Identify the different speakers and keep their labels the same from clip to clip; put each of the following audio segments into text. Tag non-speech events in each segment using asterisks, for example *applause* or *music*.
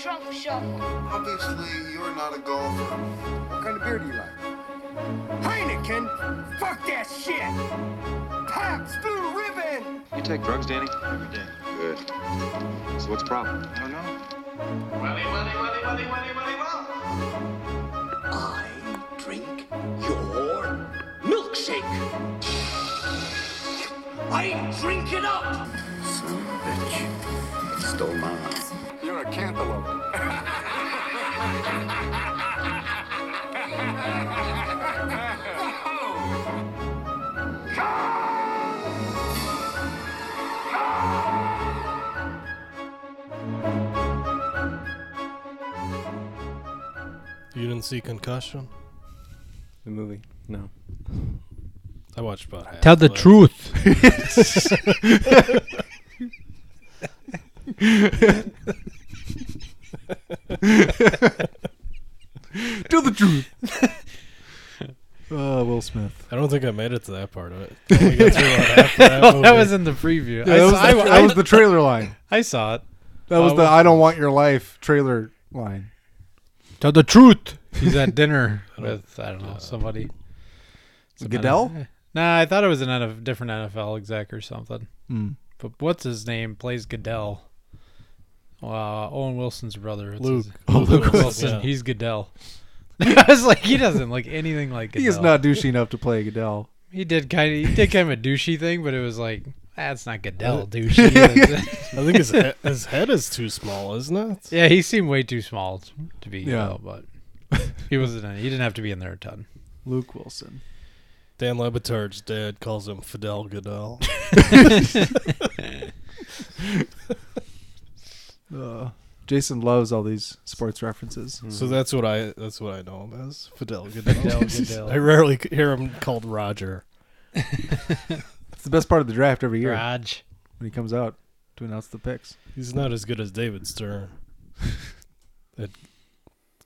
Speaker 1: show.
Speaker 2: Obviously, you're not a golfer.
Speaker 3: What kind of beer do you like? Heineken? Fuck that shit! Pops, blue ribbon!
Speaker 4: You take drugs, Danny?
Speaker 5: Every day.
Speaker 4: Good. So what's the problem?
Speaker 5: I don't know.
Speaker 6: Willy, willy, willy, willy, willy, willy, well.
Speaker 7: I drink your milkshake. I drink it up.
Speaker 3: Son of a bitch. Stole mine.
Speaker 2: You're
Speaker 3: *laughs*
Speaker 2: a cantaloupe.
Speaker 8: You didn't see Concussion?
Speaker 9: The movie. No.
Speaker 8: I watched about half.
Speaker 10: Tell the
Speaker 8: of it.
Speaker 10: truth. *laughs*
Speaker 8: *laughs*
Speaker 10: Tell the truth.
Speaker 3: *laughs*
Speaker 9: Oh, Will Smith.
Speaker 8: I don't think I made it to that part
Speaker 9: *laughs*
Speaker 8: of it. I only got through about half of
Speaker 10: *laughs*
Speaker 8: that,
Speaker 9: that
Speaker 8: movie.
Speaker 9: was in the preview. I that was saw- I, the, I- that was the trailer line. *laughs* I saw it. That was
Speaker 10: Oh,
Speaker 9: I the wa- "I don't want your life" trailer line.
Speaker 10: Tell the truth.
Speaker 9: He's at dinner
Speaker 10: with, I don't know, somebody. Some
Speaker 9: Goodell?
Speaker 10: NFL Nah, I thought it was an NF- different NFL exec or something.
Speaker 9: Mm.
Speaker 10: But what's his name plays Goodell? Uh, Owen Wilson's brother. What's
Speaker 8: Luke.
Speaker 10: his-
Speaker 8: Oh, Luke
Speaker 10: Wilson.
Speaker 8: Wilson. Yeah.
Speaker 10: He's Goodell. *laughs* *laughs* I was like, he doesn't look anything like Goodell.
Speaker 9: *laughs* He is not douchey enough to play Goodell.
Speaker 10: He did kind of. He did kind of a douchey thing, but it was like that's not Goodell
Speaker 9: *laughs*
Speaker 10: douchey.
Speaker 8: Uh, *laughs* I think his, he- his head is too small, isn't it?
Speaker 10: yeah, he seemed way too small t- to be
Speaker 9: Yeah.
Speaker 10: Goodell, but he wasn't. in- He didn't have to be in there a ton.
Speaker 9: Luke Wilson.
Speaker 8: Dan Lebatard's dad calls him Fidel
Speaker 9: *laughs*
Speaker 8: Goodell.
Speaker 9: Uh, Jason loves all these sports references.
Speaker 10: Hmm.
Speaker 8: so that's what I that's what I know him as Fidel Goodell.
Speaker 10: Fidel Goodell.
Speaker 8: *laughs* I rarely c- hear him
Speaker 10: *laughs*
Speaker 8: called Roger.
Speaker 9: It's the best part of the draft every year
Speaker 10: Raj.
Speaker 9: when he comes out to announce the picks.
Speaker 8: He's not as good as David *laughs* Stern. At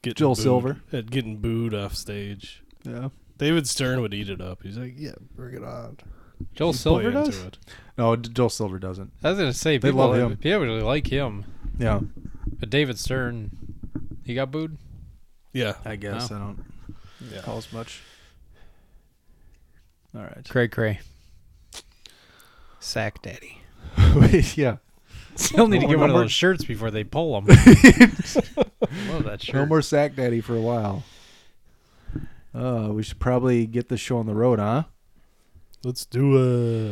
Speaker 8: getting
Speaker 9: Joel
Speaker 8: booed-
Speaker 9: Silver.
Speaker 8: at getting booed off stage.
Speaker 9: Yeah.
Speaker 8: David Stern would eat it up. He's like, "Yeah, bring it on."
Speaker 10: Joel
Speaker 8: He'd play
Speaker 10: Silver
Speaker 8: into
Speaker 10: does.
Speaker 8: it.
Speaker 9: No, D- Joel Silver doesn't.
Speaker 10: I was gonna say
Speaker 9: They
Speaker 10: people,
Speaker 9: love him.
Speaker 10: people really like him,
Speaker 9: Yeah.
Speaker 10: but David Stern, he got booed. Oh.
Speaker 8: Yeah,
Speaker 9: I guess
Speaker 10: No.
Speaker 8: Oh.
Speaker 9: I don't
Speaker 8: Yeah.
Speaker 9: call as much. All right.
Speaker 10: Cray cray. Sack daddy.
Speaker 9: *laughs* yeah.
Speaker 10: Still need to
Speaker 9: No
Speaker 10: get one of
Speaker 9: number-
Speaker 10: those shirts before they
Speaker 9: *laughs*
Speaker 10: pull them. Love that shirt.
Speaker 9: No more sack daddy for a while. Uh, we should probably get this show on the road, huh?
Speaker 8: let's do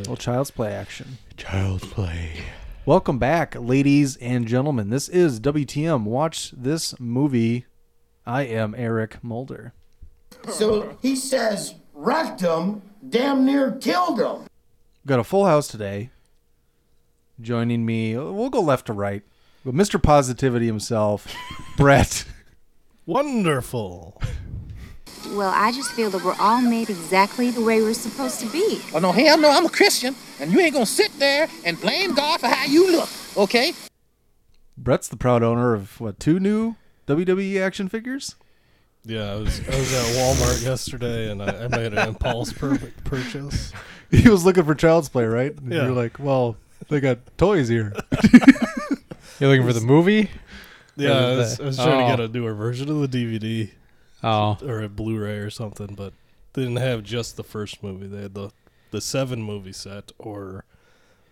Speaker 8: it.
Speaker 9: Well, child's play action.
Speaker 8: Child play.
Speaker 9: Welcome back, ladies and gentlemen. This is WTM. Watch this movie. I am Eric Mulder.
Speaker 1: So he says, wrecked him, damn near killed him.
Speaker 9: Got a full house today. Joining me, we'll go left to right. But Mr. Positivity himself, *laughs* Brett.
Speaker 8: Wonderful.
Speaker 11: Well, I just feel that we're all made exactly the way we're supposed to be.
Speaker 7: Oh no, hell no, I'm a Christian, and you ain't gonna sit there and blame God for how you look, okay?
Speaker 9: Brett's the proud owner of what two new WWE action figures?
Speaker 8: Yeah, I was I was at Walmart yesterday and I, I made
Speaker 9: *laughs*
Speaker 8: an impulse pur- purchase.
Speaker 9: He was looking for Child's Play, right? And
Speaker 8: Yeah.
Speaker 9: You're like, well, they got toys *laughs* here.
Speaker 10: You're looking for the movie?
Speaker 8: Yeah, I
Speaker 10: the-
Speaker 8: was, I was trying to
Speaker 10: oh.
Speaker 8: get a newer version of the DVD
Speaker 10: Oh,
Speaker 8: or a Blu-ray or something, but they didn't have just the first movie. They had the the seven movie set or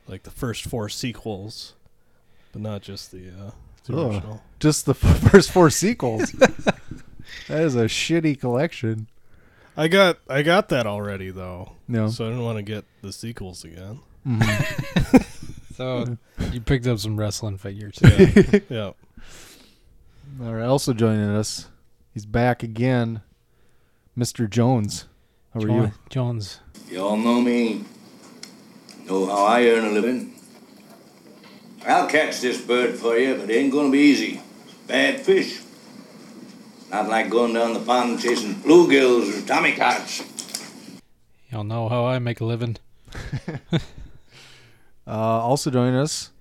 Speaker 8: like the first four sequels, but not just the, uh, the
Speaker 9: Ugh.
Speaker 8: original.
Speaker 9: Oh, Just the f- *laughs* first four sequels. that is a shitty collection.
Speaker 8: I got I got that already though,
Speaker 9: No.
Speaker 8: so I didn't want to get the sequels again.
Speaker 10: Mm-hmm.
Speaker 8: *laughs*
Speaker 10: so you picked up some wrestling figures.
Speaker 8: Yeah, yeah.
Speaker 9: All right, also joining us, he's back again, Mr. Jones. How are you? *laughs*
Speaker 10: Jones.
Speaker 7: Y'all know me, know how I earn a living. I'll catch this bird for you, but it ain't gonna be easy. Bad fish. Not like going down the pond chasing bluegills or tommy cots.
Speaker 10: Y'all know how I make a
Speaker 9: *laughs*
Speaker 10: living.
Speaker 9: Uh, also joining us,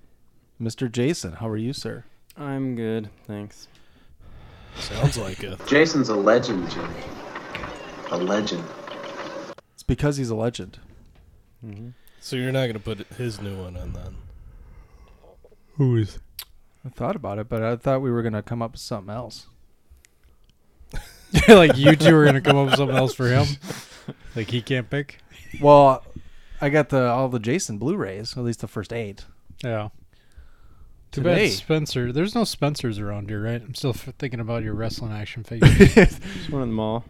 Speaker 9: Mr. Jason. How are you, sir?
Speaker 3: I'm good, thanks.
Speaker 8: Sounds like it.
Speaker 5: Jason's a legend, Jimmy. A legend.
Speaker 9: It's because he's a legend.
Speaker 10: Mm-hmm.
Speaker 8: So you're not gonna put his new one on then?
Speaker 10: Who is?
Speaker 9: I thought about it, but I thought we were gonna come up with something else. *laughs*
Speaker 10: like you two are gonna come up with something else for him. Like he can't pick.
Speaker 9: Well, I got the all the Jason Blu-rays, at least the first eight.
Speaker 10: Yeah. Too
Speaker 9: Today.
Speaker 10: bad Spencer. There's no Spencers around here, right? I'm still f- thinking about your wrestling
Speaker 9: *laughs*
Speaker 10: action figures.
Speaker 12: one in the mall.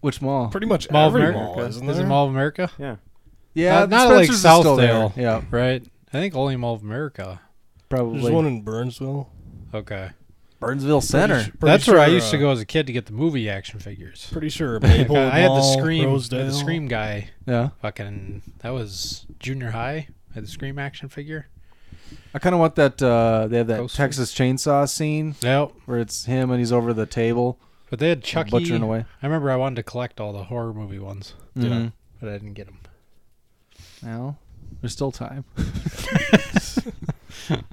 Speaker 9: Which mall?
Speaker 8: Pretty much
Speaker 10: Mall of
Speaker 8: every
Speaker 10: America.
Speaker 8: mall, isn't
Speaker 10: Is it
Speaker 8: there?
Speaker 10: Mall of America?
Speaker 12: Yeah.
Speaker 9: Yeah,
Speaker 10: Not,
Speaker 9: the
Speaker 10: not like
Speaker 9: Spencer's is still there.
Speaker 10: Southdale.
Speaker 9: Yeah.
Speaker 10: Right. I think only Mall of America.
Speaker 9: Probably.
Speaker 8: There's one in Burnsville.
Speaker 10: Okay.
Speaker 9: Burnsville Center.
Speaker 10: That's where I used to go as a kid to get the movie action figures.
Speaker 8: uh,
Speaker 10: *laughs*
Speaker 8: Pretty sure
Speaker 10: Like,
Speaker 8: Maple
Speaker 10: I had the
Speaker 8: Mall,
Speaker 10: Scream, I had
Speaker 8: Rosedale.
Speaker 10: the Scream guy.
Speaker 9: Yeah.
Speaker 10: Fucking that was junior high. I had the Scream action figure.
Speaker 9: I kind of want that. Uh, they have that
Speaker 10: Ghost
Speaker 9: Texas Chainsaw scene.
Speaker 10: Yep.
Speaker 9: Where it's him and he's over the table.
Speaker 10: But they had Chucky.
Speaker 9: Butchering away.
Speaker 10: E. I remember I wanted to collect all the horror movie ones.
Speaker 9: Mhm.
Speaker 10: But I didn't get them.
Speaker 9: Well, there's still time.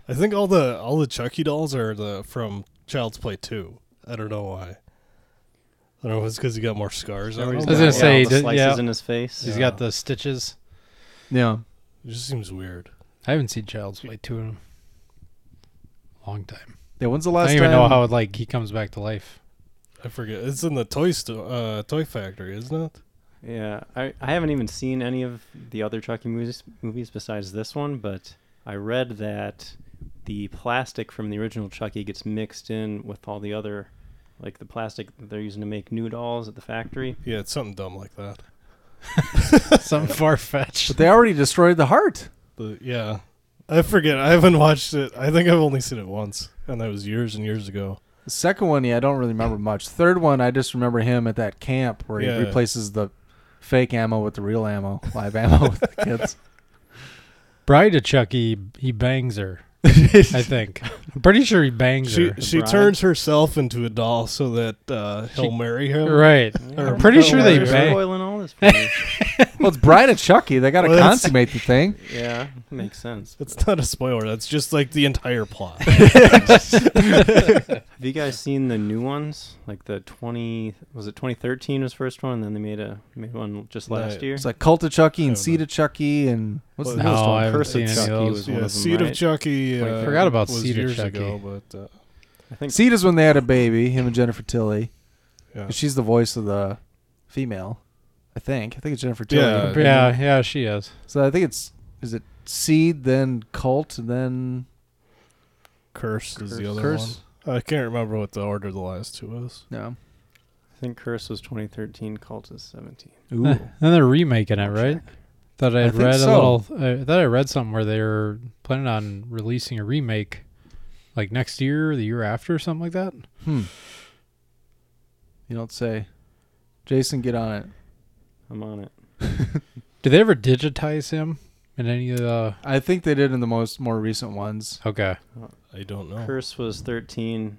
Speaker 8: I think all the all the Chucky dolls are the from Child's Play Two. I don't know why. I don't know if it's because he got more scars. on
Speaker 10: I was
Speaker 8: him.
Speaker 10: gonna say,
Speaker 12: the
Speaker 10: did-
Speaker 12: slices
Speaker 10: yeah.
Speaker 12: in his face.
Speaker 10: He's
Speaker 8: Yeah.
Speaker 10: got the stitches.
Speaker 9: *laughs* Yeah.
Speaker 10: *laughs*
Speaker 8: It just seems weird.
Speaker 10: I haven't seen Child's Play two in a long time.
Speaker 9: Yeah. When's the last
Speaker 10: I don't even
Speaker 9: time?
Speaker 10: know how like he comes back to
Speaker 9: *laughs*
Speaker 10: life.
Speaker 8: I forget. It's in the toy store, uh, toy factory, isn't it?
Speaker 12: Yeah, I, I haven't even seen any of the other Chucky movies, movies besides this one, but I read that the plastic from the original Chucky gets mixed in with all the other, like the plastic that they're using to make new dolls at the factory.
Speaker 8: Yeah, it's something dumb like that.
Speaker 10: Some far fetched.
Speaker 9: But they already destroyed the heart.
Speaker 8: But yeah, I forget. I haven't watched it. I think I've only seen it once, and that was years and years ago.
Speaker 9: The second one, yeah, I don't really remember much. Third one, I just remember him at that camp where
Speaker 8: Yeah.
Speaker 9: he replaces the fake ammo with the
Speaker 12: *laughs*
Speaker 9: real ammo, live ammo with the kids.
Speaker 10: *laughs* Bride of Chucky, he bangs her.
Speaker 9: *laughs*
Speaker 10: I think. I'm pretty sure he bangs
Speaker 8: She
Speaker 10: her.
Speaker 8: she
Speaker 12: bride?
Speaker 8: turns herself into a doll so that uh, he'll
Speaker 10: She-
Speaker 8: marry him.
Speaker 10: Right.
Speaker 8: Or-
Speaker 10: I'm pretty sure they
Speaker 12: You're
Speaker 10: bang.
Speaker 12: spoiling all
Speaker 8: *laughs*
Speaker 12: this. For me.
Speaker 10: *laughs*
Speaker 9: Well, it's Bride of Chucky. They got to
Speaker 8: Well, that's-
Speaker 9: consummate the thing.
Speaker 12: yeah, makes sense.
Speaker 8: It's not a spoiler. That's just like the entire plot.
Speaker 12: Have you guys seen the new ones? Like the twenty was it twenty thirteen was first one, and then they made a made one just *laughs*
Speaker 8: No,
Speaker 12: last year.
Speaker 9: It's like Cult of Chucky
Speaker 8: I
Speaker 9: and
Speaker 8: don't
Speaker 9: Seed of Chucky and what's the
Speaker 8: Well,
Speaker 9: newest
Speaker 10: No,
Speaker 9: one?
Speaker 10: I haven't
Speaker 12: Curse
Speaker 10: seen
Speaker 12: of
Speaker 10: any of
Speaker 12: Chucky
Speaker 10: those.
Speaker 12: was one
Speaker 8: yeah,
Speaker 12: of them,
Speaker 8: Seed of
Speaker 12: right?
Speaker 8: Chucky.
Speaker 12: Wait,
Speaker 8: Uh,
Speaker 10: forgot about
Speaker 8: was
Speaker 10: Seed of
Speaker 8: years
Speaker 10: Chucky.
Speaker 8: ago, but uh,
Speaker 12: I think
Speaker 9: Seed is when they had a baby, him and Jennifer Tilly.
Speaker 8: yeah.
Speaker 9: She's the voice of the female, I think. I think it's Jennifer Tilly.
Speaker 8: Yeah.
Speaker 10: Yeah, yeah, she is.
Speaker 9: So I think it's is it Seed, then Cult, then
Speaker 8: Curse is the
Speaker 9: Curse.
Speaker 8: other
Speaker 9: Curse?
Speaker 8: one. I can't remember what the order of the last two was.
Speaker 9: no.
Speaker 12: I think Curse was twenty thirteen, Cult is seventeen.
Speaker 10: *laughs*
Speaker 9: Ooh.
Speaker 10: Then they're remaking it, right? Thought I
Speaker 9: I
Speaker 10: had
Speaker 9: think
Speaker 10: read
Speaker 9: so.
Speaker 10: a little. I thought I read something where they were planning on releasing a remake, like next year, or the year after, or something like that.
Speaker 9: hmm. You don't say. Jason, get on it.
Speaker 12: I'm on it.
Speaker 10: *laughs* Did they ever digitize him in any of the?
Speaker 9: I think they did in the most more recent ones.
Speaker 10: Okay,
Speaker 8: I don't know.
Speaker 12: Curse was thirteen,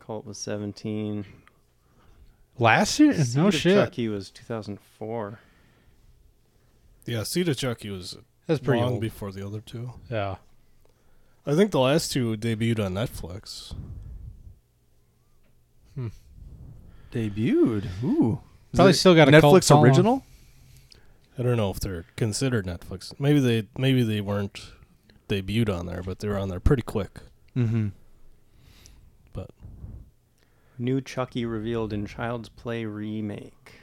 Speaker 12: Cult was seventeen.
Speaker 10: last year?
Speaker 12: Seed
Speaker 10: No
Speaker 12: of
Speaker 10: shit.
Speaker 12: Chucky was 2004.
Speaker 8: Yeah, Seed of Chucky was
Speaker 10: That's pretty
Speaker 8: long
Speaker 10: old.
Speaker 8: before the other two.
Speaker 10: yeah.
Speaker 8: I think the last two debuted on Netflix.
Speaker 9: Debuted. Ooh. Is
Speaker 10: Hmm. Probably
Speaker 9: it
Speaker 10: still got a cult
Speaker 9: Netflix
Speaker 10: following.
Speaker 9: original?
Speaker 8: I don't know if they're considered Netflix. Maybe they maybe they weren't debuted on there, but they were on there pretty quick.
Speaker 9: Mm-hmm.
Speaker 12: New Chucky revealed in Child's Play remake.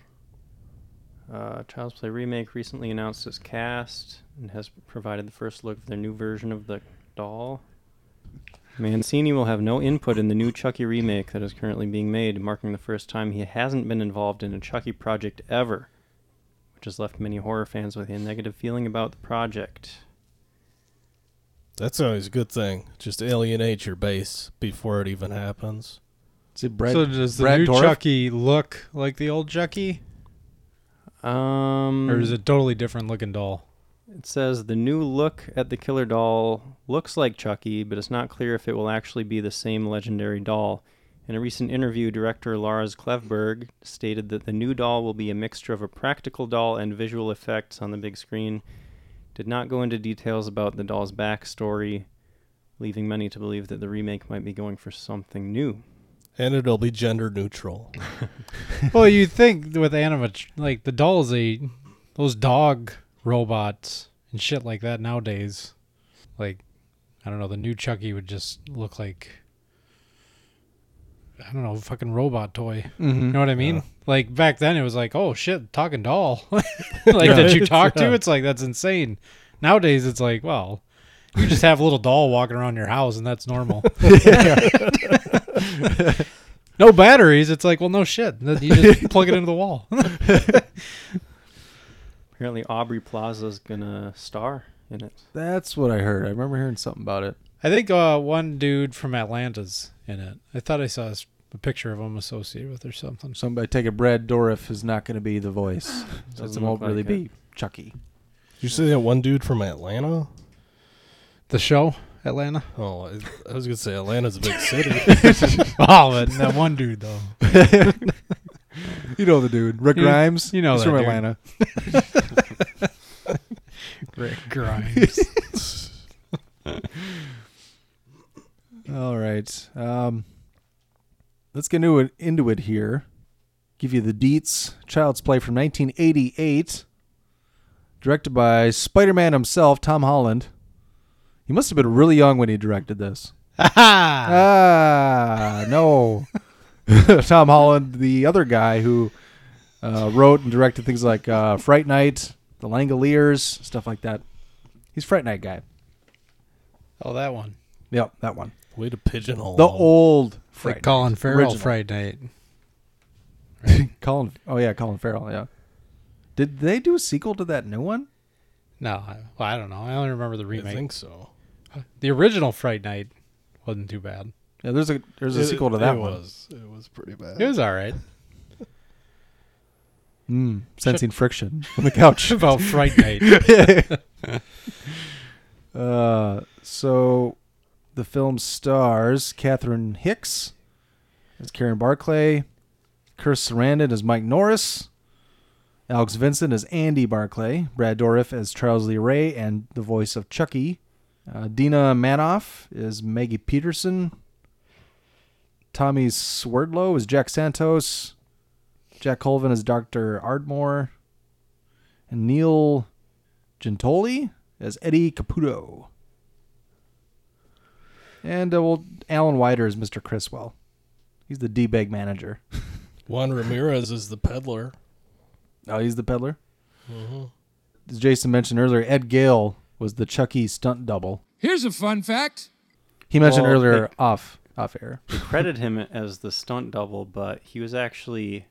Speaker 12: Uh, Child's Play remake recently announced its cast and has provided the first look for their new version of the doll. Mancini will have no input in the new Chucky remake that is currently being made, marking the first time he hasn't been involved in a Chucky project ever, which has left many horror fans with a negative feeling about the project.
Speaker 8: That's always a good thing. Just alienate your base before it even happens.
Speaker 9: Is it Brad,
Speaker 10: so does the
Speaker 9: Brad
Speaker 10: new
Speaker 9: Dourif?
Speaker 10: Chucky look like the old Chucky,
Speaker 12: Um,
Speaker 10: or is it totally different looking doll?
Speaker 12: It says the new look at the killer doll looks like Chucky, but it's not clear if it will actually be the same legendary doll. In a recent interview, director Lars Klevberg stated that the new doll will be a mixture of a practical doll and visual effects on the big screen. Did not go into details about the doll's backstory, leaving many to believe that the remake might be going for something new.
Speaker 8: And it'll be
Speaker 12: *laughs*
Speaker 8: gender neutral.
Speaker 10: *laughs* well, you think with animat like the dolls, they those dog robots and shit like that nowadays, like I don't know, the new Chucky would just look like I don't know, fucking robot toy.
Speaker 9: Mhm.
Speaker 10: You know what I mean? Like back then, it was like, oh shit, talking doll, *laughs* like
Speaker 9: Yeah.
Speaker 10: that you talk
Speaker 9: Yeah.
Speaker 10: to. It's like that's insane. Nowadays, it's like, well, you just have a little doll walking around your house, and that's
Speaker 9: *laughs*
Speaker 10: normal. *laughs* no batteries. It's like, well, no shit. that- You
Speaker 9: *laughs*
Speaker 10: just plug it into the wall. *laughs*
Speaker 12: Apparently, Aubrey Plaza's gonna star in it.
Speaker 9: That's what I heard. I remember hearing something about it.
Speaker 10: I think uh, one dude from Atlanta's in it. I thought I saw his- a picture of him associated with it or something.
Speaker 9: Somebody take a Brad Dorif is not going to be
Speaker 8: *laughs*
Speaker 9: the voice. It
Speaker 10: Doesn't
Speaker 9: won't
Speaker 10: look
Speaker 9: really
Speaker 10: like
Speaker 9: be Chucky.
Speaker 8: Did you see that one dude from Atlanta?
Speaker 10: The show Atlanta.
Speaker 8: Oh, I, I was gonna say Atlanta's a big
Speaker 10: *laughs*
Speaker 8: city. *laughs*
Speaker 10: oh, that, that one dude though.
Speaker 9: *laughs* you know the dude, Rick
Speaker 10: You-
Speaker 9: Grimes.
Speaker 10: you know
Speaker 9: he's
Speaker 10: that
Speaker 9: from
Speaker 10: dude.
Speaker 9: Atlanta.
Speaker 10: *laughs* Rick Grimes.
Speaker 9: *laughs* All right. Um, let's get into it, into it here. Give you the deets. Child's Play from 1988. Directed by Spider Man himself, Tom Holland. He must have been really young when he directed
Speaker 10: *laughs*
Speaker 9: this. ah, no. *laughs* Tom Holland, the other guy who uh, wrote and directed things like uh, Fright Night, The Langoliers, stuff like that. He's Fright Night guy.
Speaker 10: oh, that one.
Speaker 9: Yep, that one.
Speaker 8: Way to pigeonhole.
Speaker 9: The
Speaker 8: him.
Speaker 9: old Fright
Speaker 10: Like Colin
Speaker 9: Night.
Speaker 10: Farrell
Speaker 9: Original.
Speaker 10: Fright
Speaker 9: *laughs*
Speaker 10: Night.
Speaker 9: Colin. Oh yeah, Colin Farrell. Yeah. Did they do a sequel to that new one?
Speaker 10: No, I, well, I don't know. I only remember the remake.
Speaker 8: think so.
Speaker 10: The original Fright Night wasn't too bad.
Speaker 9: Yeah, there's a *laughs* there's a
Speaker 8: It-
Speaker 9: sequel to that
Speaker 8: it
Speaker 9: one.
Speaker 8: Was, it was pretty bad.
Speaker 10: It was all right. Hmm.
Speaker 9: Mm, sensing friction on the couch
Speaker 10: About Fright Night.
Speaker 9: *laughs* uh, so the film stars Catherine Hicks as Karen Barclay, Chris Sarandon as Mike Norris, Alex Vincent as Andy Barclay, Brad Dourif as Charles Lee Ray and the voice of Chucky, uh, Dina Manoff is Maggie Peterson, Tommy Swerdlow is Jack Santos, Jack Colvin is Dr. Ardmore, and Neil Gentoli as Eddie Caputo. And uh, well, Alan Wider is Mr. Criswell. He's the D-bag manager.
Speaker 8: Juan Ramirez is the peddler.
Speaker 9: *laughs* Oh, he's the peddler.
Speaker 10: Mm-hmm.
Speaker 9: As Jason mentioned earlier, Ed Gale was the Chucky stunt double.
Speaker 13: Here's a fun fact. *laughs*
Speaker 9: He mentioned
Speaker 12: Well,
Speaker 9: earlier
Speaker 12: they-
Speaker 9: off off air.
Speaker 12: They credit him as the stunt double, but he was actually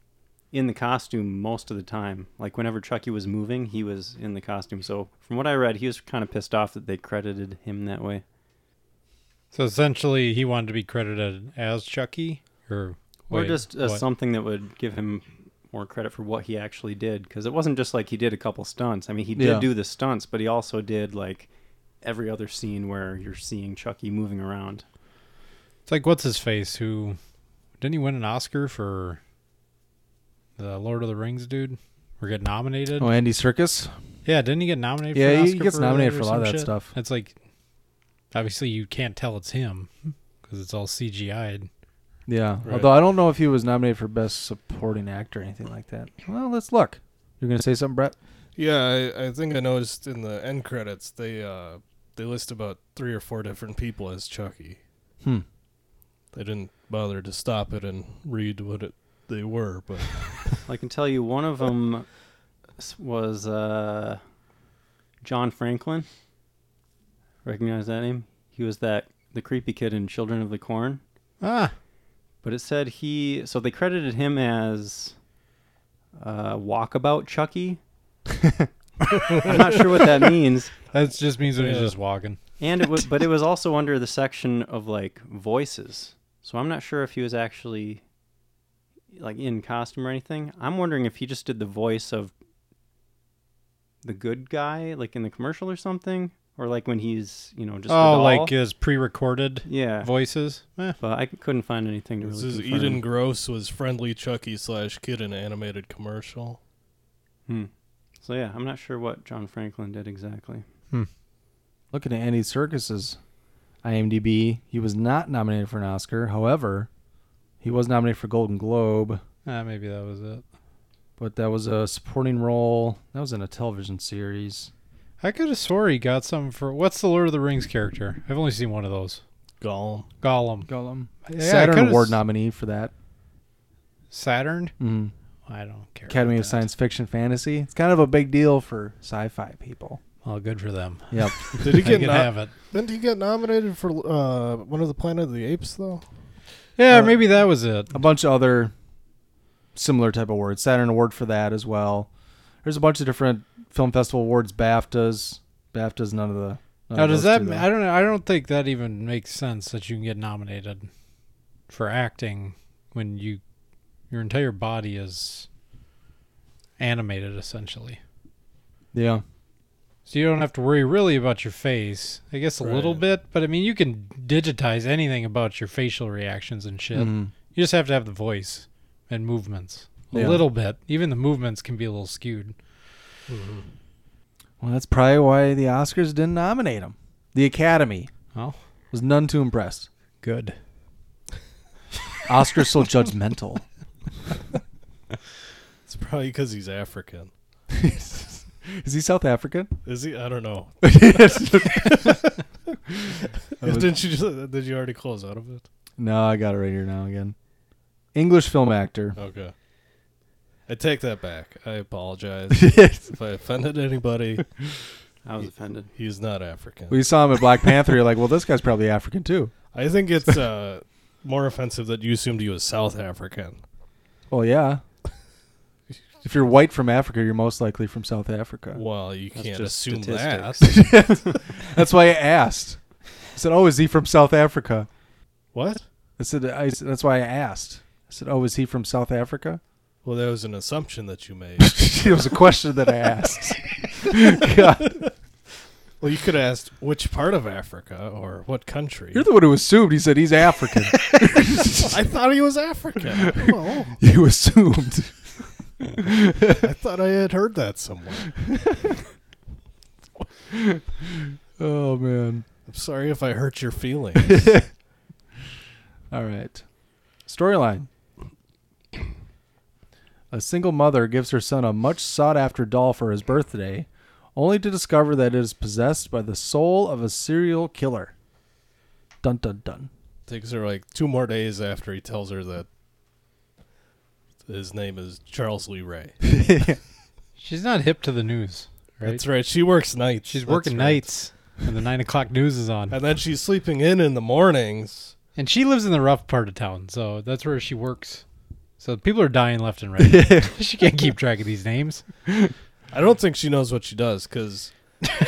Speaker 12: in the costume most of the time. Like whenever Chucky was moving, he was in the costume. So from what I read, he was kind of pissed off that they credited him that way.
Speaker 10: So essentially, he wanted to be credited as Chucky, or
Speaker 12: Or
Speaker 10: wait,
Speaker 12: just uh,
Speaker 10: what?
Speaker 12: something that would give him more credit for what he actually did, because it wasn't just like he did a couple stunts. I mean, he did
Speaker 10: Yeah.
Speaker 12: do the stunts, but he also did like every other scene where you're seeing Chucky moving around.
Speaker 10: It's like what's his face? Who didn't he win an Oscar for the Lord of the Rings dude? Or get nominated?
Speaker 9: Oh, Andy Circus.
Speaker 10: Yeah, didn't he get nominated? for
Speaker 9: Yeah,
Speaker 10: an
Speaker 9: he
Speaker 10: Oscar
Speaker 9: gets
Speaker 10: that
Speaker 9: nominated
Speaker 10: or
Speaker 9: for a lot of
Speaker 10: some
Speaker 9: that
Speaker 10: shit?
Speaker 9: stuff.
Speaker 10: It's like obviously you can't tell it's him because it's all CGI'd.
Speaker 9: Yeah.
Speaker 10: Right.
Speaker 9: Although I don't know if he was nominated for best supporting actor or anything like that. Well, let's look. You're gonna say something, Brett?
Speaker 8: Yeah, I, I think I noticed in the end credits they uh, they list about three or four different people as Chucky.
Speaker 9: Hmm.
Speaker 8: They didn't bother to stop it and read what it they were, but
Speaker 12: I can tell you one of them was uh, John Franklin. Recognize that name? He was that the creepy kid in Children of the Corn.
Speaker 10: Ah.
Speaker 12: But it said he. So they credited him as uh, Walkabout Chucky. I'm not sure what that means.
Speaker 10: *laughs* That just means when he's just walking.
Speaker 12: And it
Speaker 10: *laughs*
Speaker 12: was, but it was also under the section of like voices. So I'm not sure if he was actually like in costume or anything. I'm wondering if he just did the voice of the good guy, like in the commercial or something, or like when he's you know just a
Speaker 10: oh,
Speaker 12: doll.
Speaker 10: like his pre-recorded
Speaker 12: yeah
Speaker 10: voices. Eh.
Speaker 12: But I couldn't find anything to
Speaker 8: this
Speaker 12: really.
Speaker 8: is
Speaker 12: confirm.
Speaker 8: Eden Gross was friendly Chucky slash kid in an animated commercial.
Speaker 12: Hmm. So yeah, I'm not sure what John Franklin did exactly.
Speaker 9: Looking at Hmm. Andy Circus's IMDb, he was not nominated for an Oscar. However, he was nominated for Golden Globe,
Speaker 10: Ah, maybe that was it.
Speaker 9: but that was a supporting role. That was in a television series.
Speaker 10: I could have swore he got something for what's the Lord of the Rings character? I've only seen one of those.
Speaker 8: Gollum.
Speaker 10: Gollum.
Speaker 9: Gollum.
Speaker 10: Yeah,
Speaker 9: Saturn
Speaker 10: I could've
Speaker 9: Award
Speaker 10: s-
Speaker 9: nominee for that.
Speaker 10: Saturn.
Speaker 9: Mhm.
Speaker 10: I don't care.
Speaker 9: Academy of Science Fiction Fantasy. It's kind of a big deal for sci-fi people.
Speaker 10: Well, good for them. *laughs*
Speaker 9: Yep.
Speaker 8: Did he
Speaker 10: They
Speaker 8: get
Speaker 10: can
Speaker 8: no-
Speaker 10: have it.
Speaker 8: Didn't he get nominated for uh, one of the Planet of the Apes though?
Speaker 10: Yeah, or maybe that was it.
Speaker 9: Uh, a bunch of other similar type awards. Saturn Award for that as well. There's a bunch of different film festival awards. BAFTAs. BAFTAs. None of the. none
Speaker 10: Now,
Speaker 9: of
Speaker 10: does
Speaker 9: those
Speaker 10: that?
Speaker 9: two, though.
Speaker 10: I don't know. I don't think that even makes sense that you can get nominated for acting when you your entire body is animated essentially.
Speaker 9: Yeah.
Speaker 10: So you don't have to worry really about your face. I guess a little bit, but I mean you can digitize anything about your facial reactions and shit.
Speaker 9: Mhm.
Speaker 10: You just have to have the voice and movements. A
Speaker 9: Yeah.
Speaker 10: little bit. Even the movements can be a little skewed.
Speaker 9: Well, that's probably why the Oscars didn't nominate him. The Academy.
Speaker 10: Oh.
Speaker 9: Was none too impressed.
Speaker 10: Good.
Speaker 9: Oscars *laughs* so judgmental.
Speaker 8: It's probably because
Speaker 10: *laughs*
Speaker 8: he's African.
Speaker 9: Is he South African?
Speaker 8: Is he? I don't
Speaker 9: *laughs*
Speaker 8: know. *laughs*
Speaker 9: was-
Speaker 8: Didn't you? Just, did you already close out of it?
Speaker 9: No, I got it right here now again. English film actor.
Speaker 8: Okay. I take that back. I apologize
Speaker 9: *laughs*
Speaker 8: if I offended anybody.
Speaker 12: *laughs* I was offended.
Speaker 8: He's not African.
Speaker 9: We saw him at Black Panther. You're like, well, this guy's probably African too.
Speaker 8: I think it's uh, more offensive that you assumed he was South African.
Speaker 9: Well, yeah. If you're white from Africa, you're most likely from South Africa.
Speaker 8: Well, you
Speaker 9: That's
Speaker 8: can't
Speaker 9: just
Speaker 8: assume that.
Speaker 9: *laughs* That's why I asked. I said, "Oh, is he from South Africa?"
Speaker 8: What?
Speaker 9: I said, I, said- "That's why I asked." I said, "Oh, is he from South Africa?"
Speaker 8: well, that was an assumption that you made.
Speaker 9: *laughs* it was a question that I *laughs* asked. God.
Speaker 8: *laughs* Well, you could have asked which part of Africa or what country.
Speaker 9: You're the one who assumed he said he's African.
Speaker 8: *laughs* I thought he was
Speaker 9: *laughs*
Speaker 8: African. Oh. Well,
Speaker 9: you assumed.
Speaker 8: I thought I had heard that
Speaker 9: *laughs*
Speaker 8: somewhere.
Speaker 9: oh man.
Speaker 8: I'm sorry if I hurt your feelings.
Speaker 9: *laughs* All right. Storyline. A single mother gives her son a much sought after doll for his birthday, only to discover that it is possessed by the soul of a serial killer. Dun dun dun.
Speaker 8: Takes her like two more days after he tells her that his name is Charles
Speaker 10: *laughs*
Speaker 8: Lee Ray.
Speaker 10: She's not hip to the news. Right?
Speaker 8: That's right. She works nights.
Speaker 10: She's
Speaker 8: That's
Speaker 10: working
Speaker 8: right.
Speaker 10: nights when the nine o'clock news is on.
Speaker 8: And then she's sleeping in in the mornings.
Speaker 10: And she lives in the rough part of town, so that's where she works. So people are dying left and
Speaker 8: *laughs*
Speaker 10: right. *laughs* she can't keep track of these names.
Speaker 8: I don't think she knows what she does because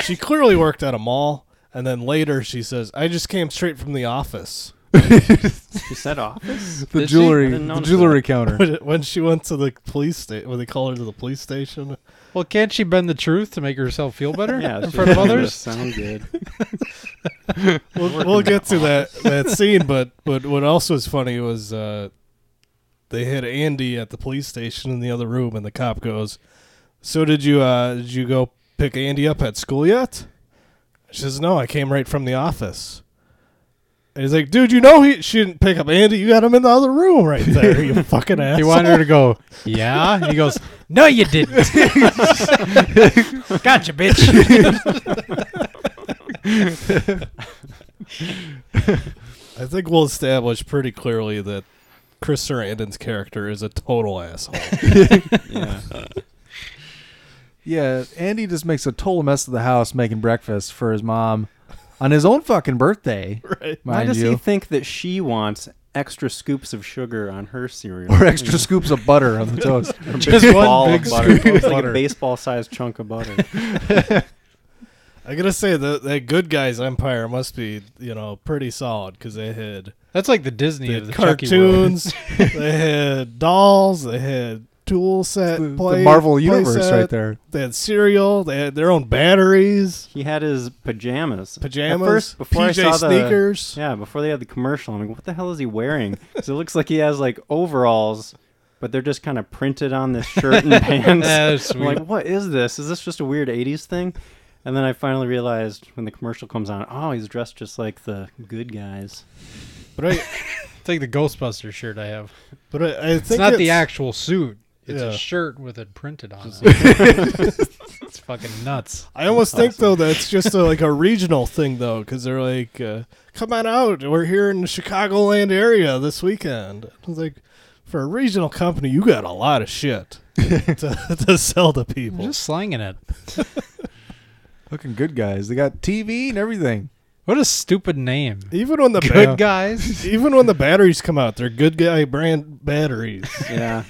Speaker 8: she clearly worked at a mall. And then later she says, I just came straight from the
Speaker 9: *laughs*
Speaker 8: office.
Speaker 12: She said office?
Speaker 9: The
Speaker 12: Did she? I
Speaker 9: jewelry
Speaker 12: didn't
Speaker 9: the
Speaker 12: notice
Speaker 9: jewelry
Speaker 12: that.
Speaker 9: counter.
Speaker 8: When- when she went to the police station, when they called her to the police station,
Speaker 10: Well, can't she bend the truth to make herself feel better
Speaker 12: Yeah,
Speaker 10: in
Speaker 12: she
Speaker 10: front of
Speaker 12: doesn't
Speaker 10: others?
Speaker 12: Sound good.
Speaker 8: we'll, we'll get to that that
Speaker 10: *laughs*
Speaker 8: scene. But but what also was funny was uh, they had Andy at the police station in the other room, and the cop goes, "So did you uh, did you go pick Andy up at school yet?" She says, "No, I came right from the office." And he's like, "Dude, you know he she didn't pick up Andy. You got him in the other room right there.
Speaker 10: *laughs*
Speaker 8: You fucking asshole."
Speaker 10: He wanted her to go, yeah. And he goes, no, you
Speaker 8: *laughs*
Speaker 10: didn't. gotcha, bitch. *laughs*
Speaker 8: I think we'll establish pretty clearly that Chris Sarandon's character is a total asshole.
Speaker 9: Yeah, Andy just makes a total mess of the house making breakfast for his mom on his own
Speaker 12: *laughs*
Speaker 9: fucking birthday.
Speaker 8: *laughs* right.
Speaker 12: Why
Speaker 9: Mind
Speaker 12: does
Speaker 9: you.
Speaker 12: he think that she wants extra scoops of sugar on her cereal?
Speaker 9: or extra scoops of butter on
Speaker 12: *laughs*
Speaker 9: the toast.
Speaker 10: Just
Speaker 12: Ball
Speaker 10: one
Speaker 12: of
Speaker 10: big
Speaker 12: butter.
Speaker 10: scoop of
Speaker 12: It's like a
Speaker 10: butter.
Speaker 12: baseball-sized chunk of butter.
Speaker 8: I gotta say that that good guys empire must be you know pretty solid because they had
Speaker 10: That's like the Disney
Speaker 8: they
Speaker 10: of
Speaker 8: had
Speaker 10: the cartoons.
Speaker 8: cartoons, they had dolls, they had tool set
Speaker 9: The- the
Speaker 8: play,
Speaker 9: Marvel
Speaker 8: play
Speaker 9: universe
Speaker 8: set,
Speaker 9: right there.
Speaker 8: They had cereal, they had their own batteries,
Speaker 12: He had his pajamas. At
Speaker 8: Pajamas,
Speaker 12: first, before I
Speaker 8: PJ
Speaker 12: saw the-
Speaker 8: sneakers.
Speaker 12: yeah, before they had the commercial, I'm like, what the hell is he wearing? So it looks like he has like overalls, but they're just kind of printed on this shirt
Speaker 10: *laughs*
Speaker 12: and pants.
Speaker 10: That's
Speaker 12: I'm
Speaker 10: sweet.
Speaker 12: like, what is this? Is this just a weird '80s thing? And then I finally realized when the commercial comes on, oh, he's dressed just like the good guys.
Speaker 8: but I
Speaker 10: *laughs* It's like the Ghostbuster shirt I have.
Speaker 8: but *laughs* I, I think
Speaker 10: It's not the actual suit. It's
Speaker 8: Yeah.
Speaker 10: a shirt with it printed on it. *laughs* it's fucking nuts.
Speaker 8: I almost think though that's just a, like a regional thing though, because they're like, uh, "Come on out, we're here in the Chicagoland area this weekend." I was like, for a regional company, you got a lot of
Speaker 10: *laughs*
Speaker 8: shit to, to sell to people.
Speaker 10: Just slanging it.
Speaker 9: *laughs* Fucking good guys. They got TV and everything.
Speaker 10: What a stupid name.
Speaker 8: Even when the
Speaker 10: Good guys.
Speaker 8: *laughs* even when the batteries come out, they're good guy brand batteries.
Speaker 9: Yeah.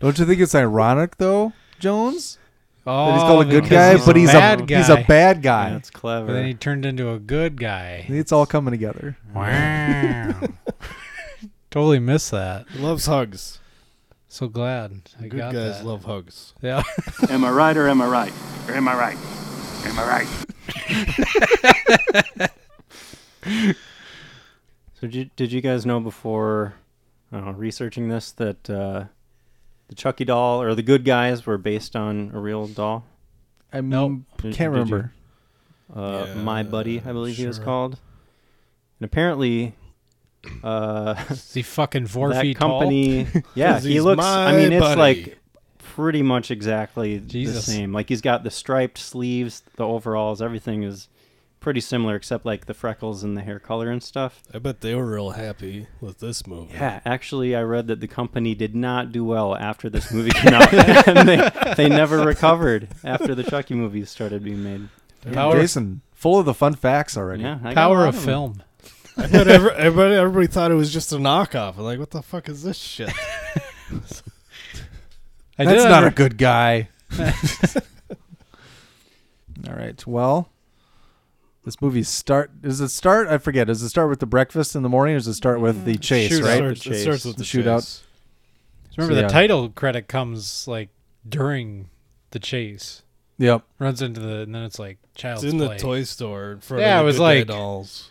Speaker 9: Don't you think it's ironic though, Jones?
Speaker 10: Oh,
Speaker 9: that he's called a good
Speaker 10: because
Speaker 9: guy,
Speaker 10: he's
Speaker 9: but
Speaker 10: a
Speaker 9: he's a
Speaker 10: bad
Speaker 9: he's a
Speaker 10: guy.
Speaker 9: bad guy.
Speaker 12: That's clever.
Speaker 10: But then he turned into a good guy.
Speaker 9: *laughs* It's all coming together.
Speaker 8: *laughs*
Speaker 10: Wow. totally missed that.
Speaker 8: Loves hugs.
Speaker 10: So glad I
Speaker 8: Good
Speaker 10: got
Speaker 8: guys
Speaker 10: that.
Speaker 8: love hugs.
Speaker 10: yeah.
Speaker 3: Am I right or am I right? Or am I right? Am I right?
Speaker 12: *laughs* So did you, did you guys know before uh, researching this that uh, the Chucky doll or the good guys were based on a real doll?
Speaker 9: I
Speaker 10: Nope.
Speaker 12: Did-
Speaker 9: can't
Speaker 12: did you-
Speaker 9: remember.
Speaker 12: Uh, My buddy, I believe he was
Speaker 8: sure.
Speaker 12: called. And apparently, uh,
Speaker 10: Is he fucking four
Speaker 12: that
Speaker 10: feet *laughs*
Speaker 12: company, yeah,
Speaker 8: 'Cause
Speaker 12: he
Speaker 8: he's
Speaker 12: looks. I mean,
Speaker 8: my
Speaker 12: it's
Speaker 8: buddy.
Speaker 12: like pretty much exactly
Speaker 10: Jesus.
Speaker 12: the same. Like he's got the striped sleeves, the overalls, everything is pretty similar except like the freckles and the hair color and stuff.
Speaker 8: I bet they were real happy with this movie.
Speaker 12: Yeah, actually, I read that the company did not do well after this movie came out, *laughs* and they, they never recovered after the Chucky movies started being made.
Speaker 10: tall? Power,
Speaker 9: Jason, full of the fun facts already.
Speaker 12: Yeah, I got a
Speaker 10: power
Speaker 12: lot
Speaker 10: of
Speaker 12: them. *laughs*
Speaker 10: film.
Speaker 8: I bet every, everybody, everybody thought it was just a knockoff. I'm like, what the fuck is this shit?
Speaker 10: I
Speaker 9: That's
Speaker 10: did
Speaker 9: not a
Speaker 10: under- *laughs*
Speaker 9: good guy. All right. Well, this movie start. Does it start? I forget. Does it start with the breakfast in the morning, or does it start with the chase?
Speaker 10: Shootout.
Speaker 9: Right.
Speaker 8: It starts, it starts with the
Speaker 9: Shootout.
Speaker 8: chase.
Speaker 10: Remember
Speaker 9: So,
Speaker 10: the
Speaker 9: yeah.
Speaker 10: title credit comes like during the chase.
Speaker 9: Yep.
Speaker 10: Runs into the and then it's like child's
Speaker 8: It's in the
Speaker 10: play.
Speaker 8: toy store in front
Speaker 10: Yeah,
Speaker 8: of
Speaker 10: it was
Speaker 8: the Good Guy
Speaker 10: like-
Speaker 8: dolls.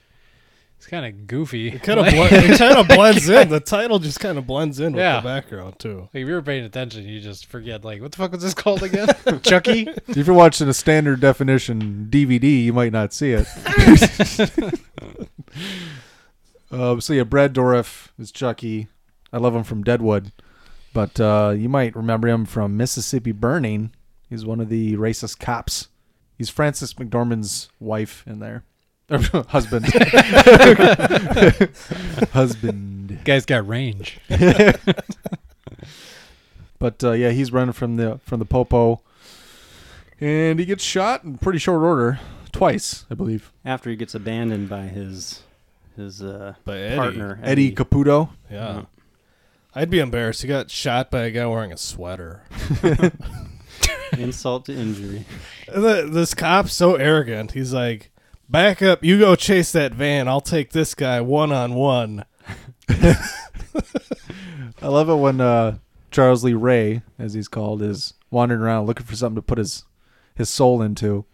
Speaker 10: It's kind of goofy. *laughs*
Speaker 8: It kind of
Speaker 10: Like-
Speaker 8: bl- it kind of blends in. The title just kind of blends in
Speaker 10: Yeah.
Speaker 8: with the background too.
Speaker 10: Like if you were paying attention, you just forget. Like, what the fuck was this called again? *laughs* Chucky.
Speaker 9: If you're watching a standard definition DVD, you might not see it. um, so yeah, Brad Dourif is Chucky. I love him from Deadwood, but uh, you might remember him from Mississippi Burning. He's one of the racist cops. He's Francis McDormand's wife in there, *laughs* Or husband. husband.
Speaker 10: Guy's got
Speaker 9: *laughs*
Speaker 10: range.
Speaker 9: But uh, yeah, he's running from the from the popo, and he gets shot in pretty short order, twice, I believe.
Speaker 12: After he gets abandoned by his his uh,
Speaker 8: By Eddie.
Speaker 12: partner
Speaker 9: Eddie Caputo.
Speaker 8: Yeah. I'd be embarrassed. He got shot by a guy wearing a
Speaker 9: *laughs*
Speaker 8: sweater.
Speaker 12: Insult to injury. *laughs*
Speaker 8: And the- this cop's so arrogant. He's like, "Back up! You go chase that van. I'll take this guy one on
Speaker 9: *laughs*
Speaker 8: one."
Speaker 9: I love it when uh, Charles Lee Ray, as he's called, is wandering around looking for something to put his his soul into,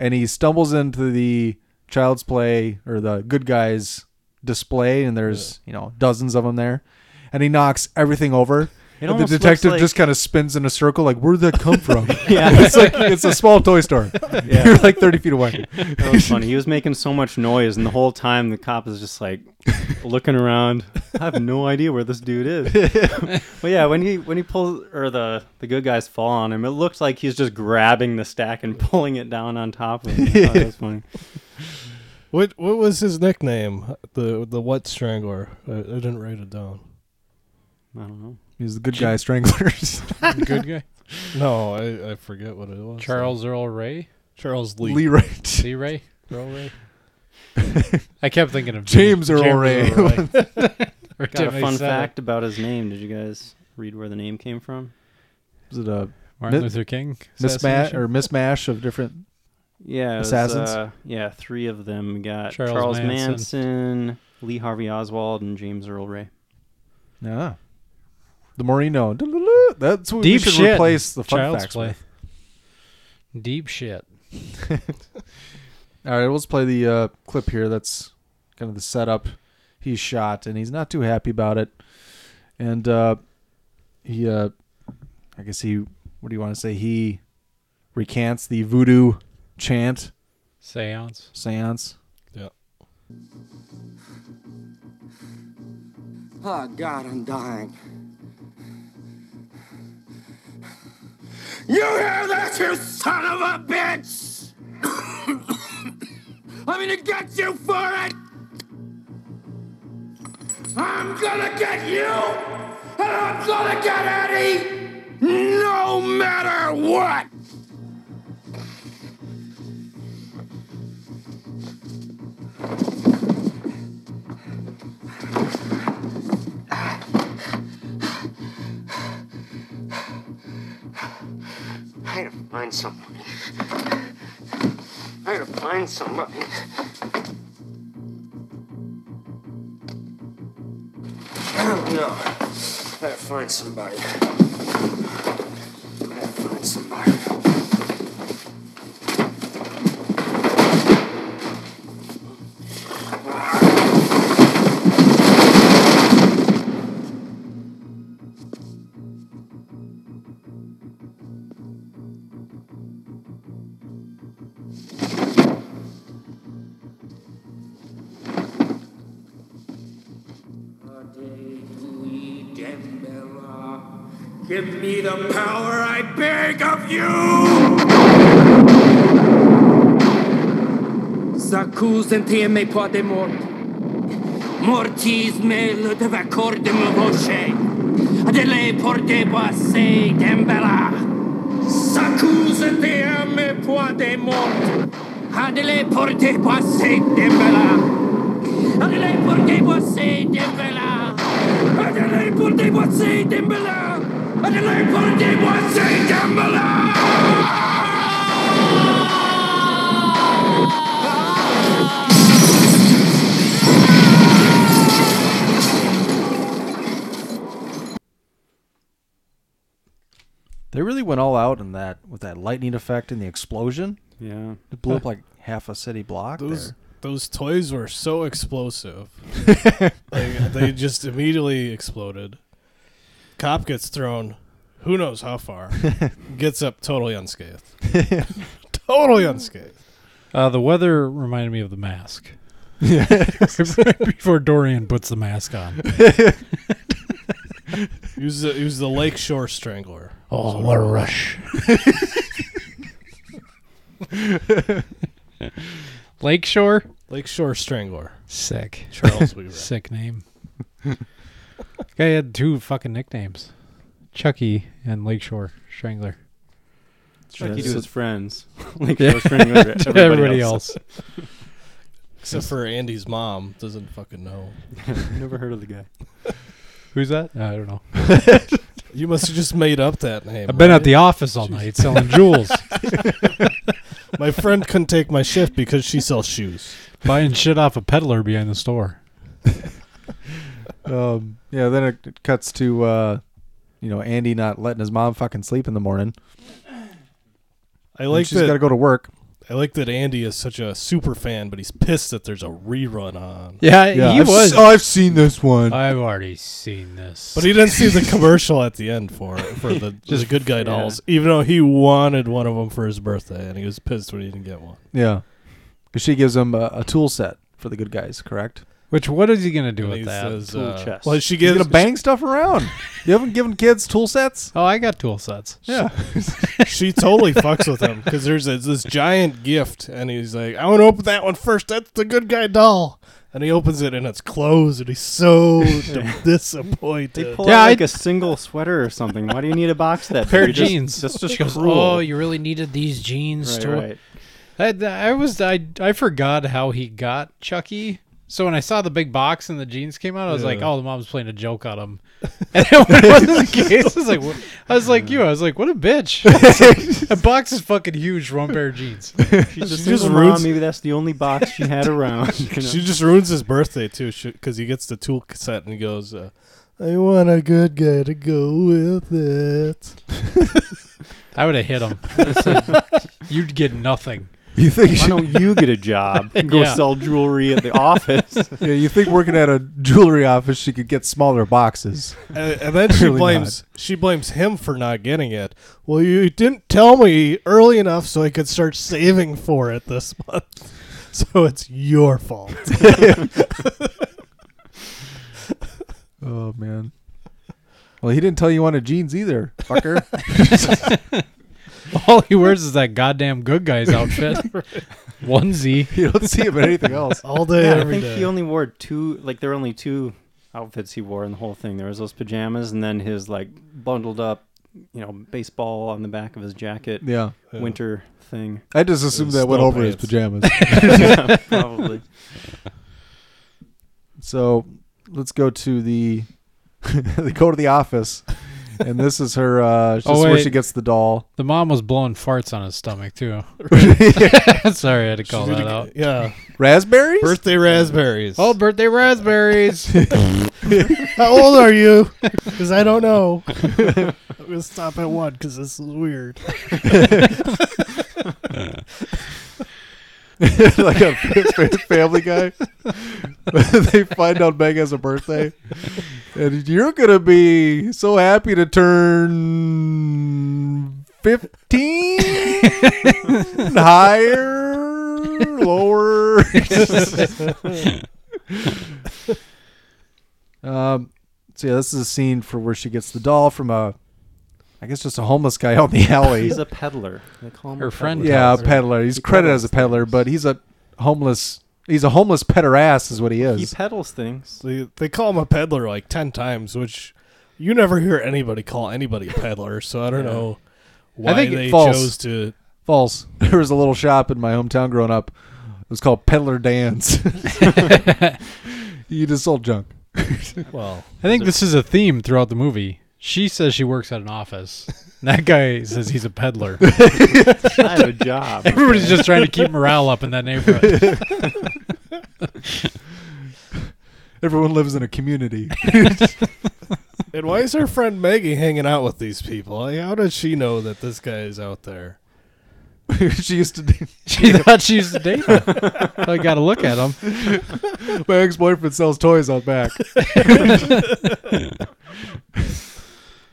Speaker 9: and he stumbles into the Child's Play or the Good Guys display, and there's you know dozens of them there, and he knocks everything over.
Speaker 12: It
Speaker 9: and the
Speaker 12: almost looks
Speaker 9: detective
Speaker 12: like-
Speaker 9: just kind of spins in a circle, like where'd that come from?
Speaker 12: *laughs* Yeah,
Speaker 9: *laughs* it's like it's a small toy
Speaker 12: *laughs*
Speaker 9: store. *laughs* You're like thirty feet away.
Speaker 12: that was funny. He was making so much noise, and the whole time the cop is just like looking around. I have no
Speaker 9: *laughs*
Speaker 12: idea where this dude is. *laughs* but yeah, when he when he pulls or the the good guys fall on him, it looks like he's just grabbing the stack and pulling it down on top of him. I thought that was funny.
Speaker 8: What what was his nickname? The the what strangler? I, I didn't write it down.
Speaker 12: I don't know.
Speaker 9: He's the good guy stranglers.
Speaker 10: *laughs* Good guy.
Speaker 8: No, I, I forget what it was.
Speaker 10: Charles Earl Ray.
Speaker 8: Charles Lee.
Speaker 9: Lee Wright.
Speaker 10: Lee Ray. Earl
Speaker 9: *laughs*
Speaker 10: Ray. I kept *laughs* thinking of
Speaker 9: James Earl
Speaker 10: *laughs*
Speaker 9: Ray. *laughs*
Speaker 10: Every
Speaker 12: Got a
Speaker 10: time they
Speaker 12: fun
Speaker 10: said it.
Speaker 12: fact about his name. Did you guys read where the name came from?
Speaker 9: Is
Speaker 12: uh,
Speaker 9: it a
Speaker 10: Martin
Speaker 9: Mi-
Speaker 10: Luther King.
Speaker 9: mismatch
Speaker 10: assassination?
Speaker 9: or mismatch of different
Speaker 12: Yeah, it was,
Speaker 9: Assassins?
Speaker 12: uh, yeah, three of them We got
Speaker 10: Charles
Speaker 12: Charles,
Speaker 10: Manson.
Speaker 12: Manson. Lee Harvey Oswald, and James Earl Ray.
Speaker 9: Yeah. The Moreno. Doo-doo-doo. That's what we
Speaker 10: Deep
Speaker 9: should
Speaker 10: shit.
Speaker 9: replace the fun
Speaker 10: Child's
Speaker 9: facts
Speaker 10: play.
Speaker 9: with.
Speaker 10: Deep shit.
Speaker 9: *laughs* All right, let's play the uh, clip here. That's kind of the setup. He's shot, and he's not too happy about it. And uh, he, uh, I guess he, what do you want to say? He recants the voodoo chant
Speaker 10: Seance.
Speaker 9: seance.
Speaker 8: Yeah.
Speaker 3: Oh, God, I'm dying. You hear that, you son of a bitch? *coughs* I'm gonna get you for it! I'm gonna get you! And I'm gonna get Eddie! No matter what!
Speaker 13: I gotta find someone. I gotta find somebody. No, I gotta find somebody. I gotta find somebody.
Speaker 3: Give me the power I beg of you! S'accusante e me pote mort. Mortis me lut vacordem voce. Adele porte boise dembella. S'accusante e me pote mort. Adele porte boise dembella. Adele porte boise dembella. Adele porte boise dembella. Adele porte boise dembella.
Speaker 9: They really went all out in that with that lightning effect and the explosion.
Speaker 12: Yeah,
Speaker 8: *laughs*
Speaker 9: it blew up like half a city block.
Speaker 8: Those
Speaker 9: there.
Speaker 8: those toys were so *laughs* explosive. they, they just immediately exploded. Cop gets thrown, who knows how *laughs* far. gets up totally *laughs* unscathed. totally unscathed.
Speaker 10: Uh, the weather reminded me of the
Speaker 9: *laughs*
Speaker 10: mask. Yeah. *laughs* Before Dorian puts the mask
Speaker 9: *laughs*
Speaker 10: on.
Speaker 8: He was the, he was the lakeshore strangler.
Speaker 10: Oh, what a rush.
Speaker 8: *laughs*
Speaker 10: *laughs* Lakeshore?
Speaker 8: Lakeshore Strangler.
Speaker 10: Sick.
Speaker 8: Charles
Speaker 10: *laughs*
Speaker 8: Weaver.
Speaker 10: Sick name. Guy had two fucking nicknames Chucky and Lakeshore Strangler.
Speaker 12: Chucky
Speaker 10: Yes.
Speaker 12: to his *laughs*
Speaker 10: *laughs*
Speaker 12: friends.
Speaker 10: Yeah.
Speaker 12: Like yeah.
Speaker 10: *laughs*
Speaker 12: Strangler to
Speaker 10: To
Speaker 12: everybody, else.
Speaker 8: *laughs* Except for Andy's mom doesn't fucking know.
Speaker 12: Never heard of the guy.
Speaker 10: Who's that? I don't know. *laughs*
Speaker 8: You must have just made up that name.
Speaker 10: I've been
Speaker 8: right?
Speaker 10: at the office all night selling jewels.
Speaker 8: *laughs* my friend couldn't take my shift because she sells shoes.
Speaker 10: Buying shit off a peddler behind the store.
Speaker 9: um, yeah, then it- it cuts to uh, you know Andy not letting his mom fucking sleep in the morning.
Speaker 8: I like
Speaker 9: she's
Speaker 8: that-
Speaker 9: got to go to work.
Speaker 8: I like that Andy is such a super fan, but he's pissed that there's a rerun on.
Speaker 9: I've s- I've seen this one.
Speaker 10: I've already seen this.
Speaker 8: But he didn't see the commercial at the end for it
Speaker 10: *laughs*
Speaker 8: for the, the good guy dolls, even though he wanted one of them for his birthday, and he was pissed when he didn't get one.
Speaker 9: Yeah, because she gives him a, a tool set for the good guys. Correct.
Speaker 10: Which what is he gonna do
Speaker 8: he
Speaker 10: with that?
Speaker 8: says, Tool uh, chest. well, she gives-
Speaker 9: He's gonna bang stuff around. you haven't given kids tool sets.
Speaker 10: Oh, I got tool sets.
Speaker 9: Yeah,
Speaker 8: *laughs* she totally fucks with him because there's a, this giant gift, and he's like, "I want to open that one first. That's the good guy doll." And he opens it, and it's closed, and
Speaker 12: *laughs*
Speaker 8: he's so d- disappointed.
Speaker 12: They pull out like a single sweater or something. Why do you need a box *laughs* that
Speaker 10: pair
Speaker 12: big?
Speaker 10: of
Speaker 12: Just-
Speaker 10: jeans.
Speaker 12: That's
Speaker 10: She
Speaker 12: just
Speaker 10: goes,
Speaker 12: cruel.
Speaker 10: Oh, you really needed these jeans
Speaker 12: Right,
Speaker 10: to.
Speaker 12: right.
Speaker 10: I, I was I I forgot how he got Chucky. So when I saw the big box and the jeans came out, I was like,
Speaker 8: Yeah.
Speaker 10: "Oh, the mom's playing a joke on him." *laughs* And then when it wasn't the case, I was like, "What?" I was like you, I was like, "What a bitch!"
Speaker 12: *laughs*
Speaker 10: a box is fucking huge for one pair of jeans.
Speaker 12: She's a
Speaker 8: She
Speaker 12: single
Speaker 8: just
Speaker 12: mom.
Speaker 8: ruins-
Speaker 12: Maybe that's the only box she had around. you know?
Speaker 8: She just ruins his birthday too, because he gets the tool set and he goes, uh, "I want a good guy to go with it." *laughs*
Speaker 10: I would have hit him. You'd get nothing.
Speaker 9: You think?
Speaker 12: Why don't you
Speaker 10: *laughs*
Speaker 12: get a job and go
Speaker 10: Yeah.
Speaker 12: sell jewelry at the office?
Speaker 9: *laughs* yeah, you think working at a jewelry office she could get smaller boxes?
Speaker 8: and, and then she
Speaker 9: Really
Speaker 8: blames she blames him for not getting it. Well, you didn't tell me early enough so I could start saving for it this month. *laughs* So it's your fault.
Speaker 9: Oh man. Well, he didn't tell you he wanted jeans either, fucker.
Speaker 10: *laughs* All he wears is that goddamn good guy's
Speaker 9: *laughs*
Speaker 10: outfit, *laughs* onesie.
Speaker 9: You don't see him in anything else. All day,
Speaker 12: Yeah, I
Speaker 9: every
Speaker 12: think
Speaker 9: day.
Speaker 12: he only wore two. Like there were only two outfits he wore in the whole thing. There was those pajamas, and then his like bundled up, you know, baseball on the back of his jacket.
Speaker 9: Yeah. Yeah.
Speaker 12: winter thing.
Speaker 9: I just assumed that went over his pajamas.
Speaker 12: *laughs* Yeah, probably.
Speaker 9: So let's go to the *laughs* they go to the office, and this is her. Uh, this
Speaker 10: Oh,
Speaker 9: is where
Speaker 10: wait.
Speaker 9: she gets the doll.
Speaker 10: The mom was blowing farts on his stomach
Speaker 9: *laughs*
Speaker 10: too. *laughs* Sorry, I had to call
Speaker 8: She did
Speaker 10: that
Speaker 8: a-
Speaker 10: out.
Speaker 8: yeah.
Speaker 9: Raspberries.
Speaker 8: Birthday raspberries.
Speaker 10: Oh, birthday
Speaker 9: *laughs*
Speaker 10: raspberries.
Speaker 8: *laughs* How old are you? Because I don't know. *laughs* I'm gonna stop at one because this is weird.
Speaker 9: *laughs* like a fa- Family Guy. *laughs* they find out Meg has a birthday, and you're gonna be so happy to turn *laughs* fifteen higher, *laughs*
Speaker 10: *laughs*
Speaker 9: lower. *laughs* um. So yeah, this is a scene for where she gets the doll from a, I guess just a homeless guy out in
Speaker 12: *laughs*
Speaker 9: the alley.
Speaker 12: He's a peddler. They call him a peddler.
Speaker 9: Yeah, a peddler. He's
Speaker 12: He
Speaker 9: credited
Speaker 12: peddles
Speaker 9: as a peddler, but he's a homeless. He's a homeless petter ass, is what he is.
Speaker 12: peddles things.
Speaker 8: They, they call him a peddler like ten times, which you never hear anybody call anybody a peddler. So I don't
Speaker 9: Yeah.
Speaker 8: know why
Speaker 9: I think
Speaker 8: they
Speaker 9: it false.
Speaker 8: chose
Speaker 9: *laughs*
Speaker 8: to.
Speaker 9: false. There was a little shop in my hometown growing up. It was called
Speaker 8: *laughs*
Speaker 9: Peddler *laughs* Dan's. you just sold junk.
Speaker 8: Well,
Speaker 10: I think this is a theme throughout the movie. She says she works at
Speaker 12: *laughs*
Speaker 10: an office. And that guy says he's a peddler.
Speaker 12: I
Speaker 10: *laughs*
Speaker 12: have a job.
Speaker 9: *laughs*
Speaker 10: Everybody's just trying to keep morale up in
Speaker 12: *laughs*
Speaker 10: that neighborhood.
Speaker 9: Everyone lives in
Speaker 8: *laughs*
Speaker 9: a community.
Speaker 8: And why is her friend Maggie hanging out with these people? Like, how does she know that this guy is out there?
Speaker 9: *laughs* she
Speaker 8: *laughs*
Speaker 9: used to.
Speaker 10: she thought she used to date him. So I got to look at him.
Speaker 9: my ex boyfriend sells toys
Speaker 10: *laughs*
Speaker 9: out back.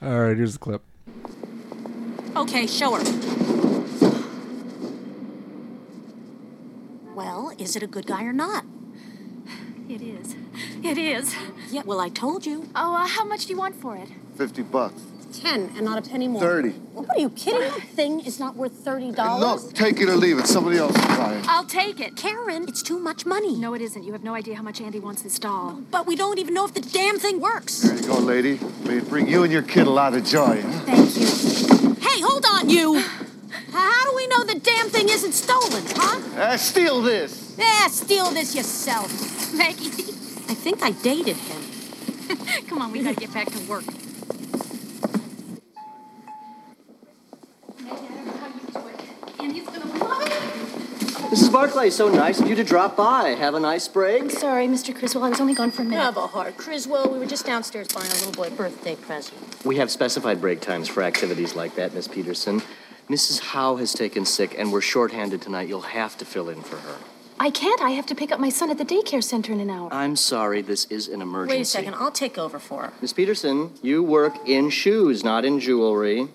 Speaker 9: All right, here's the clip.
Speaker 14: Okay, show her.
Speaker 11: Well, is it a good guy or not?
Speaker 14: It is. It is.
Speaker 11: Yeah, well, I told you.
Speaker 14: Oh, uh, how much do you want for it?
Speaker 2: 50 bucks.
Speaker 11: Ten and not a penny more.
Speaker 2: 30.
Speaker 11: What are you kidding? That thing is not worth thirty dollars.
Speaker 2: Look, take it or leave it. Somebody else is buying.
Speaker 14: I'll take it. Karen, it's too much money. No, it isn't. You have no idea how much Andy wants this doll.
Speaker 11: But we don't even know if the damn thing works.
Speaker 2: There you go, lady. May it bring you and your kid a lot of joy. huh?
Speaker 11: Hey, hold
Speaker 14: *sighs*
Speaker 11: on, you. How do we know the damn thing isn't stolen, huh?
Speaker 2: Uh, steal this.
Speaker 11: Yeah, steal this yourself, Maggie. I think I dated him. *laughs*
Speaker 14: Come on, we gotta get back to work.
Speaker 15: Mrs. Barclay, so nice of you to drop by. Have a nice break.
Speaker 16: Sorry, Mr. Criswell, I was only gone for a minute.
Speaker 11: Have a heart, Criswell. We were just downstairs buying a little boy a birthday present.
Speaker 15: We have specified break times for activities like that, Miss Peterson. Mrs. Howe has taken sick, and we're shorthanded tonight. You'll have to fill in for her.
Speaker 16: I can't. I have to pick up my son at the daycare center in an hour.
Speaker 15: I'm sorry, this is an emergency.
Speaker 16: Wait a second. I'll take over for her.
Speaker 15: Miss Peterson, you work in shoes, not in jewelry.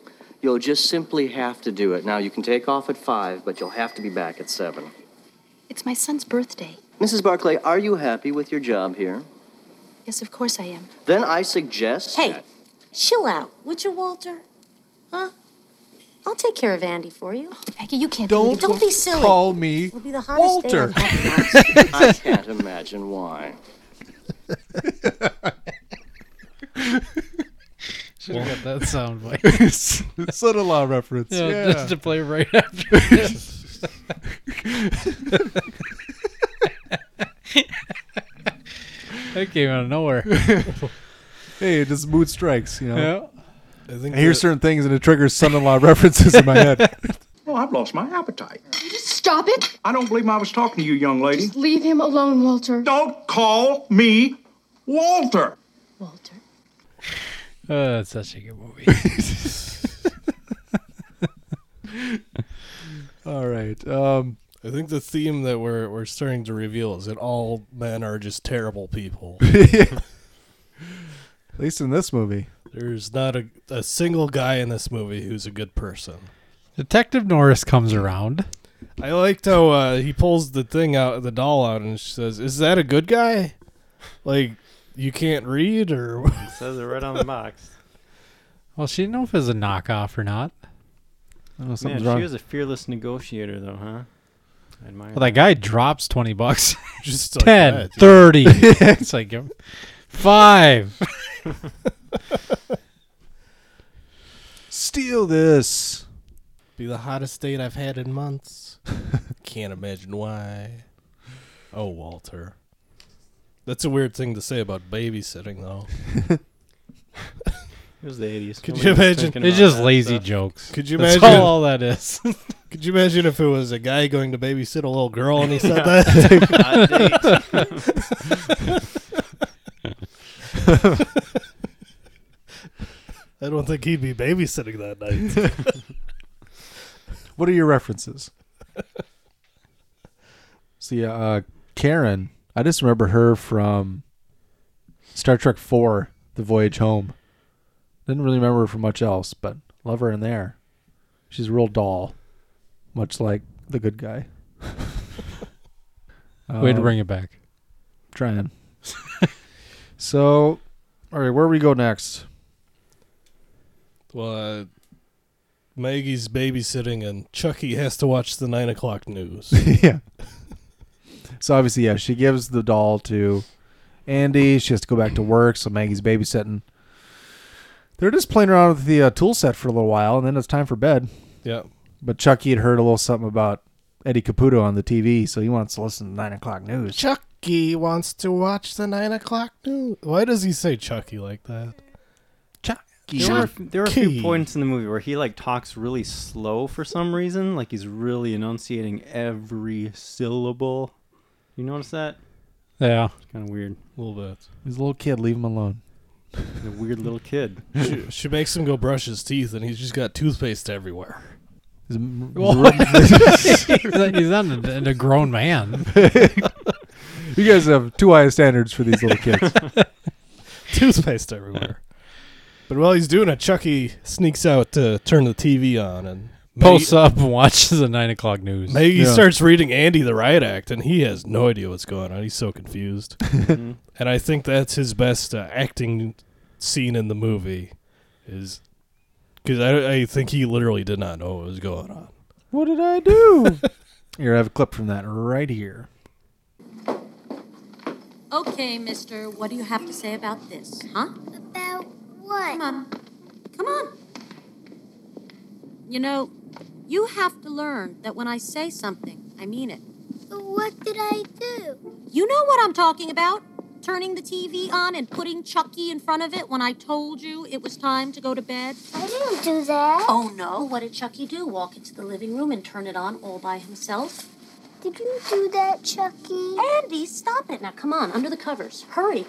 Speaker 15: You'll just simply have to do it. Now, you can take off at five, but you'll have to be back at seven.
Speaker 16: It's my son's birthday.
Speaker 15: Mrs. Barclay, are you happy with your job here?
Speaker 16: Yes, of course I am.
Speaker 15: Then I suggest.
Speaker 16: Hey, chill out, would you, Walter? Huh? I'll take care of Andy for you. Becky, Oh, you can't.
Speaker 9: Don't
Speaker 16: leave. Don't be silly.
Speaker 9: call me
Speaker 16: It'll be the hottest day
Speaker 9: Walter.
Speaker 15: *laughs*
Speaker 16: I've had.
Speaker 15: I can't imagine why.
Speaker 10: Should have got that sound bite.
Speaker 9: *laughs* Son-in-law reference.
Speaker 10: Yeah,
Speaker 9: Yeah.
Speaker 10: just to play right after this. that came out
Speaker 12: *laughs*
Speaker 10: of nowhere.
Speaker 9: *laughs* hey, it just mood strikes, you know.
Speaker 8: Yeah. I
Speaker 9: I,
Speaker 8: think
Speaker 9: hear
Speaker 8: that-
Speaker 9: certain things and it triggers son-in-law references in my
Speaker 10: *laughs*
Speaker 9: head.
Speaker 17: Oh, I've lost my appetite.
Speaker 16: Stop it.
Speaker 17: I don't believe I was talking to you, young lady.
Speaker 16: Leave him alone, Walter.
Speaker 17: Don't call me Walter.
Speaker 10: Oh, that's such a good
Speaker 12: *laughs*
Speaker 10: movie.
Speaker 9: *laughs* All right. Um,
Speaker 8: I think the theme that we're we're starting to reveal is that all men are just terrible
Speaker 9: *laughs*
Speaker 8: people.
Speaker 9: At least in this movie.
Speaker 8: There's not a, a single guy in this movie who's a good person.
Speaker 10: Detective Norris comes around.
Speaker 8: I liked how uh, he pulls the thing out, the doll out, and she says, "Is that a good guy? Like you can't read or?" *laughs*
Speaker 12: Says it right on the box.
Speaker 10: Well, she didn't know if it was a knockoff or not.
Speaker 9: I don't know,
Speaker 12: Man,
Speaker 9: *laughs* something's
Speaker 12: she
Speaker 9: wrong.
Speaker 12: was a fearless negotiator, though, huh? I admire
Speaker 10: Well, that guy drops 20 bucks.
Speaker 8: *laughs* Just like
Speaker 10: 10,
Speaker 8: that, yeah. *laughs*
Speaker 10: 30. it's like, um, five.
Speaker 9: Steal this.
Speaker 8: Be the hottest date I've had
Speaker 12: *laughs*
Speaker 8: in months. Can't imagine why. Oh, Walter. That's a weird thing to say about babysitting, though.
Speaker 12: *laughs* It was the 80s.
Speaker 8: Could
Speaker 12: Nobody
Speaker 8: you
Speaker 12: was
Speaker 8: imagine?
Speaker 12: thinking about that stuff.
Speaker 8: Could you
Speaker 10: That's
Speaker 8: imagine
Speaker 10: all- all that is?
Speaker 8: *laughs* could you imagine if it was a guy going to babysit a little girl and
Speaker 12: *laughs*
Speaker 8: he said
Speaker 10: Yeah.
Speaker 8: *laughs*
Speaker 12: *laughs*
Speaker 8: that? *laughs* I don't think he'd be babysitting that night.
Speaker 9: *laughs* What are your references? See, uh, Karen. I just remember her from Star Trek Four: The Voyage Home. Didn't really remember her from much else, but love her in there. She's a real doll, much like the good guy.
Speaker 10: Way
Speaker 9: Um,
Speaker 10: to bring it back.
Speaker 9: Trying. *laughs* so, all right, where we go next?
Speaker 8: well, uh, Maggie's babysitting and Chucky has to watch the nine o'clock news.
Speaker 9: *laughs* yeah. So obviously, yeah, she gives the doll to Andy. She has to go back to work, so Maggie's babysitting. They're just playing around with the uh, tool set for a little while, and then it's time for bed.
Speaker 8: Yep.
Speaker 9: But Chucky had heard a little something about Eddie Caputo on the TV, so he wants to listen to nine o'clock news.
Speaker 8: Chucky wants to watch the nine o'clock news. Why does he say Chucky like that? Chucky.
Speaker 12: There were, there were a few points in the movie where he like talks really slow for some reason, like he's really enunciating every syllable. You notice that?
Speaker 10: Yeah.
Speaker 12: It's kind of weird.
Speaker 8: A little bit.
Speaker 9: He's a little kid. Leave him alone.
Speaker 12: The weird little kid.
Speaker 8: she, she makes him go brush his teeth, and he's just got toothpaste everywhere.
Speaker 9: He's
Speaker 8: *laughs*
Speaker 9: a m-
Speaker 10: Well,
Speaker 9: he's a
Speaker 10: he's not- he's not a, a grown man.
Speaker 9: real- *laughs* you guys have too high standards for these little kids.
Speaker 8: toothpaste everywhere. But while he's doing it, Chucky sneaks out to turn the TV on and
Speaker 10: Posts up *laughs* and watches the 9 o'clock news.
Speaker 8: Maggie starts reading Andy the Riot Act, and he has no idea what's going on. He's so confused.
Speaker 12: Mm-hmm.
Speaker 9: *laughs*
Speaker 8: and I think that's his best uh, acting scene in the movie, is because I, I think he literally did not know what was going on.
Speaker 9: What did I do? Here, I have a clip from that right here.
Speaker 11: Okay, mister, what do you have to say about this, huh? About what? Come on. Come on. You know, you have to learn that when I say something, I mean it. What did I do? You know what I'm talking about. Turning the TV on and putting Chucky in front of it when I told you it was time to go to bed.
Speaker 14: I didn't do that.
Speaker 11: Oh no, what did Chucky do? Walk into the living room and turn it on all by himself?
Speaker 14: Did you do that, Chucky?
Speaker 11: Andy, stop it. Now, come on, under the covers. Hurry.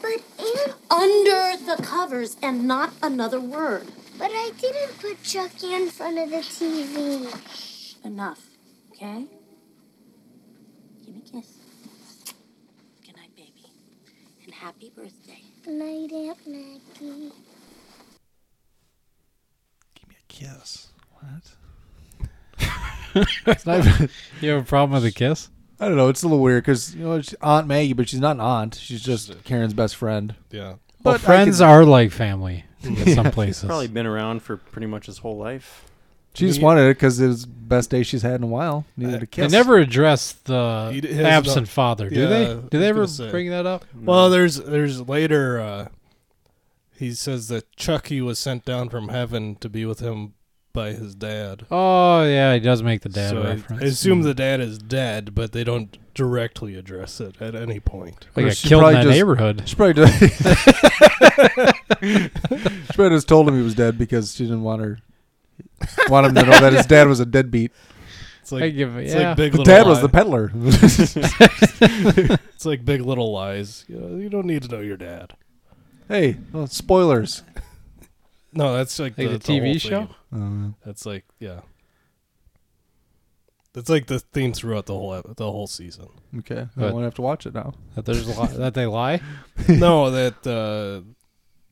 Speaker 11: But Under the covers and not another word.
Speaker 14: But I didn't put Chucky in front of the TV.
Speaker 11: Enough, okay? Give me a kiss. Good night, baby. And happy birthday.
Speaker 14: Good night, Aunt Maggie.
Speaker 9: Kiss.
Speaker 10: It's not even- you have a problem with a kiss?
Speaker 9: I don't know. It's a little weird because you know it's Aunt Maggie, but she's not an aunt. She's just Karen's best friend.
Speaker 8: Yeah.
Speaker 10: Well,
Speaker 9: But I
Speaker 10: friends
Speaker 9: could-
Speaker 10: are like family in
Speaker 12: *laughs*
Speaker 10: some
Speaker 9: *laughs* Yeah.
Speaker 10: places.
Speaker 12: Probably been around for pretty much his whole life.
Speaker 9: She just wanted it because it was the best day she's had in a while.
Speaker 8: Uh,
Speaker 9: Needed a
Speaker 10: They
Speaker 9: kiss.
Speaker 10: never address the
Speaker 8: He d- has
Speaker 10: absent
Speaker 8: no-
Speaker 10: father, do
Speaker 8: Yeah, I
Speaker 10: they?
Speaker 8: was
Speaker 10: Do they
Speaker 8: gonna
Speaker 10: ever
Speaker 8: say.
Speaker 10: bring that up?
Speaker 8: Well, there's there's later. Uh, he says that Chucky was sent down from heaven to be with him by his dad.
Speaker 10: Oh yeah, he does make the dad
Speaker 8: So I-
Speaker 10: reference. Hmm.
Speaker 8: I assume the dad is dead, but they don't directly address it at any point.
Speaker 10: Like
Speaker 9: Or
Speaker 10: a
Speaker 9: she
Speaker 10: killed in that
Speaker 9: probably just-
Speaker 10: neighborhood.
Speaker 9: She probably just, *laughs* she probably just told him he was dead because she didn't want her want him to know that his dad was a deadbeat.
Speaker 8: *laughs* It's like,
Speaker 10: I give-
Speaker 8: it's
Speaker 10: yeah.
Speaker 8: like big
Speaker 9: The
Speaker 8: Little
Speaker 9: dad was the
Speaker 8: Lies.
Speaker 9: peddler.
Speaker 8: *laughs* it's like Big Little Lies. You, know, you don't need to know your dad.
Speaker 9: *laughs* Hey, well, spoilers.
Speaker 8: No, Oh, that's like,
Speaker 10: Like
Speaker 8: the,
Speaker 10: the
Speaker 8: whole
Speaker 10: TV
Speaker 8: thing.
Speaker 10: show?
Speaker 9: Oh.
Speaker 8: That's like yeah. That's like the theme throughout the whole ep- the whole season.
Speaker 9: Okay, I
Speaker 10: But-
Speaker 9: won't have to watch it now.
Speaker 10: that there's li- that they lie.
Speaker 8: *laughs* no, that uh,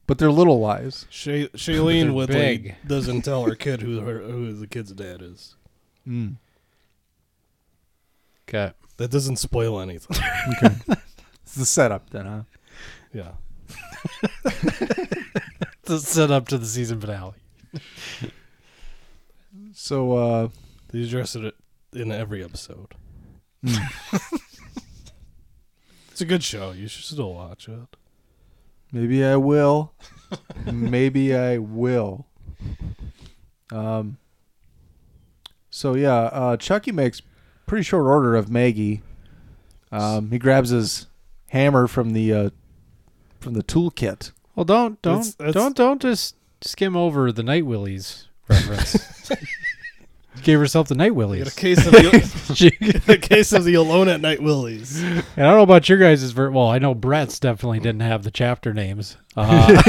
Speaker 9: But they're little lies.
Speaker 8: Shay- Shailene
Speaker 10: They're
Speaker 8: Woodley
Speaker 10: big.
Speaker 8: doesn't tell
Speaker 10: *laughs*
Speaker 8: her kid who her, who the kid's dad is.
Speaker 9: *laughs* Mm.
Speaker 10: Okay.
Speaker 8: That doesn't spoil anything.
Speaker 9: Okay.
Speaker 8: *laughs*
Speaker 9: it's the setup then, huh?
Speaker 10: *laughs*
Speaker 8: yeah.
Speaker 10: The setup to the season finale.
Speaker 9: So uh
Speaker 8: they address it in every episode. *laughs* it's a good show. You should still watch it.
Speaker 9: Maybe I will. Maybe I will. Um. So yeah, uh, Chucky makes pretty short order of Maggie. Um, he grabs his hammer from the uh, from the toolkit.
Speaker 10: Well, don't don't
Speaker 9: It's- it's-
Speaker 10: don't don't just skim over the Night Willies
Speaker 8: *laughs*
Speaker 10: reference. You Gave herself the Night Willies.
Speaker 8: You got a case
Speaker 10: *laughs*
Speaker 8: of the *laughs* you got a case of the alone at night willies.
Speaker 10: And I don't know about your guys' ver- well, I know Brett's definitely didn't have the chapter names. Uh,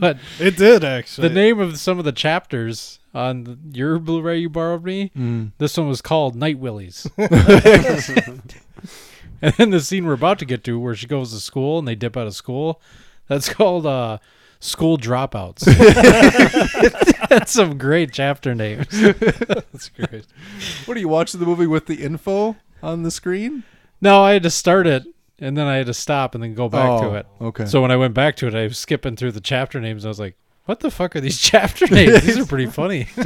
Speaker 10: but
Speaker 8: it did actually.
Speaker 10: The name of some of the chapters on the- your Blu-ray you borrowed me,
Speaker 9: Mm.
Speaker 10: this one was called Night
Speaker 8: *laughs*
Speaker 10: Willies. *laughs* and then the scene we're about to get to where she goes to school and they dip out of school, that's called uh School
Speaker 8: *laughs*
Speaker 10: Dropouts. *laughs* that's some great chapter
Speaker 8: *laughs*
Speaker 10: names. that's great.
Speaker 9: What are you watching the movie with the info on the screen?
Speaker 10: No, I had to start it and then I had to stop and then go back
Speaker 9: Oh,
Speaker 10: to it.
Speaker 9: okay.
Speaker 10: So when I went back to it, I was skipping through the chapter names. And I was like, what the fuck are these *laughs* chapter names? These are pretty funny.
Speaker 8: *laughs*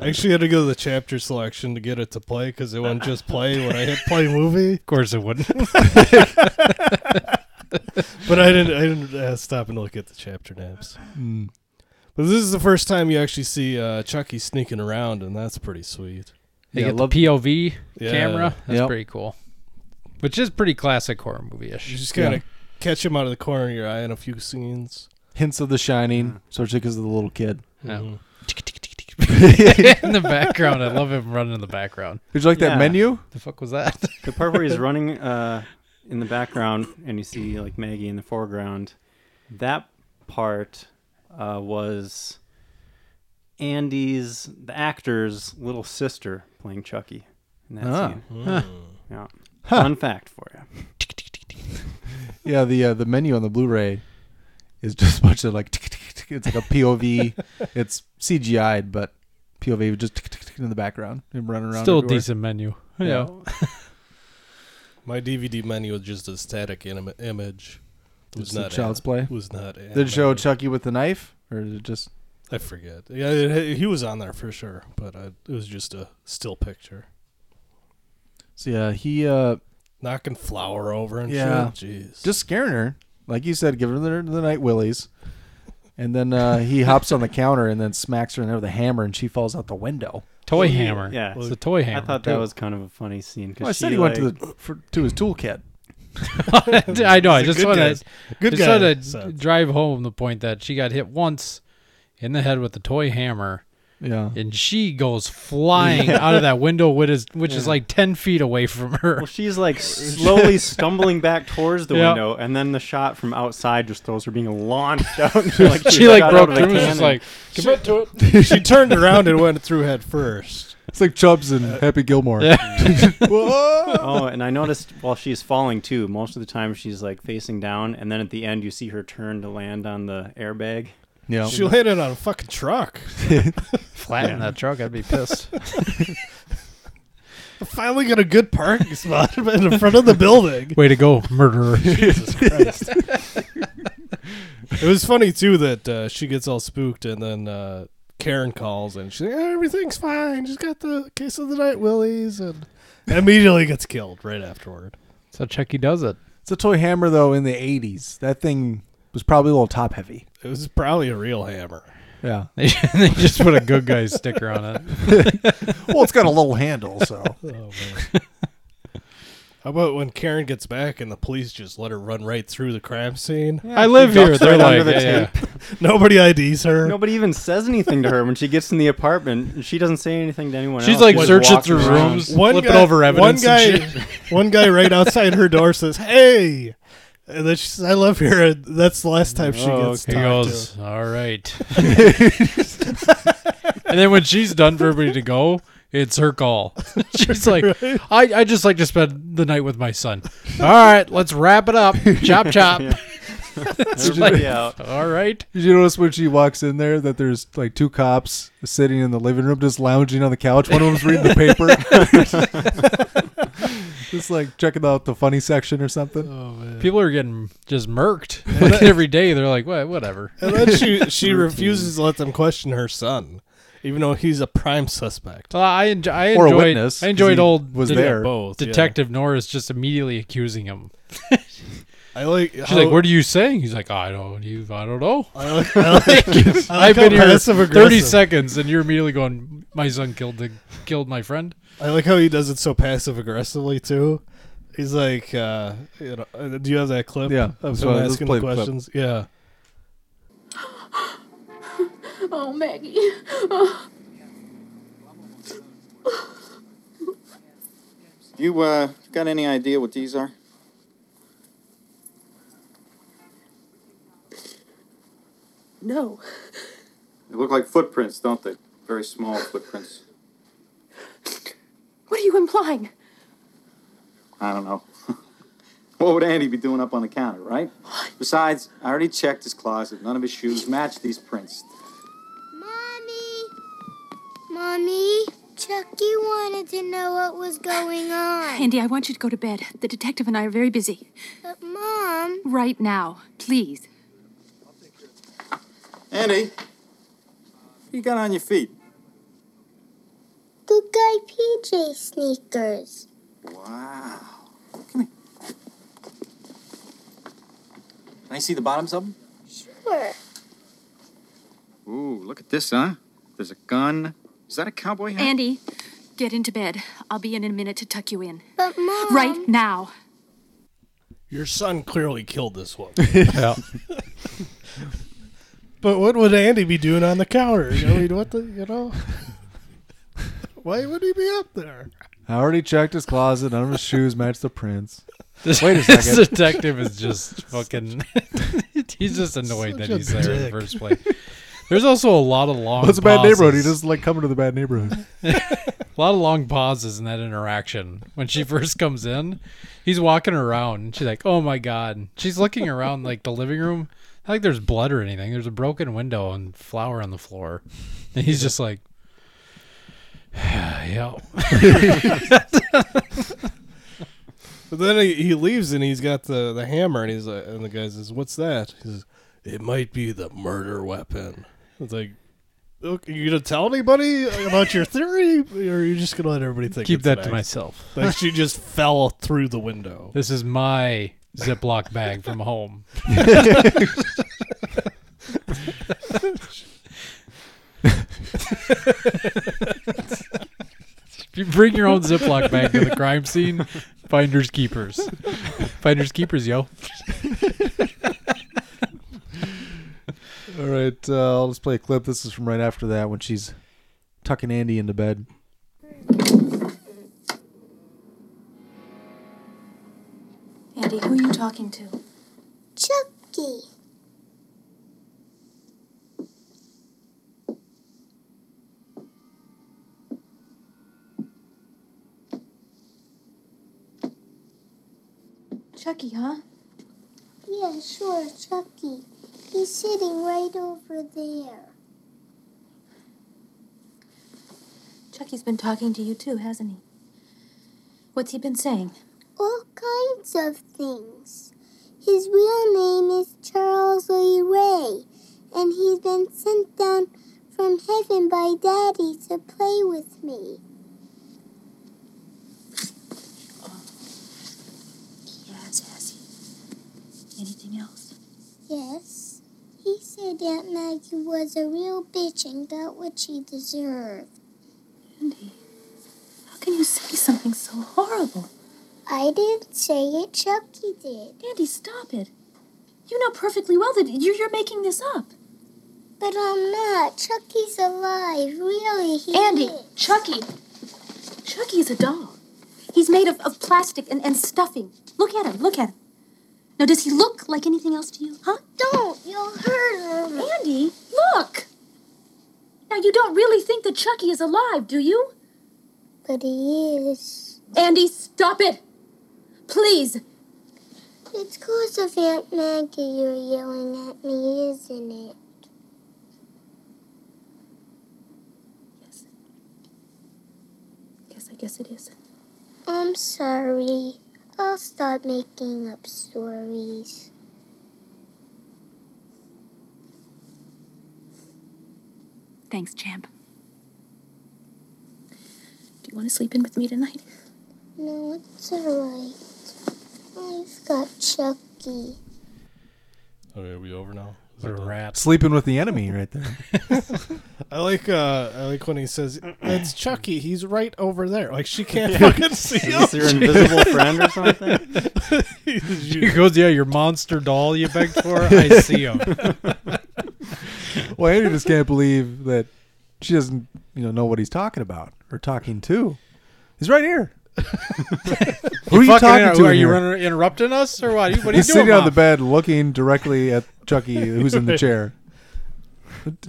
Speaker 8: I actually had to go to the chapter selection to get it to play because it wouldn't just play when I hit play movie. Of
Speaker 10: course it
Speaker 8: *laughs*
Speaker 10: wouldn't. *laughs*
Speaker 8: but I didn't. I didn't uh, stop and look at the chapter names.
Speaker 9: Mm.
Speaker 8: But this is the first time you actually see uh, Chucky sneaking around, and that's pretty sweet.
Speaker 10: They get the POV
Speaker 8: Yeah.
Speaker 10: camera. That's
Speaker 8: Yep.
Speaker 10: pretty cool. Which is pretty classic horror movie ish.
Speaker 8: You just gotta catch him out of the corner of your eye in a few scenes.
Speaker 9: Hints of The Shining, especially because of the little kid.
Speaker 10: No.
Speaker 8: Mm-hmm.
Speaker 9: *laughs*
Speaker 10: in the background. I love him running in the background.
Speaker 9: Did you like that menu?
Speaker 10: The fuck was that?
Speaker 12: the part where
Speaker 10: *laughs*
Speaker 12: he's running uh, in the background and you see like Maggie in the foreground. That part uh, was Andy's, the actor's little sister playing Chucky in that
Speaker 9: Ah.
Speaker 12: scene.
Speaker 9: Huh.
Speaker 12: Yeah.
Speaker 9: Huh.
Speaker 12: Fun fact for you.
Speaker 9: *laughs* Yeah, the uh, the menu on the Blu-ray is just *laughs* a bunch of like tick, tick, tick. it's like a
Speaker 12: *laughs*
Speaker 9: POV. it's CGI'd, but POV just tick, tick, tick in the background and running around.
Speaker 10: Still a
Speaker 9: everywhere.
Speaker 10: decent menu.
Speaker 9: Yeah.
Speaker 8: *laughs* My DVD menu was just a static anim- image. It was
Speaker 9: It's
Speaker 8: not
Speaker 9: a child's
Speaker 8: anim-
Speaker 9: play.
Speaker 8: it Was not.
Speaker 9: Did it show Chucky with the knife, or did it just?
Speaker 8: I forget. Yeah, it, he was on there for sure, but I, it was just a still picture.
Speaker 9: So yeah, he uh
Speaker 8: Knocking flour over and
Speaker 9: yeah,
Speaker 8: shit. Jeez.
Speaker 9: just scaring her, like you said, giving her the, the night willies, and then uh he hops on the counter and then smacks her in there with a hammer, and she falls out the window.
Speaker 10: Toy hammer.
Speaker 12: Yeah.
Speaker 10: It's a toy hammer.
Speaker 12: I thought that was kind of a funny scene. 'cause
Speaker 9: Well, I said
Speaker 12: she,
Speaker 9: he went to
Speaker 12: like-
Speaker 9: the for, to his toolkit.
Speaker 10: *laughs* I know. I
Speaker 12: He's a
Speaker 10: just
Speaker 12: good
Speaker 10: want
Speaker 12: guy.
Speaker 10: to
Speaker 12: Good
Speaker 10: just
Speaker 12: guy,
Speaker 10: want to
Speaker 12: so.
Speaker 10: drive home the point that she got hit once in the head with a toy hammer.
Speaker 9: Yeah.
Speaker 10: and she goes flying out of that window, which is which is
Speaker 12: Yeah.
Speaker 10: like ten feet away from her.
Speaker 12: Well, she's
Speaker 10: *laughs*
Speaker 12: like slowly stumbling back towards the
Speaker 10: Yeah.
Speaker 12: window, and then the shot from outside just throws her being launched
Speaker 10: *laughs*
Speaker 12: out. like
Speaker 10: She, like,
Speaker 12: shot out of
Speaker 10: broke
Speaker 12: a
Speaker 10: through and was just
Speaker 12: cannon.
Speaker 10: like,
Speaker 8: She- *laughs*
Speaker 9: *laughs*
Speaker 8: she turned
Speaker 12: *laughs*
Speaker 8: around and went through head first.
Speaker 9: It's like Chubbs and
Speaker 12: Uh,
Speaker 9: Happy Gilmore.
Speaker 12: oh, and I noticed while she's falling too, most of the time she's like facing down, and then at the end you see her turn to land on the airbag.
Speaker 9: Yeah.
Speaker 8: She landed on a fucking
Speaker 9: *laughs*
Speaker 8: truck.
Speaker 10: Flatten that truck, I'd be pissed.
Speaker 8: I finally got a good parking spot *laughs* in the front of the
Speaker 9: *laughs*
Speaker 8: building.
Speaker 10: Way to go, murderer! *laughs*
Speaker 8: *laughs* Jesus Christ. it was funny too that uh, she gets all spooked and then uh, Karen calls and she's like, "Ah, everything's fine. Just got the case of the night willies and *laughs* immediately gets killed right afterward.
Speaker 10: So Chucky does it.
Speaker 9: It's a toy hammer though in the '80s. That thing was probably a little top heavy.
Speaker 8: It was probably a real hammer.
Speaker 9: Yeah.
Speaker 10: *laughs* They, they just put a good guy sticker on it.
Speaker 9: *laughs*
Speaker 10: Oh,
Speaker 9: well, it's got a little
Speaker 10: *laughs*
Speaker 9: handle, so.
Speaker 8: How about when Karen gets back and the police just let her run right through the crime scene?
Speaker 12: Yeah, I she live ducks here. They're right under like, the yeah, yeah.
Speaker 10: *laughs*
Speaker 8: *laughs* nobody IDs her.
Speaker 12: Nobody even says anything to her when she gets in the apartment. and She doesn't say anything to anyone. else.
Speaker 10: She's, like,
Speaker 12: just
Speaker 10: searching
Speaker 12: walking
Speaker 10: through
Speaker 12: around.
Speaker 10: rooms. Flipping over evidence
Speaker 8: One guy,
Speaker 10: and
Speaker 8: *laughs*
Speaker 12: *laughs*
Speaker 8: one guy right outside her door says, "Hey," and then she says, "I live here." And that's the last time she
Speaker 10: Oh,
Speaker 8: gets
Speaker 10: okay. He
Speaker 8: talked
Speaker 10: goes, all
Speaker 8: *laughs*
Speaker 10: right. *laughs* and then when she's done for everybody to go, it's her
Speaker 9: *laughs*
Speaker 10: call. *laughs* She's like, I, I just like to spend the night with my son. All right, let's wrap it up.
Speaker 9: *laughs*
Speaker 10: Chop, chop.
Speaker 9: Yeah.
Speaker 10: It's
Speaker 9: Everybody
Speaker 10: like,
Speaker 9: out.
Speaker 10: All right.
Speaker 9: Did you notice when she walks in there that there's like two cops sitting in the living room, just lounging on the couch. One of them's reading the
Speaker 12: *laughs*
Speaker 9: paper, *laughs* just like checking out the funny section or something.
Speaker 8: Oh,
Speaker 10: People are getting just murked like every day. They're like, what, whatever.
Speaker 8: *laughs*
Speaker 10: *laughs*
Speaker 8: to. And then she she refuses to let them question her son. even though he's a prime suspect.
Speaker 10: Well, I, enj- I
Speaker 8: Or a
Speaker 10: enjoyed,
Speaker 8: witness,
Speaker 10: I enjoyed
Speaker 8: 'cause he
Speaker 10: old
Speaker 8: was
Speaker 10: det-
Speaker 8: there. Both, yeah.
Speaker 10: Detective Norris just immediately accusing him.
Speaker 8: I like.
Speaker 10: She's
Speaker 8: how-
Speaker 10: like, "What are you saying?" He's like, "I don't, you, I don't know."
Speaker 8: I like- I
Speaker 10: *laughs*
Speaker 8: like- I like
Speaker 10: have been
Speaker 8: how
Speaker 10: here
Speaker 8: passive-aggressive.
Speaker 10: thirty seconds, and you're immediately going, "My son killed the, killed my friend."
Speaker 8: I like how he does it so passive aggressively too. He's like, uh, you know, uh, do you have that clip?
Speaker 9: Yeah,
Speaker 8: of
Speaker 9: let's
Speaker 8: him
Speaker 9: play- let's
Speaker 8: asking
Speaker 9: play
Speaker 8: the
Speaker 9: the clip.
Speaker 8: questions. Yeah,
Speaker 18: Oh, Maggie. Oh.
Speaker 19: You uh, got any idea what these are?
Speaker 18: No.
Speaker 19: They look like footprints, don't they? Very small footprints.
Speaker 18: What are you implying?
Speaker 19: I don't know. *laughs* what would Andy be doing up on the counter, right? Besides, I already checked his closet. None of his shoes match these prints.
Speaker 20: Mommy, Chucky wanted to know what was
Speaker 14: *sighs*
Speaker 20: going on.
Speaker 14: Andy, I want you to go to bed. The detective and I are very busy.
Speaker 20: But Mom,
Speaker 14: Right now, please.
Speaker 19: Andy, what you got on your feet?
Speaker 20: good guy PJ sneakers.
Speaker 19: Wow. Come here. Can I see the bottoms of them?
Speaker 20: Sure.
Speaker 19: Ooh, look at this, huh? There's a gun. Is that a cowboy hat?
Speaker 14: Andy, get into bed. I'll be in in a minute to tuck you in.
Speaker 20: But Mom.
Speaker 14: Right now.
Speaker 8: your son clearly killed this one.
Speaker 10: *laughs* Yeah.
Speaker 8: *laughs* but what would Andy be doing on the counter? I mean, what the you
Speaker 10: *laughs*
Speaker 8: know? Why would he be up there?
Speaker 9: I already checked his closet. None of his shoes match the prints.
Speaker 10: *laughs* This,
Speaker 9: Wait a
Speaker 10: this
Speaker 9: second.
Speaker 10: *laughs* detective is
Speaker 9: *laughs*
Speaker 10: just fucking. *laughs* he's just annoyed
Speaker 9: Such
Speaker 10: that
Speaker 9: a
Speaker 10: he's there in the
Speaker 9: dick.
Speaker 10: first place. There's also a lot of long.
Speaker 9: What's a bad neighborhood? He
Speaker 10: pauses.
Speaker 9: doesn't like coming to the bad neighborhood.
Speaker 10: a lot of long pauses in that interaction. When she first comes in, he's walking around. And she's like, "Oh my god!" She's looking around like the living room. I think there's blood or anything. There's a broken window and flour on the floor, and he's just like, *sighs* "Yeah."
Speaker 8: But then he, he leaves and he's got the, the hammer and he's like, and the guy says, "What's that?" He says, "It might be the murder weapon." It's like, okay, you gonna tell anybody about your theory, or are you just gonna let everybody think?
Speaker 10: Keep
Speaker 8: it's
Speaker 10: that
Speaker 8: an
Speaker 10: to
Speaker 8: accident?
Speaker 10: myself.
Speaker 8: *laughs* Like
Speaker 10: *laughs*
Speaker 8: she just fell through the window.
Speaker 10: This is my Ziploc bag from
Speaker 8: *laughs*
Speaker 10: home. if you bring your own Ziploc bag to the crime scene, *laughs* finders
Speaker 9: *laughs*
Speaker 10: keepers. Finders keepers, yo.
Speaker 9: All right, uh, I'll just play a clip. This is from right after that when she's tucking Andy into bed.
Speaker 16: Andy, who are you talking to?
Speaker 20: Chucky.
Speaker 16: Chucky, huh?
Speaker 20: Yeah, sure, Chucky. He's sitting right over there.
Speaker 16: Chucky's been talking to you too, hasn't he? What's he been saying?
Speaker 20: All kinds of things. His real name is Charles Lee Ray, and he's been sent down from heaven by Daddy to play with me.
Speaker 16: Yes, has he? Anything else?
Speaker 20: Yes. He said Aunt Maggie was a real bitch and got what she deserved.
Speaker 16: Andy, how can you say something so horrible?
Speaker 20: I didn't say it, Chucky did.
Speaker 16: Andy, stop it. You know perfectly well that you're, you're making this up.
Speaker 20: But I'm not. Chucky's alive. Really, he
Speaker 16: Andy,
Speaker 20: is.
Speaker 16: Chucky. Chucky is a doll. He's made of, of plastic and, and stuffing. Look at him. Look at him. Now, does he look like anything else to you? Huh?
Speaker 20: Don't. You'll hurt him.
Speaker 16: Andy, look. Now, you don't really think that Chucky is alive, do you?
Speaker 20: But he is.
Speaker 16: Andy, stop it. Please.
Speaker 20: It's because of Aunt Maggie you're yelling at me, isn't it?
Speaker 16: Yes, I guess it is.
Speaker 20: I'm sorry. I'll stop making up stories.
Speaker 14: Thanks, champ. Do you want to sleep in with me tonight?
Speaker 20: No, it's alright. I've got Chucky.
Speaker 8: Okay, are we over now? Is
Speaker 10: What
Speaker 8: it
Speaker 10: a
Speaker 8: done?
Speaker 10: rat.
Speaker 9: Sleeping with the enemy right there.
Speaker 8: I like uh I like when he *clears throat* says it's Chucky. He's right over there. Like she can't fucking see him.
Speaker 10: Is there an
Speaker 8: *laughs*
Speaker 10: invisible friend or something? she goes, "Yeah, your monster doll you begged for. I see him."
Speaker 9: well, Andy just can't believe that she doesn't, you know, know what he's talking about or talking to. He's
Speaker 10: *laughs*
Speaker 9: right here. Who are you
Speaker 10: fucking
Speaker 9: talking
Speaker 10: inter-
Speaker 9: to?
Speaker 10: Are
Speaker 9: in
Speaker 10: you
Speaker 9: here?
Speaker 10: inter- interrupting us or what? What are you
Speaker 9: he's
Speaker 10: doing?
Speaker 9: sitting on the
Speaker 10: Mom?
Speaker 9: bed, looking directly at Chucky, who's in
Speaker 10: *laughs*
Speaker 9: the chair.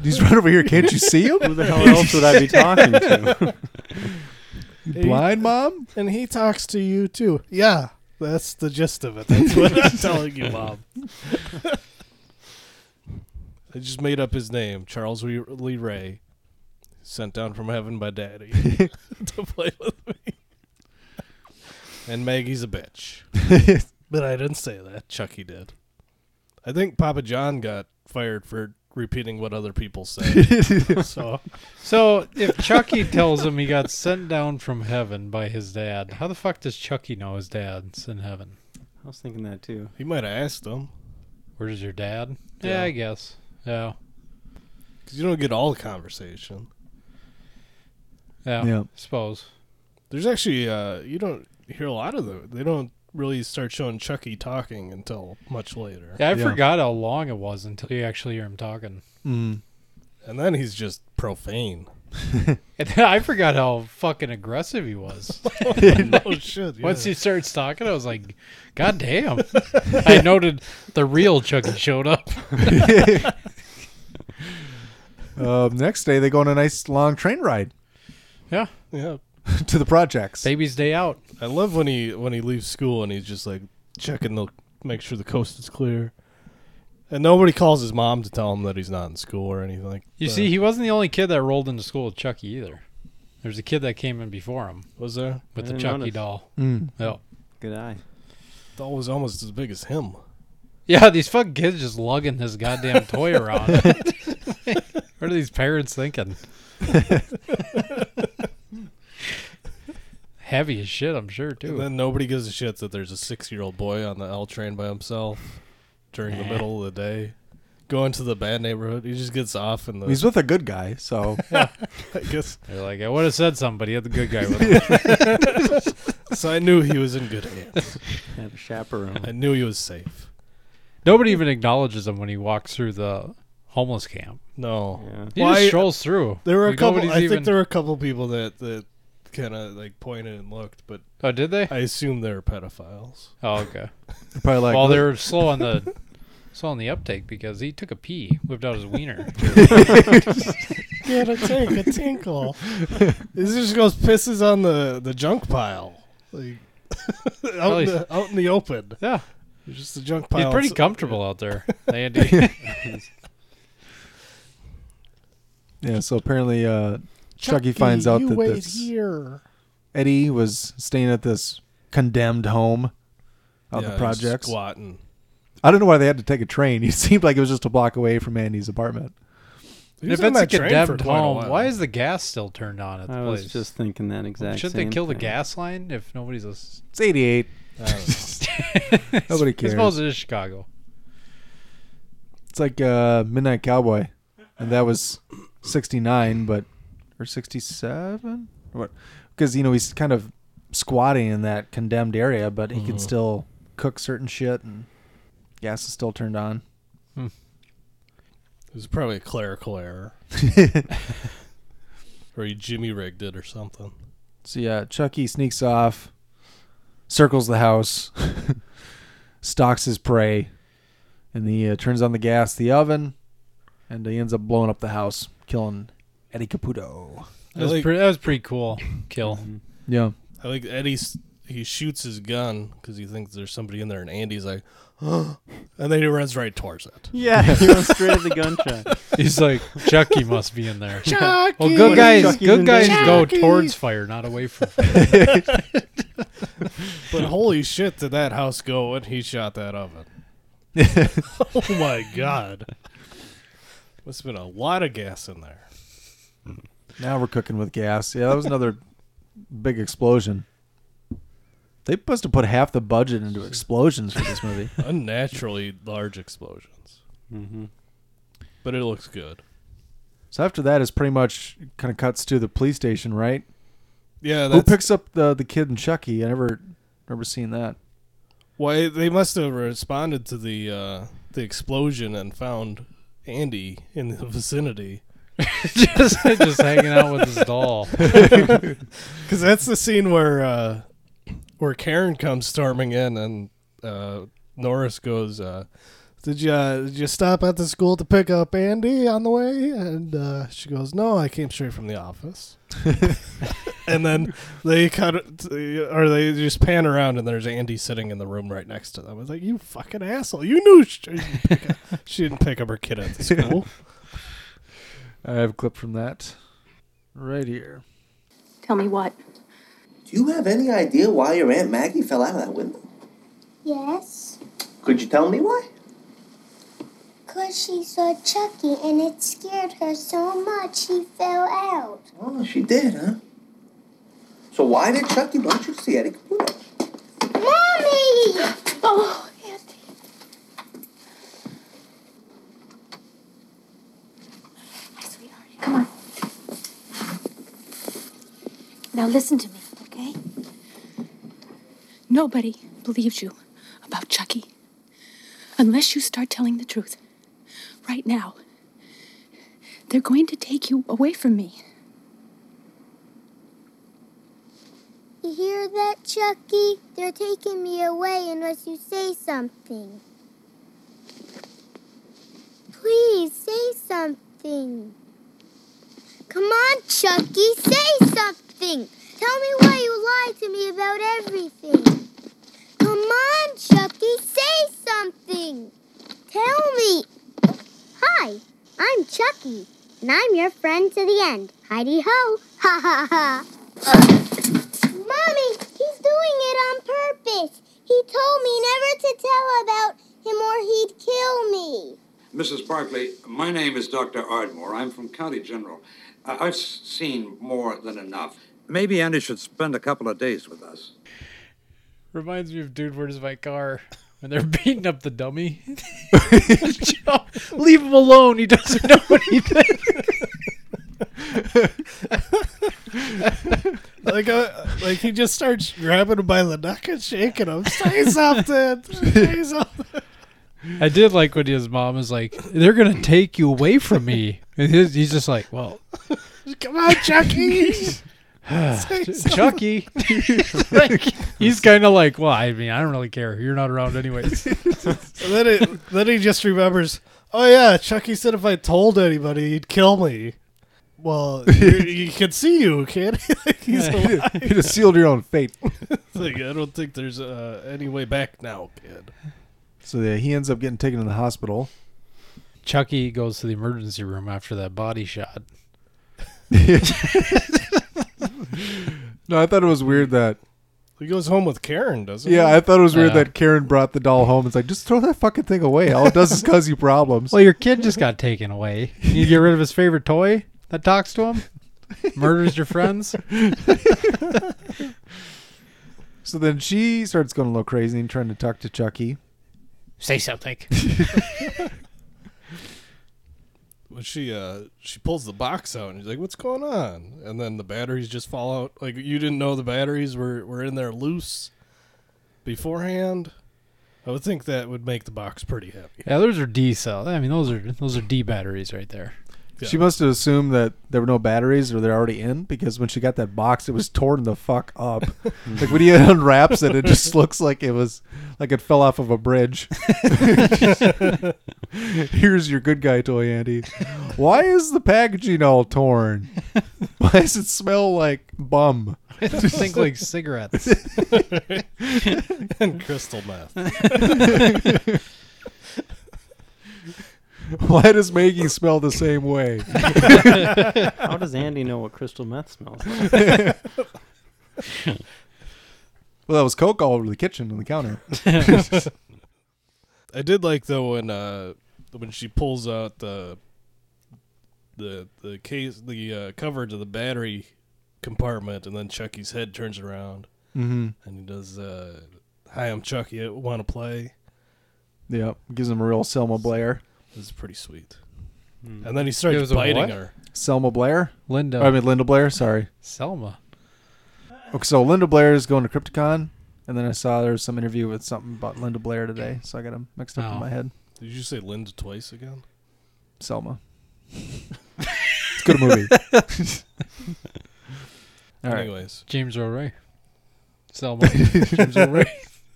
Speaker 9: He's right over here. Can't you see him?
Speaker 8: *laughs* Who the hell else would I be
Speaker 10: *laughs*
Speaker 8: talking *laughs* to?
Speaker 9: You *laughs* blind, mom?
Speaker 8: And he talks to you too. Yeah, that's the gist of it. That's what I'm telling you, mom. I just made up his name, Charles Lee- Lee Ray, sent down from heaven by daddy to play with me. And Maggie's a bitch. but I didn't say that. Chucky did. I think Papa John got fired for repeating what other people said. so
Speaker 10: So if Chucky tells him he got sent down from heaven by his dad, how the fuck does Chucky know his dad's in heaven?
Speaker 12: I was thinking that too.
Speaker 8: He might have asked him.
Speaker 10: Where's your dad? Yeah, I guess. Yeah.
Speaker 8: Because you don't get all the conversation.
Speaker 10: Yeah.
Speaker 9: Yeah.
Speaker 10: Suppose.
Speaker 8: There's actually uh you don't hear a lot of them. They don't really start showing Chucky talking until much later.
Speaker 10: Yeah, I forgot how long it was until you actually hear him talking.
Speaker 9: Mm.
Speaker 8: And then he's *laughs* just profane.
Speaker 10: *laughs* And then I forgot how fucking aggressive he was.
Speaker 8: *laughs* Oh, shit, yeah.
Speaker 10: Once he starts talking, I was like, God damn. *laughs* I noted the real Chucky showed up.
Speaker 9: Uh, next day, they go on a nice long train ride
Speaker 10: yeah.
Speaker 8: Yeah.
Speaker 9: *laughs* to the projects.
Speaker 10: Baby's day out.
Speaker 8: I love when he when he leaves school and he's just like checking the make sure the coast is clear. And nobody calls his mom to tell him that he's not in school or anything like
Speaker 10: You
Speaker 8: that.
Speaker 10: see, he wasn't the only kid that rolled into school with Chucky either. There's a kid that came in before him.
Speaker 8: Was there?
Speaker 10: With
Speaker 8: I
Speaker 10: the
Speaker 8: didn't
Speaker 10: Chucky
Speaker 8: notice.
Speaker 10: doll.
Speaker 8: Mm.
Speaker 10: Yeah.
Speaker 12: Good eye.
Speaker 8: doll was almost as big as him.
Speaker 10: Yeah, these fucking kids just lugging this goddamn toy around. what are these parents thinking? Heavy as shit, I'm sure too.
Speaker 8: And then nobody gives a shit that there's a six year old boy on the L train by himself during the
Speaker 10: Nah.
Speaker 8: middle of the day. Going to the bad neighborhood. He just gets off in the
Speaker 9: He's with a good guy,
Speaker 8: *laughs*
Speaker 9: so
Speaker 8: I guess
Speaker 10: They're like, I would have said somebody had the good guy with
Speaker 8: *laughs*
Speaker 10: him. *laughs*
Speaker 8: so I knew he was in
Speaker 12: *laughs*
Speaker 8: good hands.
Speaker 12: Have a chaperone.
Speaker 8: I knew he was safe.
Speaker 10: Nobody even acknowledges him when he walks through the homeless camp.
Speaker 8: No.
Speaker 10: He just strolls through.
Speaker 8: There were a
Speaker 10: Like,
Speaker 8: couple
Speaker 10: nobody's
Speaker 8: I
Speaker 10: even-
Speaker 8: think there were a couple people that that kind of like pointed and looked, but
Speaker 10: Oh, did they?
Speaker 8: I assume they were pedophiles.
Speaker 10: Oh, okay.
Speaker 9: probably like,
Speaker 10: well,
Speaker 9: "Look."
Speaker 10: they were slow on the *laughs* slow on the uptake because he took a pee, whipped out his wiener.
Speaker 8: *laughs* *laughs*
Speaker 10: *laughs*
Speaker 8: Get a take a *laughs* tinkle.
Speaker 10: *laughs*
Speaker 8: this just goes pisses on the the junk pile, like *laughs*
Speaker 10: Well,
Speaker 8: out, in
Speaker 10: he's-
Speaker 8: the, out in the open.
Speaker 10: Yeah,
Speaker 8: it's just a junk pile.
Speaker 10: He's pretty
Speaker 8: So-
Speaker 10: comfortable out
Speaker 8: *laughs*
Speaker 10: there, Andy.
Speaker 9: yeah. So apparently, uh, Chucky, finds out
Speaker 8: E, you
Speaker 9: that
Speaker 8: wait
Speaker 9: this
Speaker 8: here.
Speaker 9: Eddie was staying at this condemned home out in
Speaker 8: Yeah,
Speaker 9: the
Speaker 8: he's
Speaker 9: projects.
Speaker 8: squatting.
Speaker 9: I don't know why they had to take a train. *laughs* It seemed like it was just a block away from Andy's apartment.
Speaker 10: And if
Speaker 8: on
Speaker 10: it's a
Speaker 8: that train for
Speaker 10: condemned
Speaker 8: quite a
Speaker 10: home,
Speaker 8: while.
Speaker 10: why is the gas still turned on at the
Speaker 12: I
Speaker 10: place?
Speaker 12: was just thinking that exact
Speaker 10: Shouldn't
Speaker 12: same
Speaker 10: they kill the
Speaker 12: thing.
Speaker 10: gas line if nobody's a?
Speaker 9: It's 88.
Speaker 8: Oh.
Speaker 9: *laughs*
Speaker 8: *laughs*
Speaker 10: *laughs*
Speaker 9: Nobody
Speaker 10: I
Speaker 9: cares.
Speaker 10: suppose it is Chicago.
Speaker 9: It's like uh, Midnight Cowboy, and that was '69, but or '67, what? Because you know he's kind of squatting in that condemned area, but he can
Speaker 10: Mhm.
Speaker 9: still cook certain shit, and gas is still turned on.
Speaker 8: It was probably a
Speaker 10: *laughs*
Speaker 8: clerical error, or he jimmy rigged it or something.
Speaker 9: So yeah, Chucky sneaks off, circles the house, *laughs* stalks his prey, and he uh, turns on the gas, the oven, and he ends up blowing up the house, killing Eddie Caputo.
Speaker 10: That was, pre- that was pretty cool kill.
Speaker 9: Yeah.
Speaker 8: I like Eddie's. He shoots his gun because he thinks there's somebody in there, and Andy's like, *laughs* *gasps* and then
Speaker 10: *laughs*
Speaker 8: he runs *laughs* right towards it.
Speaker 12: Yeah, he went straight at the gunshot.
Speaker 10: He's like Chucky must be in there.
Speaker 12: Chucky!
Speaker 10: Well, good guys,
Speaker 12: Chucky's
Speaker 10: good
Speaker 12: in
Speaker 10: guys
Speaker 12: danger.
Speaker 10: go
Speaker 12: Chucky!
Speaker 10: towards fire, not away
Speaker 8: *laughs*
Speaker 10: from. Fire.
Speaker 8: But oh, holy shit, did that house go when he shot that
Speaker 10: *laughs*
Speaker 8: oven? *laughs* oh my god. Must have been a lot of gas in there.
Speaker 9: Now we're cooking with gas. Yeah, that was another big explosion. They must have put half the budget into explosions for this movie.
Speaker 8: Unnaturally large explosions. Mm-hmm. But it looks good.
Speaker 9: So after that is pretty much kind of cuts to the police station, right?
Speaker 8: Yeah,
Speaker 9: Who
Speaker 8: that's-
Speaker 9: picks up the the kid in Chucky? I never, never seen that.
Speaker 8: Why they must have responded to the uh, the explosion and found Andy in the vicinity,
Speaker 10: *laughs* just just hanging out with his
Speaker 8: *laughs*
Speaker 10: doll. *laughs*
Speaker 8: Because that's the scene where uh, where Karen comes storming in and uh, Norris goes, uh, "Did you uh, did you stop at the school to pick up Andy on the way?" And uh, she goes, "No, I came straight from the office." *laughs* and then they cut or they just pan around and there's Andy sitting in the room right next to them. I was like, "You fucking asshole! You knew she didn't pick up, she didn't pick up her kid at the school."
Speaker 9: I have a clip from that right here.
Speaker 16: Tell me what.
Speaker 5: Do you have any idea why your Aunt Maggie fell out of that window?
Speaker 20: Yes?
Speaker 5: Could you tell me why?
Speaker 20: Because she saw Chucky and it scared her so much she fell out.
Speaker 5: Oh, she did, huh? So why did E. Chucky want you to see Eddie Capullo?
Speaker 20: Mommy! Oh,
Speaker 16: Now listen to me, okay? Nobody believes you about Chucky unless you start telling the truth right now. They're going to take you away from me.
Speaker 20: you hear that, Chucky? They're taking me away unless you say something. Please say something. Come on, Chucky, say something. Tell me why you lied to me about everything. Come on, Chucky, say something. Tell me. Hi, I'm Chucky, and I'm your friend to the end. Heidi ho, ha ha ha. Mommy, he's doing it on purpose. He told me never to tell about him or he'd kill me.
Speaker 21: Mrs. Barkley, my name is Dr. Ardmore. I'm from County General. I- I've s- seen more than enough. Maybe Andy should spend a couple of days with us.
Speaker 10: Reminds me of Dude, Where's My Car? When they're *laughs* beating up the
Speaker 8: *laughs*
Speaker 10: dummy. Leave him alone. He doesn't know anything.
Speaker 8: like uh, like he just starts grabbing him by the neck and shaking him. Say something. Say something.
Speaker 10: I did like when his mom is like, "They're gonna take you away from me." And he's, he's just like, "Well,
Speaker 8: Come on,
Speaker 9: *laughs*
Speaker 8: Chucky. Say something. *laughs*
Speaker 10: Chucky." *laughs* Like, he's kind of like, "Well, I mean, I don't really care. You're not around
Speaker 8: *laughs*
Speaker 10: anyways."
Speaker 8: And then it, then he just remembers. Oh yeah, Chucky said if I told anybody, he'd kill me.
Speaker 9: *laughs*
Speaker 8: Well, you- you can see you, kid. *laughs* He's alive.
Speaker 9: You'd have sealed your own fate.
Speaker 8: It's like, I don't think there's uh, any way back now, kid.
Speaker 9: So yeah, he ends up getting taken to the hospital.
Speaker 10: Chucky goes to the emergency room after that body shot.
Speaker 9: No, I thought it was weird that.
Speaker 8: He goes home with Karen, doesn't he?
Speaker 9: Yeah, I thought it was weird
Speaker 8: Uh,
Speaker 9: that Karen brought the doll home. It's like just throw that fucking thing away. All it does is cause you problems.
Speaker 10: Well, your kid just got taken away. You get rid of his favorite toy that talks to him,
Speaker 8: *laughs*
Speaker 10: murders your friends.
Speaker 9: So then she starts going a little crazy and trying to talk to Chucky.
Speaker 10: Say something.
Speaker 8: Well, she uh she pulls the box out and she's like, "What's going on?" And then the batteries just fall out. Like you didn't know the batteries were were in there loose beforehand. I would think that would make the box pretty heavy.
Speaker 10: Yeah, those are D cell. I mean, those are those are D batteries right there.
Speaker 9: She must have assumed that there were no batteries or they're already in because when she got that box, it was torn the fuck
Speaker 8: *laughs*
Speaker 9: up. like when he *laughs* unwraps it, it just looks like it was like it fell off of
Speaker 8: *laughs*
Speaker 9: a bridge. Here's your good guy toy, Andy. Why is the packaging
Speaker 8: *laughs*
Speaker 9: all torn? Why does it smell like
Speaker 10: *laughs*
Speaker 9: bum?
Speaker 10: I think like cigarettes
Speaker 8: *laughs*
Speaker 10: *laughs*
Speaker 8: and crystal meth.
Speaker 10: *laughs*
Speaker 9: *laughs* Why does Maggie smell the same way?
Speaker 12: *laughs* How does Andy know what crystal meth smells like? *laughs*
Speaker 9: Well, that was coke all over the kitchen on
Speaker 12: *laughs*
Speaker 9: the counter.
Speaker 8: I did like though when uh when she pulls out the the the case the uh, cover to the battery compartment, and then Chucky's head turns around,
Speaker 9: Mhm.
Speaker 8: and he does, uh, "Hi, I'm Chucky. Want to play?"
Speaker 9: Yep. Gives him a real Selma Blair.
Speaker 8: This is pretty sweet.
Speaker 10: Hmm.
Speaker 8: And then he starts
Speaker 10: Gives him
Speaker 8: biting
Speaker 10: what?
Speaker 8: her.
Speaker 9: Selma Blair?
Speaker 10: Linda.
Speaker 9: I mean, Linda Blair, sorry.
Speaker 10: Selma.
Speaker 9: Okay, so Linda Blair is going to Crypticon, and then I saw there was some interview with something about Linda Blair today, so I got them mixed up
Speaker 8: Oh.
Speaker 9: in my head.
Speaker 8: Did you say Linda twice again?
Speaker 9: Selma. it's a good movie. *laughs* All right.
Speaker 8: Anyways,
Speaker 10: James Earl
Speaker 9: *laughs*
Speaker 10: Ray. Selma. James Earl Ray.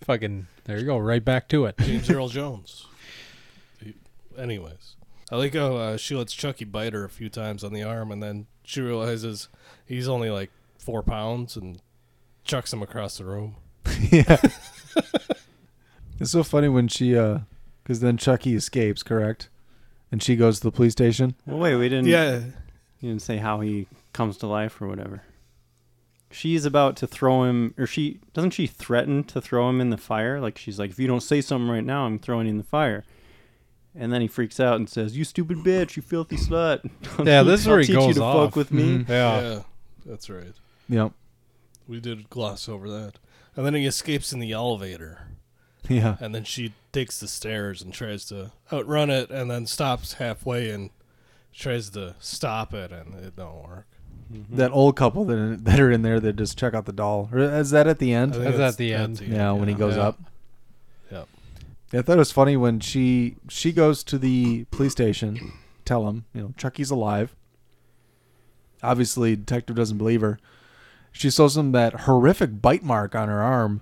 Speaker 10: Fucking. There you go. Right back to it.
Speaker 8: James Earl Jones. He- Anyways, I like how uh, she lets Chucky bite her a few times on the arm, and then she realizes he's only like four pounds and chucks him across the room.
Speaker 9: yeah. It's so funny when she, uh, because then Chucky escapes, correct? And she goes to the police station.
Speaker 12: Well, wait, we didn't.
Speaker 8: Yeah.
Speaker 12: You didn't say how he comes to life or whatever. She's about to throw him, or she doesn't she threaten to throw him in the fire? Like she's like, if you don't say something right now, I'm throwing you in the fire. And then he freaks out and says, "You stupid bitch, you filthy slut." *laughs*
Speaker 10: Yeah, this is where
Speaker 12: I'll
Speaker 10: he
Speaker 12: teach you
Speaker 10: goes
Speaker 12: to
Speaker 10: off.
Speaker 12: fuck with me.
Speaker 8: Mm-hmm.
Speaker 10: Mhm. Yeah.
Speaker 8: that's right.
Speaker 9: Yep.
Speaker 8: We did gloss over that, and then he escapes in the elevator.
Speaker 9: Yeah.
Speaker 8: and then she takes the stairs and tries to outrun it, and then stops halfway and tries to stop it, and it don't work. Mm-hmm.
Speaker 9: That old couple that *laughs* that are in there that just check out the doll. Or is that at the end?
Speaker 8: I think That's that's- at the that's end. the end,
Speaker 9: Yeah, when he
Speaker 8: yeah.
Speaker 9: goes
Speaker 8: Yeah.
Speaker 9: up.
Speaker 8: Yep.
Speaker 9: Yeah, I thought it was funny when she she goes to the police station, tell him, you know, Chucky's alive. Obviously, detective doesn't believe her. She shows him that horrific bite mark on her arm,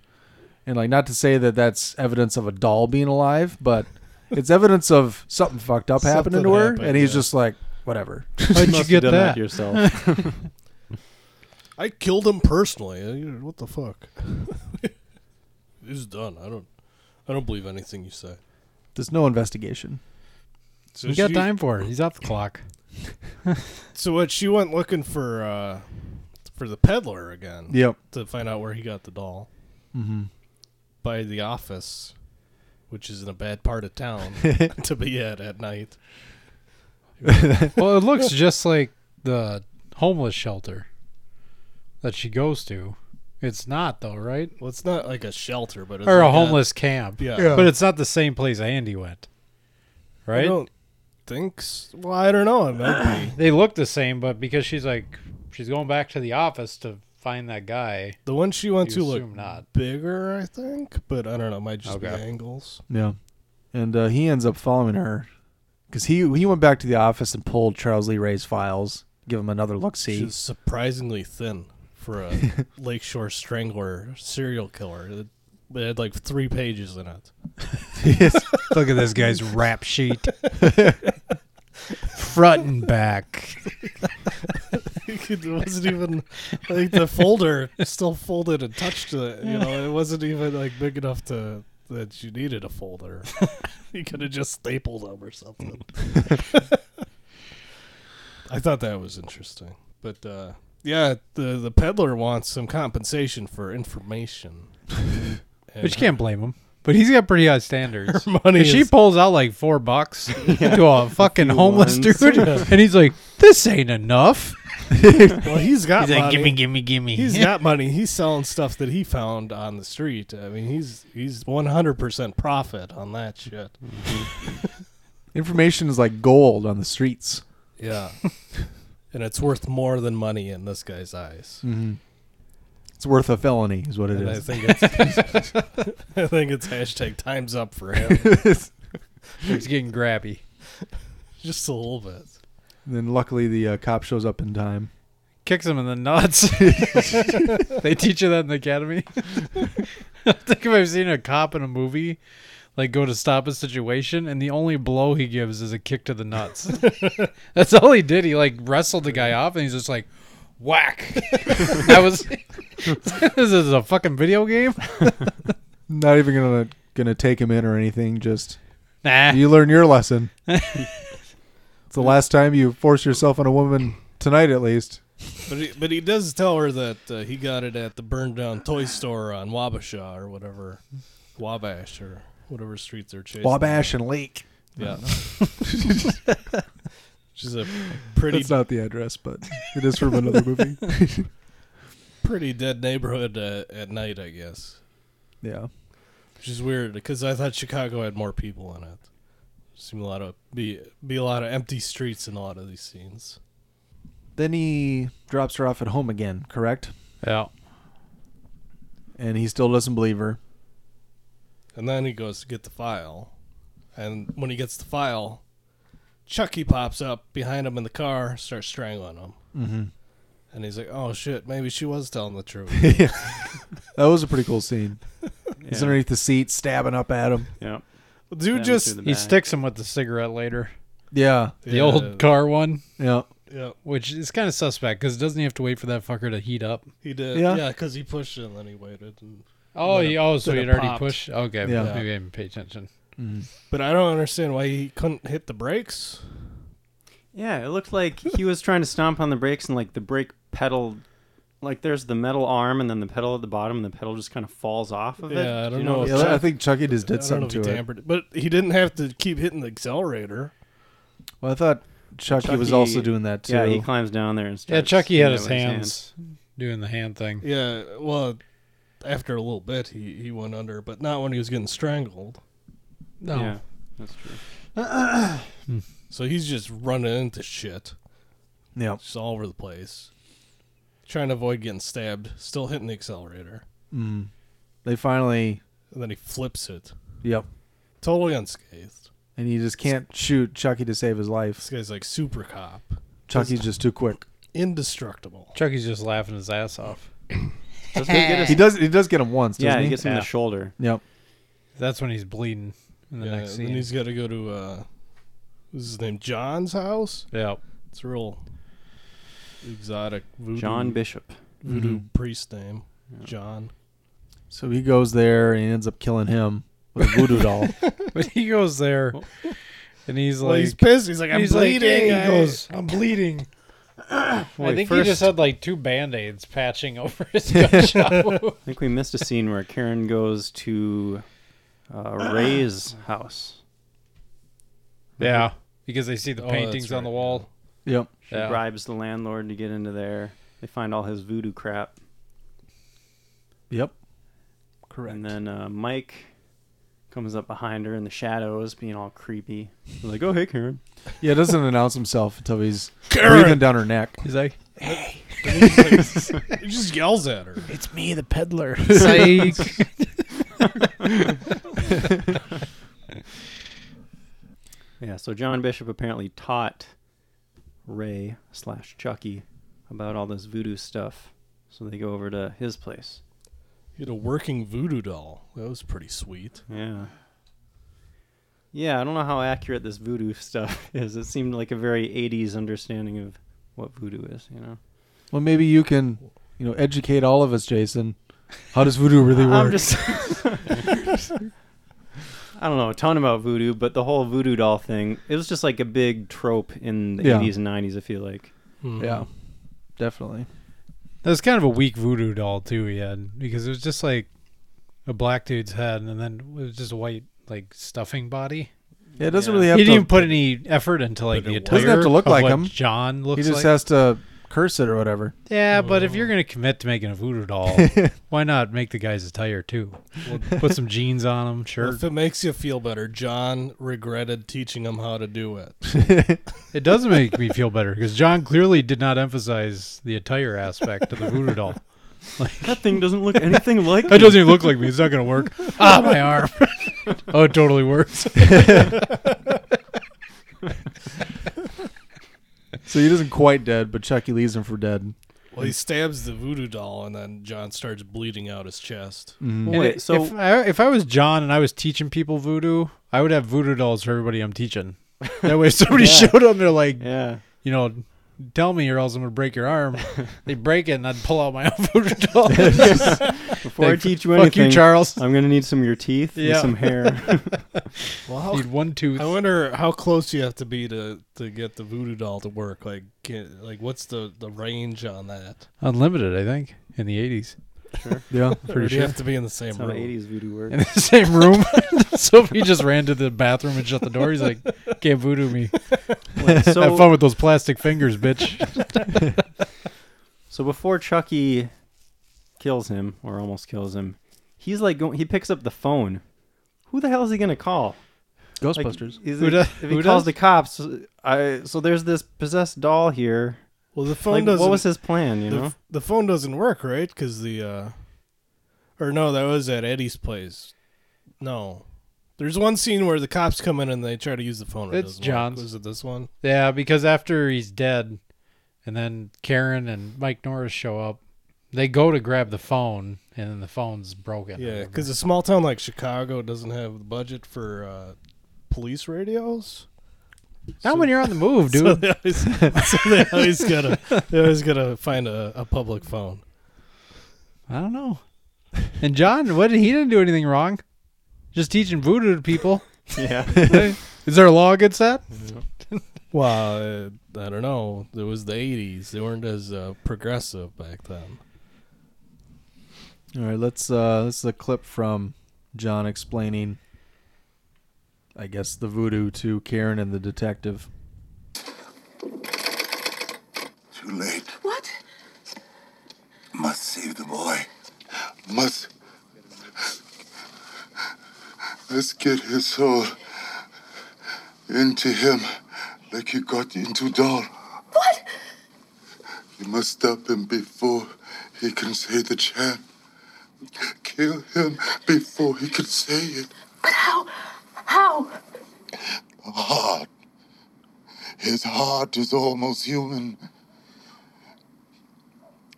Speaker 9: and like not to say that that's evidence of a doll being alive,
Speaker 8: *laughs*
Speaker 9: but it's evidence of something fucked up happening to
Speaker 10: Something
Speaker 9: her.
Speaker 10: happened,
Speaker 9: and he's
Speaker 10: yeah.
Speaker 9: just like, whatever. *laughs*
Speaker 10: How'd you get that?
Speaker 8: I killed him personally. Uh, What the *laughs* fuck? It's done. I don't. I don't believe anything you say.
Speaker 9: There's no investigation.
Speaker 8: So
Speaker 10: we got
Speaker 8: she-
Speaker 10: time for it. He's off the clock.
Speaker 8: *laughs* So what? She went looking for uh, for the peddler again.
Speaker 9: Yep.
Speaker 8: To find out where he got the doll.
Speaker 7: Mm-hmm.
Speaker 9: Mhm.
Speaker 8: By the office, which is in a bad part
Speaker 10: *laughs*
Speaker 8: of town *laughs* to be at at night. *laughs*
Speaker 10: well, it looks just like the homeless shelter that she goes to. It's not though, right?
Speaker 8: Well, it's not like a shelter, but it's
Speaker 10: Or
Speaker 8: like
Speaker 10: a homeless camp.
Speaker 8: Yeah.
Speaker 10: But it's not the same place Andy went. Right?
Speaker 8: I don't think. s- Well, I don't know. It might be.
Speaker 10: *clears throat* They look the same, but because she's like she's going back to the office to find that guy.
Speaker 8: The one she went
Speaker 10: You
Speaker 8: to looked
Speaker 10: assume
Speaker 8: *laughs*
Speaker 10: not.
Speaker 8: bigger, I think, but I don't know. It might just be
Speaker 10: Okay.
Speaker 8: angles.
Speaker 9: Yeah, and uh, he ends up following her because he he went back to the office and pulled Charles Lee Ray's files, give him another look. See,
Speaker 8: She's surprisingly thin for a
Speaker 10: *laughs*
Speaker 8: lakeshore strangler serial killer. It, it had like three pages in it. *laughs*
Speaker 10: look at this guy's rap sheet. *laughs* Front and back.
Speaker 8: it wasn't even like the folder still folded and touched it. You know, it wasn't even like big enough to that you needed a folder. *laughs* you could have just stapled them or *laughs* something. I thought that was interesting, but uh, yeah, the the peddler wants some compensation for
Speaker 10: *laughs*
Speaker 8: information. And
Speaker 10: Which you can't blame him. But he's got pretty high standards.
Speaker 8: *laughs* Her money
Speaker 10: If she
Speaker 8: is-
Speaker 10: pulls out like four
Speaker 8: *laughs*
Speaker 10: bucks to a fucking
Speaker 8: few
Speaker 10: homeless
Speaker 8: ones. *laughs*
Speaker 10: dude,
Speaker 8: Yeah.
Speaker 10: and he's like, "This ain't enough."
Speaker 8: *laughs* well, he's got
Speaker 10: He's
Speaker 8: money.
Speaker 10: like, "Gimme, gimme, gimme." *laughs*
Speaker 8: He's got money. He's selling stuff that he found on the street. I mean, he's he's one hundred percent profit on that shit.
Speaker 10: Mm-hmm.
Speaker 9: information is like gold on the streets.
Speaker 8: Yeah, *laughs* and it's worth more than money in this guy's eyes.
Speaker 9: Mm-hmm. It's worth a felony, is what it
Speaker 8: and
Speaker 9: is.
Speaker 8: I
Speaker 10: *laughs*
Speaker 8: think
Speaker 9: *laughs*
Speaker 8: it's *laughs* I think it's hashtag times up
Speaker 10: *laughs*
Speaker 8: for him.
Speaker 10: It's getting grabby,
Speaker 8: *laughs* just a little bit.
Speaker 9: then luckily the uh, cop shows up in time.
Speaker 10: Kicks him in the nuts. *laughs* they teach you that in the academy. *laughs* I think if I've seen a cop in a movie, like go to stop a situation, and the only blow he gives is a kick to the nuts.
Speaker 8: *laughs*
Speaker 10: That's all he did. He like wrestled the guy off, and he's just like, whack. *laughs* that was. *laughs* this is a fucking video game.
Speaker 9: Not even gonna gonna take him in or anything. Just
Speaker 10: Nah.
Speaker 9: you learn your lesson.
Speaker 10: *laughs*
Speaker 9: it's the last time you force yourself on a woman tonight, at least.
Speaker 8: But he, but he does tell her that uh, he got it at the burned down toy store on Wabasha or whatever, Wabash or whatever street they're chasing.
Speaker 9: Wabash and Lake. *laughs*
Speaker 10: *laughs*
Speaker 8: Yeah.
Speaker 9: I
Speaker 8: Which is a pretty. *laughs*
Speaker 9: That's not the address, but it is from another movie.
Speaker 8: pretty dead neighborhood uh, at night, I guess.
Speaker 9: Yeah.
Speaker 8: Which is weird because I thought Chicago had more people in it. Seem a lot of be be a lot of empty streets in a lot of these scenes.
Speaker 9: Then he drops her off at home again, correct?
Speaker 10: Yeah.
Speaker 9: And he still doesn't believe her.
Speaker 8: And then he goes to get the file. And when he gets the file, Chucky pops up behind him in the car, starts strangling him.
Speaker 9: Mhm.
Speaker 8: And he's like, oh shit, maybe she was telling the truth.
Speaker 9: *laughs* yeah. That was a pretty
Speaker 10: *laughs*
Speaker 9: cool scene. He's underneath the seat, stabbing up at him.
Speaker 12: Yeah.
Speaker 8: Dude just.
Speaker 10: he sticks him with the cigarette later.
Speaker 9: Yeah.
Speaker 10: The old car one.
Speaker 9: Yeah.
Speaker 8: Yeah.
Speaker 10: Which is kind of suspect because doesn't he have to wait for that fucker to heat up?
Speaker 8: He did. Yeah, because he pushed it and then he waited. And
Speaker 10: Oh,
Speaker 8: then
Speaker 10: he,
Speaker 8: it-
Speaker 10: oh, so
Speaker 8: then
Speaker 10: he'd
Speaker 8: it
Speaker 10: already
Speaker 8: popped.
Speaker 10: pushed. Okay,
Speaker 8: Yeah.
Speaker 10: maybe I didn't pay attention.
Speaker 9: Mm-hmm.
Speaker 8: But I don't understand why he couldn't hit the brakes.
Speaker 12: Yeah, it looked like he was trying to stomp on the brakes and like the brake pedal like there's the metal arm and then the pedal at the bottom and the pedal just kind of falls off of it.
Speaker 8: Yeah, I
Speaker 12: Do
Speaker 8: don't
Speaker 12: you
Speaker 8: know.
Speaker 9: Yeah, I think Chucky just
Speaker 8: I
Speaker 9: did
Speaker 8: don't know
Speaker 9: something
Speaker 8: if he
Speaker 9: to it.
Speaker 8: tampered- But he didn't have to keep hitting the accelerator.
Speaker 9: Well, I thought Chucky, was
Speaker 8: Chucky-
Speaker 9: also doing that too.
Speaker 12: Yeah, he climbs down there and
Speaker 10: Yeah,
Speaker 12: starts
Speaker 10: Chucky
Speaker 12: doing
Speaker 10: had
Speaker 12: it
Speaker 10: his
Speaker 12: with his
Speaker 10: hands doing the hand thing.
Speaker 8: Yeah, well, after a little bit, he, he went under, but not when he was getting strangled.
Speaker 10: No. Yeah,
Speaker 12: that's true.
Speaker 8: *clears throat* so he's just running into shit.
Speaker 9: Yeah.
Speaker 8: Just all over the place. Trying to avoid getting stabbed, still hitting the accelerator.
Speaker 9: Mm. They finally.
Speaker 8: And then he flips it.
Speaker 9: Yep.
Speaker 8: Totally unscathed.
Speaker 9: And he just can't shoot Chucky to save his life.
Speaker 8: This guy's like super cop.
Speaker 9: Chucky's just too quick.
Speaker 8: Indestructible.
Speaker 10: Chucky's just laughing his ass
Speaker 9: *coughs*
Speaker 10: off.
Speaker 9: he does. He does get him once.
Speaker 10: Yeah,
Speaker 9: Doesn't
Speaker 10: he
Speaker 9: he
Speaker 10: gets him in the shoulder.
Speaker 9: Yep.
Speaker 10: *laughs* That's when he's bleeding in the
Speaker 8: yeah,
Speaker 10: next
Speaker 8: Then
Speaker 10: scene.
Speaker 8: he's got to go to, uh, what's his name? John's house?
Speaker 10: Yeah.
Speaker 8: It's a real exotic voodoo.
Speaker 12: John Bishop.
Speaker 8: Voodoo
Speaker 10: Mm-hmm.
Speaker 8: priest name. John.
Speaker 9: So he goes there and he ends up killing him with a
Speaker 10: *laughs*
Speaker 9: voodoo doll.
Speaker 10: but he goes there and he's like,
Speaker 8: Well, he's pissed. He's like, "I'm bleeding,
Speaker 10: yeah,"
Speaker 8: I-
Speaker 10: he *coughs* goes, I'm bleeding. I
Speaker 12: Boy,
Speaker 10: think he
Speaker 12: first-
Speaker 10: just had like two band aids patching over *laughs* his
Speaker 8: *laughs*
Speaker 9: *laughs*
Speaker 12: hands.
Speaker 10: gunshot.
Speaker 12: I think we missed a scene where Karen goes to uh, Ray's house.
Speaker 10: yeah, because they see the
Speaker 12: Oh, that's
Speaker 10: paintings on the wall.
Speaker 9: Yep.
Speaker 12: She
Speaker 10: Yeah.
Speaker 12: bribes the landlord to get into there. They find all his voodoo crap.
Speaker 9: Yep.
Speaker 12: Correct. And then uh, Mike comes up behind her in the shadows, being all creepy. He's like, "Oh, hey, Karen."
Speaker 9: Yeah, doesn't announce himself until he's
Speaker 12: Karen!
Speaker 9: breathing down her neck.
Speaker 10: He's like,
Speaker 8: "Hey." He just, like- he just yells at her.
Speaker 10: It's me, the peddler.
Speaker 9: Psych.
Speaker 12: *laughs* Yeah. So John Bishop apparently taught Ray slash Chucky about all this voodoo stuff. So they go over to his place.
Speaker 8: *laughs* He had a working voodoo doll. That was pretty sweet.
Speaker 12: Yeah. Yeah, I don't know how accurate this voodoo stuff *laughs* is. It seemed like a very 80s understanding of what voodoo is, you know?
Speaker 9: *laughs* Well, maybe you can, you know, educate all of us, Jason. How does voodoo really work?
Speaker 12: I'm
Speaker 9: *laughs*
Speaker 12: just. I don't know a ton about voodoo, but the whole voodoo doll thing, it was just like a big trope in the
Speaker 9: Yeah.
Speaker 12: 80s and 90s, I feel like.
Speaker 9: Yeah, definitely.
Speaker 10: That was kind of a weak voodoo doll too he had because it was just like a black dude's head and then it was just a white like stuffing body.
Speaker 9: Yeah, it doesn't really have
Speaker 10: He didn't
Speaker 9: to-
Speaker 10: even put any effort into like the attire.
Speaker 9: doesn't have to look
Speaker 10: of
Speaker 9: like
Speaker 10: what
Speaker 9: him.
Speaker 10: John looks
Speaker 9: He just
Speaker 10: like.
Speaker 9: has to curse it or whatever.
Speaker 10: yeah, but if you're gonna commit to making a voodoo
Speaker 9: *laughs*
Speaker 10: doll, why not make the guy's attire too? Put some jeans on him,
Speaker 8: Well,
Speaker 10: shirt.
Speaker 8: if it makes you feel better, John regretted teaching him how to do
Speaker 12: *laughs*
Speaker 8: it.
Speaker 10: It does make me feel better because John clearly did not emphasize the attire aspect of the voodoo doll. Like,
Speaker 12: that thing doesn't look anything
Speaker 10: *laughs*
Speaker 12: like me.
Speaker 10: That doesn't even look like me. It's not going to work. Ah, my arm. *laughs* oh, it totally
Speaker 9: *laughs*
Speaker 10: works.
Speaker 9: Mm. So he doesn't quite dead, but Chucky leaves him for dead.
Speaker 8: Well, he stabs the voodoo doll, and then John starts bleeding out his chest.
Speaker 10: And
Speaker 12: Wait,
Speaker 10: i-
Speaker 12: so- *laughs*
Speaker 10: if I, if I was John and I was teaching people voodoo, I would have voodoo dolls for everybody I'm teaching. That way, if somebody
Speaker 12: *laughs* Yeah.
Speaker 10: showed up, they're like,
Speaker 12: yeah.
Speaker 10: you know, tell me or else I'm going to break your arm. they break it, and I'd pull out my own voodoo doll.
Speaker 12: *laughs* Before I
Speaker 10: Like,
Speaker 12: teach you
Speaker 10: fuck
Speaker 12: anything,
Speaker 10: you, Charles.
Speaker 12: I'm going to need some of your teeth and some
Speaker 9: *laughs*
Speaker 12: hair. *laughs*
Speaker 8: Well, how,
Speaker 10: Need one tooth.
Speaker 8: I wonder how close you have to be to, to get the voodoo doll to work. Like, can, like what's the, the range on that?
Speaker 10: Unlimited, I think, in the 80s. *laughs*
Speaker 12: Sure.
Speaker 9: Yeah,
Speaker 8: Or do you have to be in the same
Speaker 12: That's how
Speaker 8: room?
Speaker 12: 80s voodoo works.
Speaker 10: in the *laughs* same room. so if he just ran to the bathroom and shut the door, he's like, "Can't voodoo me."
Speaker 12: *laughs* Wait, so-
Speaker 10: Have
Speaker 8: *laughs*
Speaker 10: fun with those plastic fingers, bitch.
Speaker 12: so before Chucky kills him or almost kills him. He's like going, he picks up the phone. Who the hell is he gonna call? Like,
Speaker 10: Ghostbusters.
Speaker 12: is
Speaker 10: Who
Speaker 12: it-
Speaker 10: does-
Speaker 12: if he
Speaker 10: who
Speaker 12: calls
Speaker 10: does?
Speaker 12: the cops, I so there's this possessed doll here.
Speaker 8: Well, *laughs* the phone
Speaker 12: Like,
Speaker 8: doesn't.
Speaker 12: What was his plan? You
Speaker 8: the,
Speaker 12: know,
Speaker 8: the phone doesn't work, right? Because the, uh, or no, that was at Eddie's place. No, there's one scene where the cops come in and they try to use the phone. and it
Speaker 10: It's
Speaker 8: doesn't work.
Speaker 10: John's.
Speaker 8: Was it this one?
Speaker 10: Yeah, because after he's dead, and then Karen and Mike Norris show up, they go to grab the phone, and then the phone's broken.
Speaker 8: Yeah, because a small town like Chicago doesn't have the budget for uh, police radios.
Speaker 10: Not when you're on the move,
Speaker 8: *laughs* So
Speaker 10: dude.
Speaker 8: they always, so they always
Speaker 10: *laughs*
Speaker 8: gotta, they always gotta find a, a public phone.
Speaker 10: I don't know. And John, what did he didn't do anything wrong? Just teaching voodoo to people.
Speaker 12: Yeah.
Speaker 10: *laughs* Is there a law against that?
Speaker 8: Well, uh, I don't know. It was the '80s. They weren't as uh, progressive back then.
Speaker 9: All right, let's. Uh, this is a clip from John explaining, I guess, the voodoo to Karen and the detective.
Speaker 4: Too late.
Speaker 14: What?
Speaker 4: Must save the boy. Must. Let's get his soul into him like you got into doll.
Speaker 14: What?
Speaker 4: You must stop him before he can say the chant. Kill him before he can say it.
Speaker 14: But how? How?
Speaker 4: Heart. His heart is almost human.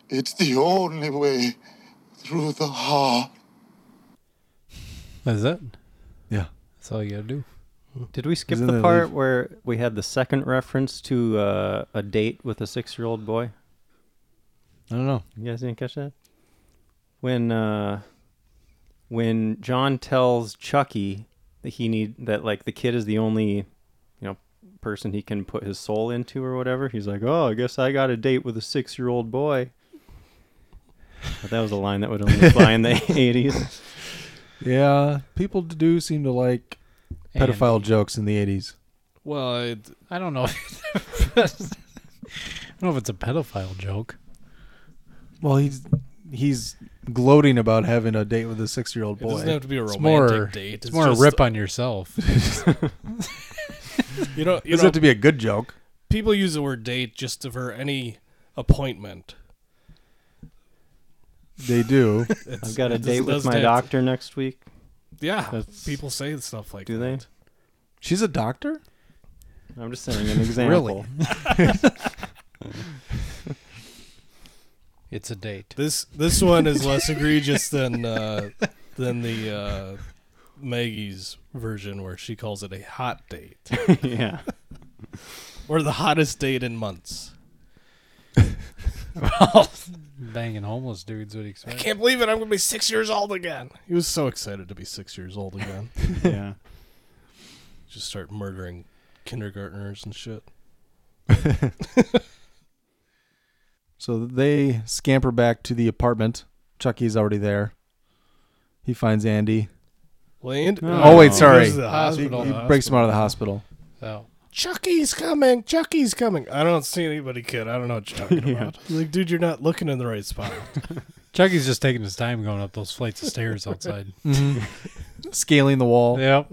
Speaker 4: It's the only way through the heart.
Speaker 10: That's it.
Speaker 9: Yeah.
Speaker 10: That's all you gotta do.
Speaker 12: Did we skip
Speaker 10: Isn't
Speaker 12: the
Speaker 10: it
Speaker 12: part
Speaker 10: leaf?
Speaker 12: where we had the second reference to uh, a date with a six-year-old boy?
Speaker 9: I don't know.
Speaker 12: You guys didn't catch that? When uh, when John tells Chucky that he need that like the kid is the only you know person he can put his soul into or whatever, he's like, oh, I guess I got a date with a six-year-old boy. But that was a line that would only fly in
Speaker 8: *laughs*
Speaker 12: the eighties.
Speaker 9: Yeah, people do seem to like pedophile jokes in the '80s.
Speaker 10: Well, I, I don't know. *laughs* I don't know if it's a pedophile joke.
Speaker 9: Well, he's he's gloating about having a date with a six-year-old
Speaker 8: It
Speaker 9: boy.
Speaker 8: doesn't have to be a
Speaker 10: It's
Speaker 8: romantic
Speaker 10: more-
Speaker 8: date.
Speaker 10: it's more a
Speaker 8: just-
Speaker 10: rip on yourself.
Speaker 8: *laughs* you know,
Speaker 9: Doesn't
Speaker 8: you
Speaker 9: have
Speaker 8: know,
Speaker 9: to be a good joke.
Speaker 8: People use the word date just to- for any appointment.
Speaker 9: They do. *laughs*
Speaker 12: I've got a
Speaker 8: It
Speaker 12: date
Speaker 8: does-
Speaker 12: with
Speaker 8: does
Speaker 12: my
Speaker 8: that.
Speaker 12: doctor next week.
Speaker 8: Yeah,
Speaker 12: That's-
Speaker 8: people say stuff like
Speaker 12: Do they?
Speaker 9: She's a doctor.
Speaker 12: I'm just saying
Speaker 9: *laughs*
Speaker 12: an example.
Speaker 10: It's a date.
Speaker 8: This this one is less egregious than uh, than the uh, Maggie's version where she calls it a hot date.
Speaker 12: *laughs* yeah.
Speaker 8: Or the hottest date
Speaker 10: *laughs*
Speaker 8: in months.
Speaker 12: *laughs*
Speaker 10: Banging homeless dudes would expect.
Speaker 8: Can't believe it! I'm gonna be six years old again. He was so excited to be six years old again.
Speaker 12: yeah.
Speaker 8: Just start murdering kindergartners and shit.
Speaker 9: So they scamper back to the apartment. Chucky's already there. He finds Andy.
Speaker 8: Well, and-
Speaker 9: oh wait,
Speaker 8: He
Speaker 9: sorry.
Speaker 8: goes to the
Speaker 9: He-
Speaker 8: hospital.
Speaker 9: He, breaks him out of the hospital.
Speaker 10: Oh.
Speaker 8: Chucky's coming. Chucky's coming. I don't see anybody, kid. I don't know what you're talking about. Like, dude, you're not looking in the right spot.
Speaker 10: *laughs* Chucky's just taking his time going up those flights of
Speaker 8: *laughs*
Speaker 10: stairs outside.
Speaker 9: Scaling the wall.
Speaker 10: Yep.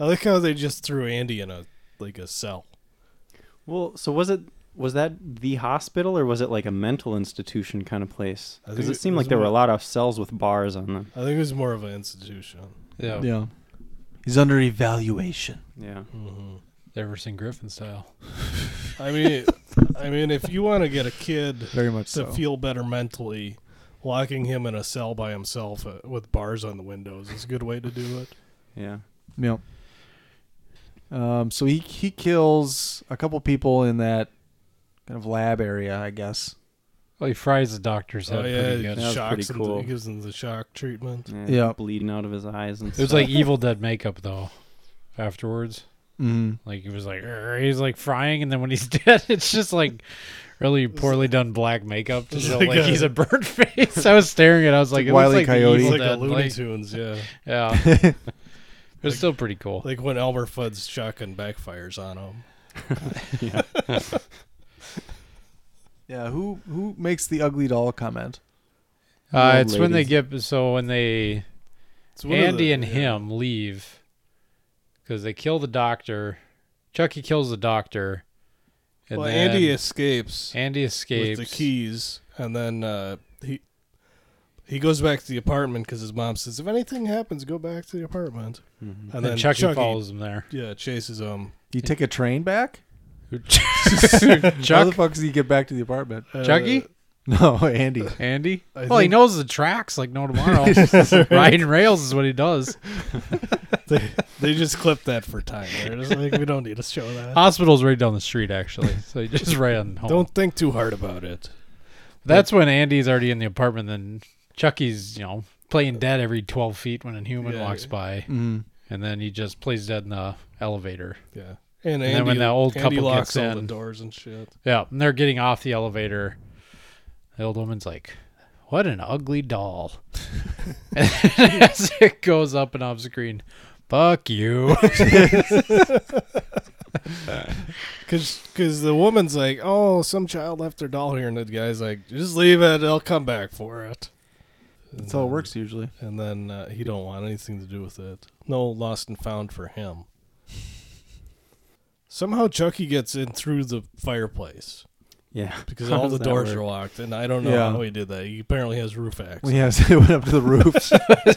Speaker 8: I like how they just threw Andy in a like a cell.
Speaker 12: Well, so was it was that the hospital or was it like a mental institution kind of place?
Speaker 8: I
Speaker 12: Because
Speaker 8: think
Speaker 12: it
Speaker 8: it
Speaker 12: seemed
Speaker 8: was
Speaker 12: like there were a
Speaker 8: more-
Speaker 12: lot of cells with bars on them.
Speaker 8: I think it was more of an institution.
Speaker 9: Yeah. He's under evaluation.
Speaker 12: Yeah.
Speaker 10: Everson Griffin style.
Speaker 8: Mm-hmm. I mean, I mean, if you want to get a kid
Speaker 9: Very much
Speaker 8: to
Speaker 9: so.
Speaker 8: feel better mentally, locking him in a cell by himself uh, with bars on the windows is a good way to do it.
Speaker 12: Yeah.
Speaker 9: Yep. Um, so he he kills a couple people in that kind of lab area, I guess.
Speaker 10: Well, he fries the doctor's head
Speaker 8: Oh
Speaker 10: pretty
Speaker 8: yeah,
Speaker 10: good.
Speaker 8: it shocks him.
Speaker 12: cool.
Speaker 8: He gives him the shock treatment.
Speaker 9: Yeah.
Speaker 12: Bleeding out of his eyes and
Speaker 10: It was like Evil Dead makeup though. Afterwards,
Speaker 9: Mhm.
Speaker 10: like he was like "Arr," he's like frying, and then when he's *laughs* dead, it's just like really poorly done black makeup to
Speaker 8: It's
Speaker 10: show
Speaker 8: like
Speaker 10: like,
Speaker 8: a-
Speaker 10: he's a burd *laughs* face. I was staring at, it, I was like, it looks
Speaker 9: Wile E.
Speaker 10: like the
Speaker 9: Coyote.
Speaker 10: Evil
Speaker 8: It's like a
Speaker 10: Dead,
Speaker 8: Looney
Speaker 10: like-
Speaker 8: Tunes, yeah.
Speaker 10: *laughs* yeah.
Speaker 9: *laughs*
Speaker 10: it was still pretty cool.
Speaker 8: Like when Elmer
Speaker 10: *laughs*
Speaker 8: Fudd's shotgun backfires on him.
Speaker 10: yeah.
Speaker 9: Yeah, who who makes the ugly doll comment?
Speaker 10: Uh, it's when they get so when they
Speaker 9: one of
Speaker 10: Andy
Speaker 9: the-
Speaker 10: and
Speaker 9: yeah.
Speaker 10: him leave because they kill the doctor. Chucky kills the doctor.
Speaker 8: Well, Andy
Speaker 10: escapes. Andy escapes.
Speaker 8: with the keys, and then uh, he he goes back to the apartment because his mom says, "If anything happens, go back to the apartment."
Speaker 10: And Chucky follows him there.
Speaker 8: E. Yeah, chases him. *laughs*
Speaker 9: Do you take a train back?
Speaker 10: *laughs*
Speaker 9: How the
Speaker 10: Chuck?
Speaker 9: fuck does he get back to the apartment?
Speaker 8: Uh, *laughs*
Speaker 9: Uh, *laughs*
Speaker 10: Chucky?
Speaker 9: No, Andy.
Speaker 10: Andy?
Speaker 9: I
Speaker 10: well, he
Speaker 9: think-
Speaker 10: knows the tracks like no
Speaker 8: *laughs*
Speaker 10: tomorrow. *laughs* Riding rails is what he does.
Speaker 8: they, they just clip that for time. They're just like, we don't need to show that.
Speaker 10: *laughs* Hospital's right down the street, actually. So you just right on home.
Speaker 8: Don't think too hard about it.
Speaker 10: That's when Andy's already in the apartment. Then Chucky's, you know, playing dead every 12 feet when a human
Speaker 8: Yeah.
Speaker 10: walks by.
Speaker 8: Mhm.
Speaker 10: And then he just plays dead in the elevator.
Speaker 8: Yeah.
Speaker 10: And,
Speaker 8: And
Speaker 10: then when
Speaker 8: Andy-
Speaker 10: that old
Speaker 8: Andy
Speaker 10: couple
Speaker 8: locks
Speaker 10: gets
Speaker 8: all
Speaker 10: in.
Speaker 8: the doors and shit.
Speaker 10: Yeah. And they're getting off the elevator. The old woman's like, what an ugly
Speaker 8: *laughs*
Speaker 10: doll. and as it goes up and off screen, fuck you.
Speaker 8: *laughs* Because the woman's like, oh, some child left their doll here. And the guy's like, just leave it. They'll come back for it.
Speaker 9: That's how it works usually.
Speaker 8: And then uh, he don't want anything to do with it. No lost and found for
Speaker 9: *laughs*
Speaker 8: him. Somehow Chucky gets in through the fireplace.
Speaker 12: Yeah.
Speaker 8: *laughs* Because
Speaker 12: How
Speaker 8: all
Speaker 12: does
Speaker 8: the
Speaker 12: that
Speaker 8: doors
Speaker 12: work?
Speaker 8: are locked. And I don't know
Speaker 9: Yeah.
Speaker 8: how he did that. He apparently has roof access.
Speaker 9: Well, *laughs* yes, it went up to
Speaker 10: *laughs*
Speaker 9: the roof.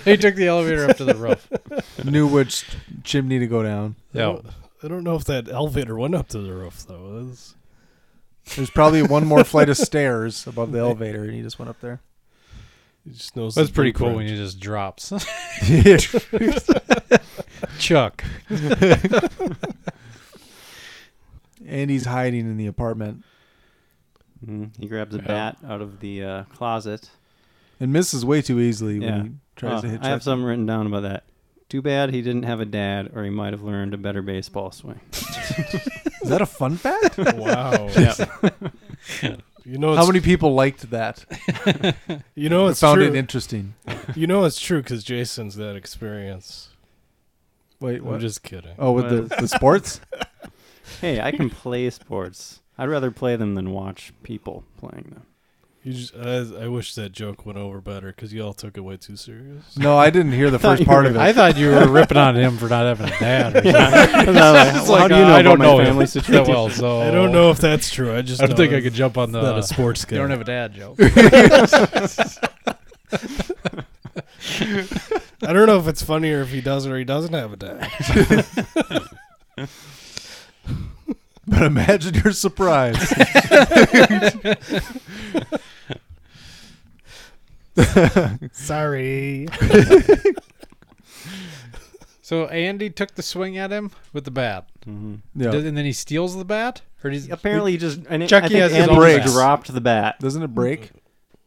Speaker 10: he took the elevator up to the
Speaker 8: *laughs*
Speaker 10: roof.
Speaker 9: *laughs* Knew which chimney to go down.
Speaker 8: I don't- I don't know if that elevator went up to the roof, though. That's-
Speaker 9: There's probably one more flight of stairs above the elevator, and he just went up there.
Speaker 8: He just knows
Speaker 10: That's
Speaker 8: the
Speaker 10: pretty cool when
Speaker 8: blueprint.
Speaker 10: it just drops. *laughs*
Speaker 9: Yeah.
Speaker 10: Chuck.
Speaker 9: *laughs* And he's hiding in the apartment.
Speaker 12: Mm, he grabs a bat out of the uh, closet.
Speaker 9: And misses way too easily when he tries
Speaker 12: Oh,
Speaker 8: Uh,
Speaker 9: to hit
Speaker 12: I have
Speaker 9: Chucky.
Speaker 12: something written down about that. Too bad he didn't have a dad, or he might have learned a better baseball swing.
Speaker 9: Is that a fun *laughs* fact?
Speaker 8: Wow. *laughs* You know
Speaker 9: how
Speaker 8: it's-
Speaker 9: many people liked that?
Speaker 8: *laughs*
Speaker 9: *laughs*
Speaker 8: You know,
Speaker 9: Or
Speaker 8: it's
Speaker 9: found
Speaker 8: true.
Speaker 9: it interesting.
Speaker 8: *laughs* You know, it's true because Jason's that experience.
Speaker 9: Wait,
Speaker 8: I'm
Speaker 9: what?
Speaker 8: just kidding.
Speaker 9: Oh, with the, *laughs* the sports?
Speaker 12: hey, I can play sports. I'd rather play them than watch people playing them.
Speaker 8: You just, I, I wish that joke went over better because you all took it way too serious.
Speaker 9: No, I didn't hear the first part of it.
Speaker 10: *laughs* I thought you were ripping on him for not having a dad. Or
Speaker 8: *laughs*
Speaker 10: *laughs* something.
Speaker 8: No,
Speaker 10: It's
Speaker 8: how
Speaker 10: like,
Speaker 8: do you
Speaker 10: uh,
Speaker 8: know
Speaker 10: I
Speaker 8: about
Speaker 10: don't
Speaker 8: my
Speaker 10: know
Speaker 8: family
Speaker 10: him *laughs* that
Speaker 8: situation?
Speaker 10: well, so *laughs*
Speaker 8: I don't know if that's true. I just
Speaker 10: I don't
Speaker 8: know
Speaker 10: think I
Speaker 8: it's
Speaker 10: could jump on the
Speaker 8: not
Speaker 10: *laughs*
Speaker 8: a sports
Speaker 10: You don't
Speaker 8: guy.
Speaker 10: have a dad
Speaker 8: *laughs*
Speaker 10: joke.
Speaker 8: *laughs*
Speaker 10: *laughs*
Speaker 8: I don't know if it's funnier if he does or he doesn't have a dad.
Speaker 9: But imagine your surprise.
Speaker 12: *laughs*
Speaker 8: Sorry.
Speaker 10: *laughs* so Andy took the swing at him with the bat.
Speaker 12: Mm-hmm.
Speaker 9: Yeah.
Speaker 10: Does- and then he steals the bat. Or does
Speaker 12: Apparently he just- and it- I
Speaker 10: Chucky
Speaker 12: think
Speaker 10: has his
Speaker 12: Andy
Speaker 10: own
Speaker 12: breaks.
Speaker 10: bat.
Speaker 12: dropped the bat.
Speaker 9: Doesn't it break?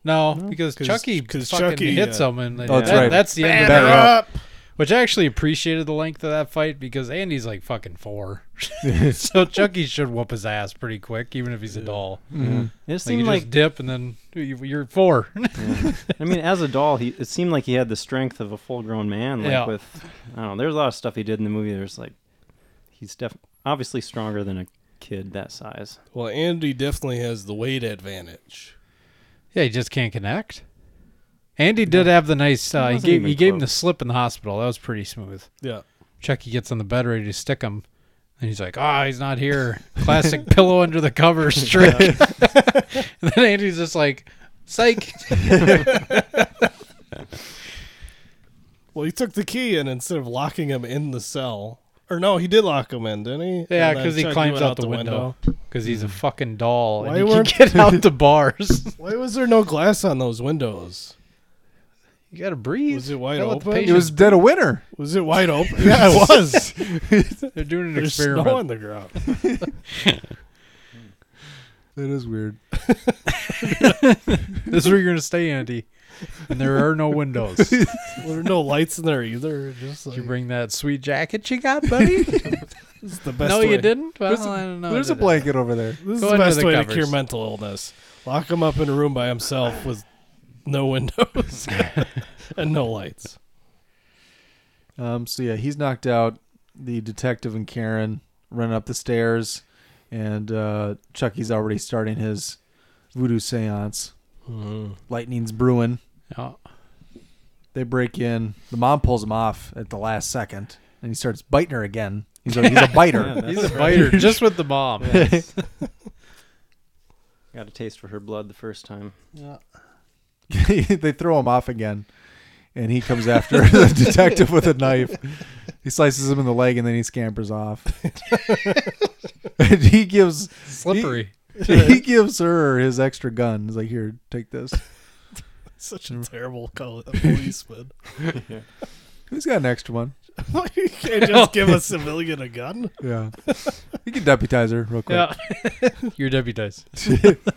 Speaker 10: No, because
Speaker 8: 'Cause-
Speaker 10: Chucky
Speaker 8: 'cause
Speaker 10: fucking
Speaker 8: Chucky,
Speaker 10: hits
Speaker 8: uh,
Speaker 10: him, and
Speaker 9: Oh, that's
Speaker 10: that-
Speaker 9: right.
Speaker 10: that's the end of
Speaker 9: Batter
Speaker 10: that.
Speaker 9: up.
Speaker 10: Which I actually appreciated the length of that fight because Andy's like fucking
Speaker 9: *laughs*
Speaker 10: four, *laughs* so Chucky should whoop his ass pretty quick, even if he's a doll.
Speaker 9: Mm-hmm.
Speaker 12: Mhm. It
Speaker 10: Like,
Speaker 12: seemed
Speaker 10: you
Speaker 12: like-
Speaker 10: just dip, and then you- you're four.
Speaker 12: I mean, as a doll, he it seemed like he had the strength of a full-grown man. Like
Speaker 10: Yeah.
Speaker 12: with, I don't know. There's a lot of stuff he did in the movie. There's like, he's def- obviously stronger than a kid that size.
Speaker 8: *laughs* well, Andy definitely has the weight advantage.
Speaker 10: Yeah, he just can't connect. Andy did have the nice. Uh, he
Speaker 8: wasn't
Speaker 10: gave
Speaker 8: even
Speaker 10: he gave him the slip in the hospital. That was pretty smooth.
Speaker 8: Yeah.
Speaker 10: Chucky gets on the bed ready to stick him, and
Speaker 8: *laughs*
Speaker 10: he's like, "Ah, he's not here." Classic *laughs* pillow under the covers trick. *laughs* and then Andy's just like,
Speaker 8: *laughs*
Speaker 10: "Psych."
Speaker 8: *laughs* Well, he took the key and instead of locking him in the cell, or no, he did lock him in, didn't he?
Speaker 10: yeah,
Speaker 8: And then
Speaker 10: because he
Speaker 8: Chucky
Speaker 10: climbs
Speaker 8: went
Speaker 10: out the window because he's a fucking doll
Speaker 8: Hmm.
Speaker 10: and
Speaker 8: Why
Speaker 10: he can
Speaker 8: weren't-
Speaker 10: get
Speaker 8: *laughs*
Speaker 10: out the bars.
Speaker 8: Why was there no glass on those windows?
Speaker 10: You gotta breathe.
Speaker 8: Was it wide
Speaker 10: Gotta let the
Speaker 8: open?
Speaker 9: It was dead of winter.
Speaker 8: Was it wide open?
Speaker 10: *laughs*
Speaker 8: *laughs* yeah, it
Speaker 9: *laughs*
Speaker 8: was.
Speaker 10: They're doing an
Speaker 8: There's
Speaker 10: experiment.
Speaker 8: Snow on
Speaker 10: *laughs*
Speaker 8: the ground.
Speaker 9: That is weird.
Speaker 10: *laughs* this is where you're gonna stay, Andy. And there are no windows.
Speaker 8: well, there are no lights in there either. Just
Speaker 10: Did
Speaker 8: like,
Speaker 10: you bring that sweet jacket you got,
Speaker 8: *laughs*
Speaker 10: buddy?
Speaker 8: It's the best
Speaker 10: no,
Speaker 8: way.
Speaker 10: you didn't. Well,
Speaker 8: There's a-
Speaker 10: I don't know.
Speaker 9: There's a
Speaker 10: did I?
Speaker 9: blanket over there.
Speaker 8: this
Speaker 10: Go
Speaker 8: is the
Speaker 10: under
Speaker 8: best
Speaker 10: the
Speaker 8: way to
Speaker 10: covers.
Speaker 8: cure mental illness. Lock him up in a room by himself with no windows
Speaker 10: *laughs*
Speaker 8: *laughs* and no lights.
Speaker 9: Um, so yeah, he's knocked out. The detective and Karen run up the stairs, and uh, Chucky's already starting his voodoo seance.
Speaker 10: Mm-hmm.
Speaker 9: Lightning's brewing. They break in. The mom pulls him off at the last second, and he starts biting her again. He's a, he's a
Speaker 12: *laughs*
Speaker 9: biter.
Speaker 10: He's a biter, just with the
Speaker 9: *laughs*
Speaker 10: mom.
Speaker 12: Yes. Got a taste for her blood the first time.
Speaker 10: Yeah.
Speaker 9: *laughs* they throw him off again, and he comes after *laughs* the detective with a knife. He slices him in the leg, and then he scampers off. *laughs* and he gives
Speaker 10: Slippery.
Speaker 9: He, he gives her his extra gun. He's like, "Here, take this."
Speaker 8: Such
Speaker 9: Mm.
Speaker 8: a terrible call,
Speaker 9: *laughs*
Speaker 8: a policeman. *laughs*
Speaker 9: Who's got an extra one?
Speaker 8: you can't
Speaker 9: *laughs*
Speaker 8: just give a civilian a gun.
Speaker 9: Yeah, you can deputize her real quick.
Speaker 10: Yeah.
Speaker 8: *laughs*
Speaker 10: You're deputized.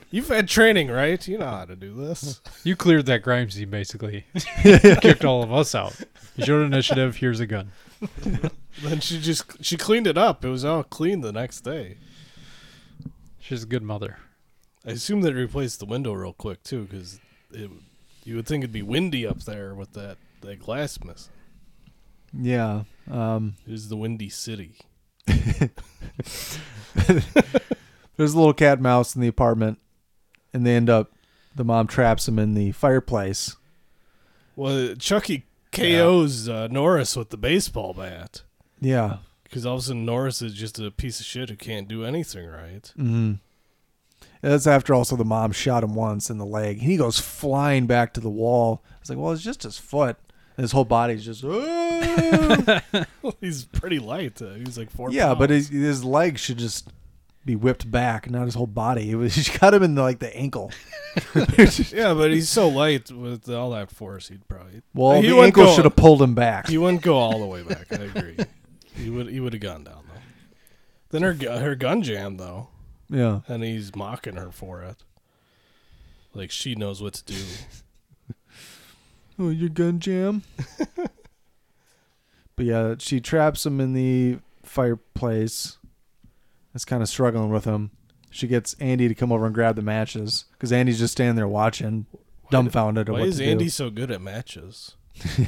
Speaker 8: You've had training, right? You know how to do this.
Speaker 10: You cleared that crime scene,
Speaker 8: *laughs*
Speaker 10: basically. You kicked all of us out. You showed initiative. Here's a gun.
Speaker 8: Then she just she cleaned it up. It was all clean the next day.
Speaker 10: She's a good mother.
Speaker 8: I assume they replaced the window real quick too, because you would think it'd be windy up there with that that glass miss.
Speaker 9: *laughs* Yeah. Um, *laughs*
Speaker 8: It is the windy city.
Speaker 9: there's a little cat and mouse in the apartment, and they end up. The mom traps him in the fireplace.
Speaker 8: Well, Chucky KOs uh, Norris with the baseball bat
Speaker 9: Yeah.
Speaker 8: because all of a sudden Norris is just a piece of shit who can't do anything right.
Speaker 9: Mm-hmm. That's after also the mom shot him once in the leg. He goes flying back to the wall. It's like, well, it's just his foot. And his whole body's
Speaker 8: *laughs*
Speaker 9: just, "Oh."
Speaker 8: he's pretty light. Uh, he's like four.
Speaker 9: yeah,
Speaker 8: pounds.
Speaker 9: but his, his leg should just be whipped back, not his whole body. It was, *laughs* she cut him in the, like
Speaker 8: *laughs*
Speaker 9: the ankle.
Speaker 8: yeah, but he's so light with all that force, he'd probably.
Speaker 9: Well,
Speaker 8: he
Speaker 9: the
Speaker 8: wouldn't
Speaker 9: ankle should have pulled him back.
Speaker 8: He wouldn't go all the way back. I agree. he would. He would have gone down though. Then her gu- her gun jammed though.
Speaker 9: Yeah.
Speaker 8: And he's mocking her for it. Like she knows what to do.
Speaker 9: Oh, your gun jam. but yeah, she traps him in the fireplace. Is kind of struggling with him. She gets Andy to come over and grab the matches because Andy's just standing there watching, dumbfounded. at
Speaker 8: Why
Speaker 9: what
Speaker 8: is
Speaker 9: to do.
Speaker 8: Andy so good
Speaker 12: *laughs*
Speaker 8: at matches?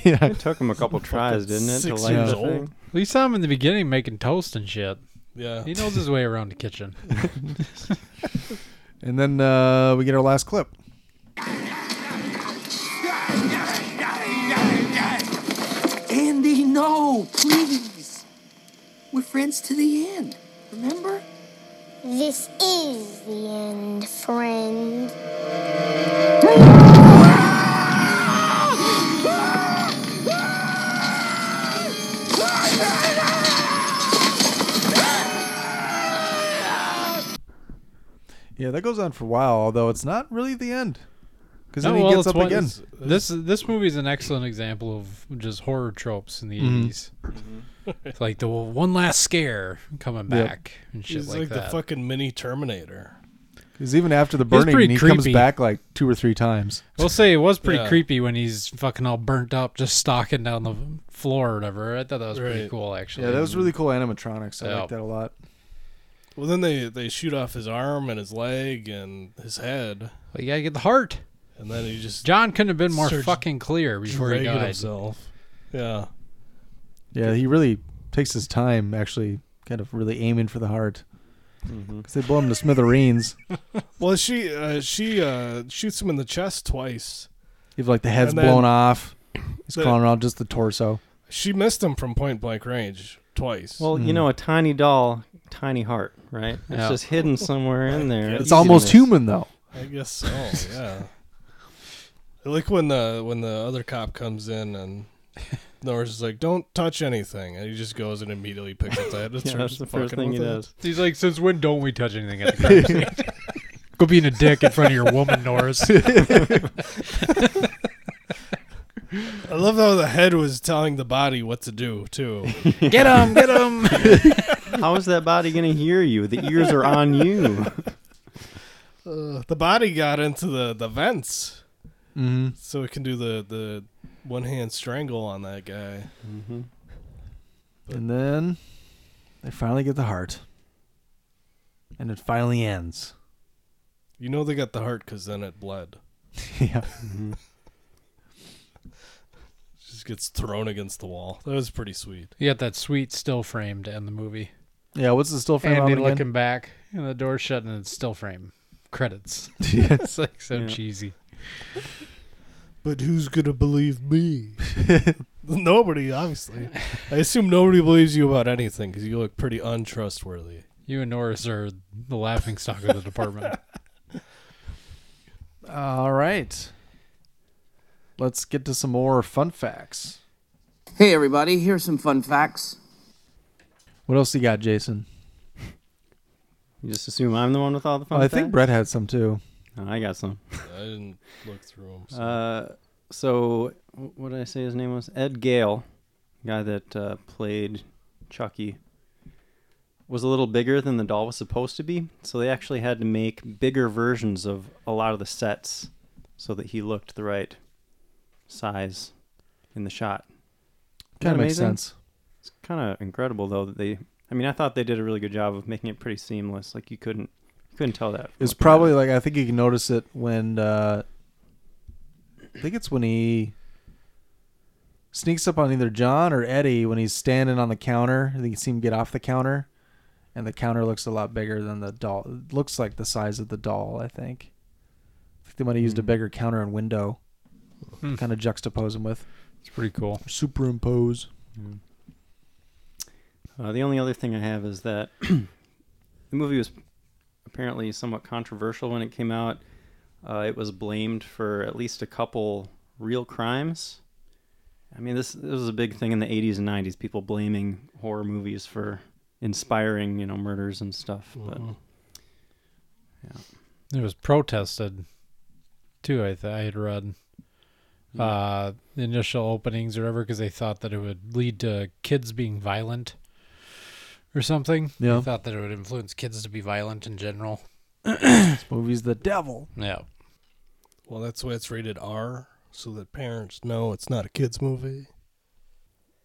Speaker 9: yeah,
Speaker 12: It took him a
Speaker 8: *laughs*
Speaker 12: couple tries, didn't it, to
Speaker 8: Six
Speaker 12: light
Speaker 8: years
Speaker 12: the
Speaker 8: old.
Speaker 12: thing?
Speaker 10: We saw him in the beginning making toast and shit.
Speaker 8: Yeah.
Speaker 10: He knows his way around the
Speaker 8: *laughs*
Speaker 10: kitchen.
Speaker 9: And then uh, we get our last clip.
Speaker 6: Andy, no, please. We're friends to the end, remember?
Speaker 20: This is the end, friend.
Speaker 9: Yeah, that goes on for a while, although it's not really the end because
Speaker 10: No,
Speaker 9: then he
Speaker 10: Oh, well,
Speaker 9: gets
Speaker 10: it's
Speaker 9: up
Speaker 10: one-
Speaker 9: again.
Speaker 10: This this movie is an excellent example of just horror tropes in the
Speaker 9: Mhm.
Speaker 10: 80s
Speaker 8: Mm-hmm.
Speaker 10: It's like the one last scare coming
Speaker 9: Yep.
Speaker 10: back and shit
Speaker 8: He's
Speaker 10: like,
Speaker 8: like, the
Speaker 10: that.
Speaker 8: fucking mini Terminator.
Speaker 9: Because even after the
Speaker 10: It's pretty
Speaker 9: burning, he comes
Speaker 10: creepy.
Speaker 9: back like two or three times.
Speaker 10: We'll say it was pretty
Speaker 8: Yeah.
Speaker 10: creepy when he's fucking all burnt up, just stalking down the floor or whatever. I thought that was pretty
Speaker 8: Right.
Speaker 10: cool, actually.
Speaker 9: Yeah, that was really cool animatronics. I like that a lot.
Speaker 8: Well, then they they shoot off his arm and his leg and his head,
Speaker 10: But you gotta get the heart.
Speaker 8: and then he just
Speaker 10: John couldn't have been more
Speaker 8: starts
Speaker 10: fucking clear before he
Speaker 8: dragging
Speaker 10: died.
Speaker 8: himself. Yeah.
Speaker 9: *laughs* Yeah, he really takes his time, actually, kind of really aiming for the heart. Because they blow him to smithereens.
Speaker 8: Well, she uh, she uh, shoots him in the chest twice.
Speaker 9: He's like the head's
Speaker 8: And then-
Speaker 9: blown off. He's
Speaker 8: the-
Speaker 9: crawling around just the torso.
Speaker 8: She missed him from point blank range twice.
Speaker 12: Well,
Speaker 10: Hmm.
Speaker 12: you know, a tiny doll, tiny heart, right? It's
Speaker 8: Yeah.
Speaker 12: just hidden somewhere in there.
Speaker 8: It's
Speaker 9: It's almost human though.
Speaker 8: I guess so.
Speaker 10: *laughs*
Speaker 8: Yeah. I like when the when the other cop comes in and Norris is like, "Don't touch anything," and he just goes and immediately picks up
Speaker 12: *laughs*
Speaker 8: that.
Speaker 12: Yeah, that's the first thing he does.
Speaker 10: He's like, since when don't we touch anything at the crime
Speaker 9: *laughs*
Speaker 10: scene? Go being a dick in front of your woman,
Speaker 9: *laughs*
Speaker 10: Norris. *laughs*
Speaker 8: I love how the head was telling the body what to do
Speaker 12: *laughs*
Speaker 8: too.
Speaker 10: Get 'em, get 'em.
Speaker 12: How is that body going to hear you? The ears are on you.
Speaker 8: *laughs* Uh, the body got into the the vents,
Speaker 12: Mm-hmm.
Speaker 9: Mhm.
Speaker 8: so it can do the the one hand strangle on that guy. Mm-hmm.
Speaker 9: And then they finally get the heart. And it finally ends.
Speaker 8: You know they got the heart because then it bled.
Speaker 9: yeah.
Speaker 8: Just gets thrown against the wall. That was pretty sweet.
Speaker 10: You got that sweet still frame to end the movie.
Speaker 9: Yeah, what's the still frame on
Speaker 10: Andy
Speaker 9: again?
Speaker 10: looking back, and the door shut, and it's still frame.
Speaker 9: *laughs*
Speaker 10: credits.
Speaker 9: Yeah.
Speaker 10: it's like so
Speaker 9: Yeah.
Speaker 10: cheesy.
Speaker 8: But who's *laughs* gonna believe *laughs* me? nobody, obviously. I assume nobody believes you about anything because you look pretty untrustworthy.
Speaker 10: You and Norris are the laughing stock of the department.
Speaker 9: All right. Let's get to some more fun facts.
Speaker 1: Hey, everybody, here's some fun facts.
Speaker 9: What else you got, Jason?
Speaker 12: You just assume I'm the one with all the fun.
Speaker 9: Oh, I think
Speaker 12: facts?
Speaker 9: Brett had some too.
Speaker 12: Oh, I got some.
Speaker 8: I didn't look through them.
Speaker 12: Uh, so wh- what did I say his name was? Ed Gale, guy that uh, played Chucky, was a little bigger than the doll was supposed to be. So they actually had to make bigger versions of a lot of the sets so that he looked the right size in the shot.
Speaker 9: Kinda makes sense.
Speaker 12: It's kind of incredible though that they. I mean, I thought they did a really good job of making it pretty seamless. Like you couldn't, you couldn't tell that.
Speaker 9: It's probably like I think you can notice it when uh I think it's when he sneaks up on either John or Eddie when he's standing on the counter. I think you see him get off the counter and the counter looks a lot bigger than the doll. It looks like the size of the doll, I think. I think they might have
Speaker 12: Hmm.
Speaker 9: used a bigger counter and window.
Speaker 10: Hmm.
Speaker 9: Kind of juxtapose him with.
Speaker 10: It's pretty cool.
Speaker 9: Superimpose.
Speaker 12: Uh, the only other thing I have is that *clears throat* the movie was apparently somewhat controversial when it came out. Uh, it was blamed for at least a couple real crimes. I mean, this this was a big thing in the 80s and 90s. People blaming horror movies for inspiring, you know, murders and stuff. But
Speaker 10: It was protested too. I th- I had read
Speaker 9: Mm-hmm.
Speaker 10: uh, the initial openings or whatever because they thought that it would lead to kids being violent or something.
Speaker 9: Yeah.
Speaker 10: They thought that it would influence kids to be violent in general.
Speaker 9: This movie's the devil.
Speaker 10: Yeah.
Speaker 8: Well, that's why it's rated R, so that parents know it's not a kids' movie.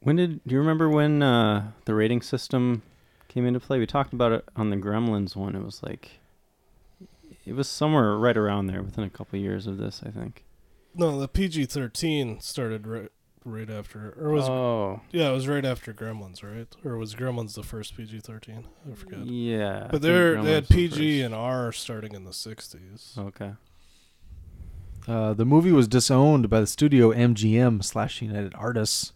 Speaker 12: when did do you remember when uh, the rating system came into play? We talked about it on the Gremlins one. It was like it was somewhere right around there, within a couple years of this, I think.
Speaker 8: No, the PG thirteen started right right after, or was
Speaker 12: Oh.
Speaker 8: yeah, it was right after Gremlins, right? Or was Gremlins the first PG thirteen? I forget.
Speaker 12: Yeah, I
Speaker 8: but
Speaker 12: think
Speaker 8: they're they had
Speaker 12: Gremlins were
Speaker 8: PG and R starting in the sixties.
Speaker 12: Okay.
Speaker 9: Uh, the movie was disowned by the studio MGM slash United Artists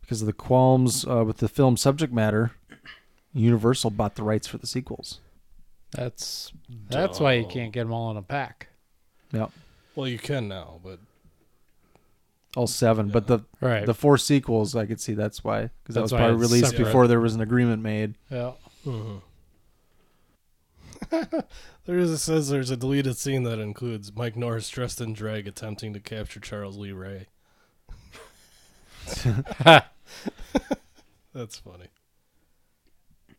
Speaker 9: because of the qualms uh, with the film's subject matter. Universal bought the rights for the sequels.
Speaker 10: That's that's why you can't get them all in a pack.
Speaker 8: Well, you can now, but
Speaker 9: All seven, but the
Speaker 10: Right.
Speaker 9: the four sequels, I could see that's why because that
Speaker 10: That's
Speaker 9: was
Speaker 10: why
Speaker 9: probably
Speaker 10: it's
Speaker 9: released
Speaker 10: separate.
Speaker 9: before there was an agreement made.
Speaker 10: Yeah.
Speaker 8: Mm-hmm. *laughs* there is it says there's a deleted scene that includes Mike Norris dressed in drag attempting to capture Charles Lee Ray. That's funny.
Speaker 10: *laughs*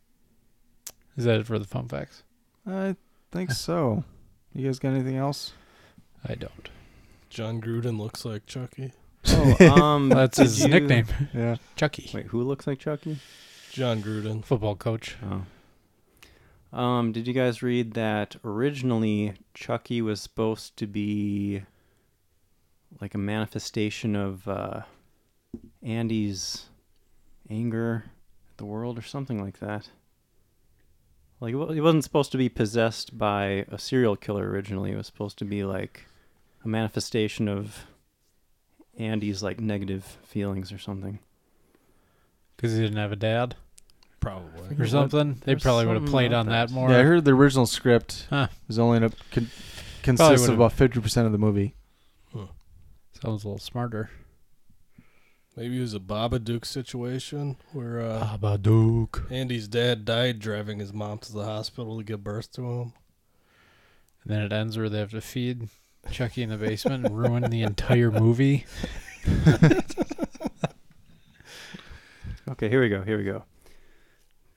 Speaker 10: Is that it for the fun facts?
Speaker 9: I think so. You guys got anything else?
Speaker 10: I don't.
Speaker 8: John Gruden looks like Chucky.
Speaker 12: Oh, um,
Speaker 10: *laughs* That's
Speaker 12: did
Speaker 10: his
Speaker 12: you-
Speaker 10: nickname.
Speaker 9: Yeah.
Speaker 10: Chucky.
Speaker 12: Wait, who looks like Chucky?
Speaker 8: John Gruden,
Speaker 10: football coach.
Speaker 12: Oh. Um, did you guys read that originally Chucky was supposed to be like a manifestation of uh, Andy's anger at the world or something like that? Like it wa- he wasn't supposed to be possessed by a serial killer originally. It was supposed to be like a manifestation of Andy's like negative feelings or something.
Speaker 10: Because he didn't have a dad.
Speaker 8: Probably.
Speaker 10: Or something. They
Speaker 12: There's
Speaker 10: probably would have
Speaker 12: something
Speaker 10: played
Speaker 12: like
Speaker 10: on that,
Speaker 12: that.
Speaker 10: more.
Speaker 9: Yeah, I heard the original script
Speaker 10: Huh.
Speaker 9: was only in a, con- consists of
Speaker 10: would've-
Speaker 9: about fifty percent of the movie.
Speaker 10: Sounds a little smarter.
Speaker 8: Maybe it was a Babadook situation where uh,
Speaker 10: Babadook.
Speaker 8: Andy's dad died driving his mom to the hospital to give birth to him.
Speaker 10: And then it ends where they have to feed Chucky in
Speaker 9: E.
Speaker 10: the basement and ruin the entire movie.
Speaker 12: Okay, here we go. Here we go.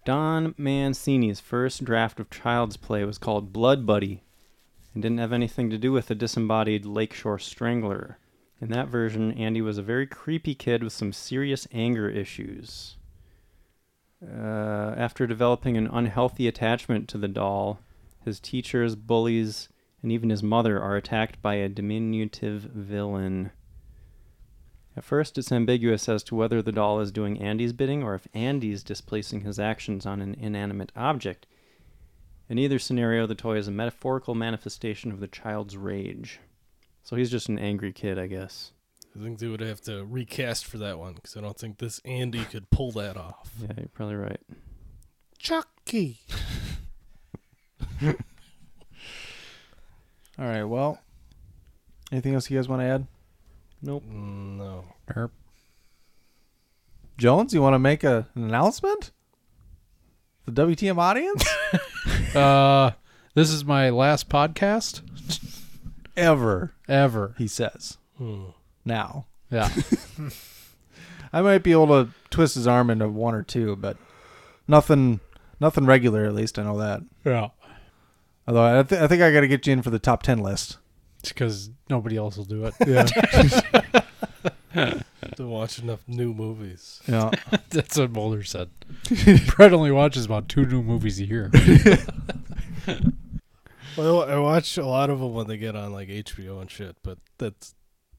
Speaker 12: Don Mancini's first draft of Child's Play was called Blood Buddy and didn't have anything to do with the disembodied Lakeshore Strangler. In that version, Andy was a very creepy kid with some serious anger issues. Uh, after developing an unhealthy attachment to the doll, his teachers, bullies, and even his mother are attacked by a diminutive villain. At first, it's ambiguous as to whether the doll is doing Andy's bidding or if Andy's displacing his actions on an inanimate object. In either scenario, the toy is a metaphorical manifestation of the child's rage. So he's just an angry kid, I guess.
Speaker 8: *laughs* I think they would have to recast for that one because I don't think this Andy could pull that off.
Speaker 10: *laughs*
Speaker 12: Yeah, you're probably right.
Speaker 8: Chucky.
Speaker 9: All right. Well, anything else you guys want to add?
Speaker 12: Nope.
Speaker 8: No.
Speaker 10: Er.
Speaker 9: Jones, you want to make a, an announcement? The WTM audience?
Speaker 10: *laughs* uh, this is my last podcast
Speaker 9: ever.
Speaker 10: ever.
Speaker 9: He says.
Speaker 10: Hmm.
Speaker 9: Now.
Speaker 10: Yeah.
Speaker 9: *laughs* I might be able to twist his arm into one or two, but nothing nothing regular at least, I know that.
Speaker 10: Yeah.
Speaker 9: Although I, th- I think I got to get you in for the top 10 list.
Speaker 10: It's because nobody else will do it. *laughs*
Speaker 8: Don't watch enough new movies.
Speaker 9: Yeah.
Speaker 10: That's what Mulder said. *laughs* Brett only watches about two new movies a year.
Speaker 8: *laughs* Well, I watch a lot of them when they get on like HBO and shit, but that's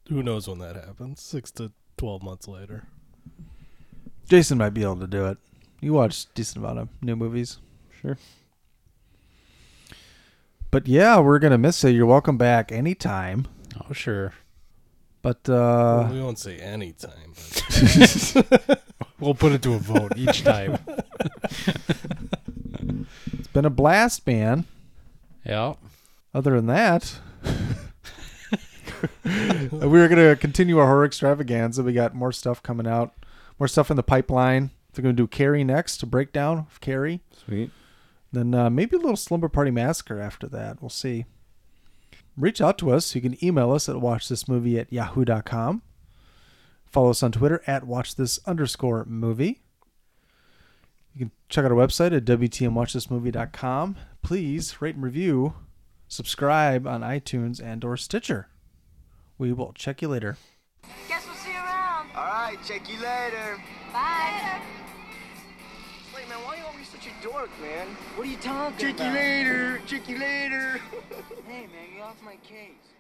Speaker 8: who knows when that happens. Six to twelve months later.
Speaker 9: Jason might be able to do it. You watch decent amount of new movies.
Speaker 12: Sure.
Speaker 9: But yeah, we're going to miss it. You're welcome back anytime.
Speaker 10: Oh, sure.
Speaker 9: But
Speaker 8: Well,
Speaker 9: uh
Speaker 8: we won't say any time.
Speaker 10: *laughs* we'll put it to a vote
Speaker 8: *laughs*
Speaker 10: each
Speaker 9: *laughs*
Speaker 10: time.
Speaker 9: it's been a blast, man.
Speaker 10: yeah.
Speaker 9: Other than that, we are going to continue our horror extravaganza. We got more stuff coming out, more stuff in the pipeline. They're going to do Carrie next, a breakdown of Carrie.
Speaker 12: Sweet.
Speaker 9: Then uh, maybe a little Slumber Party Massacre after that. We'll see. Reach out to us. You can email us at watchthismovie at yahoo.com. Follow us on Twitter at watchthis underscore movie. You can check out our website at WTMWatchThisMovie.com. Please rate and review, subscribe on iTunes and or Stitcher. We will check you later.
Speaker 7: Guess we'll see you around. All right, check you later. Bye. Wait, man, why are you always such a dork, man? What are you talking
Speaker 13: Check you
Speaker 7: about? *laughs*
Speaker 13: later. Check you later.
Speaker 7: hey, man, you're off my case.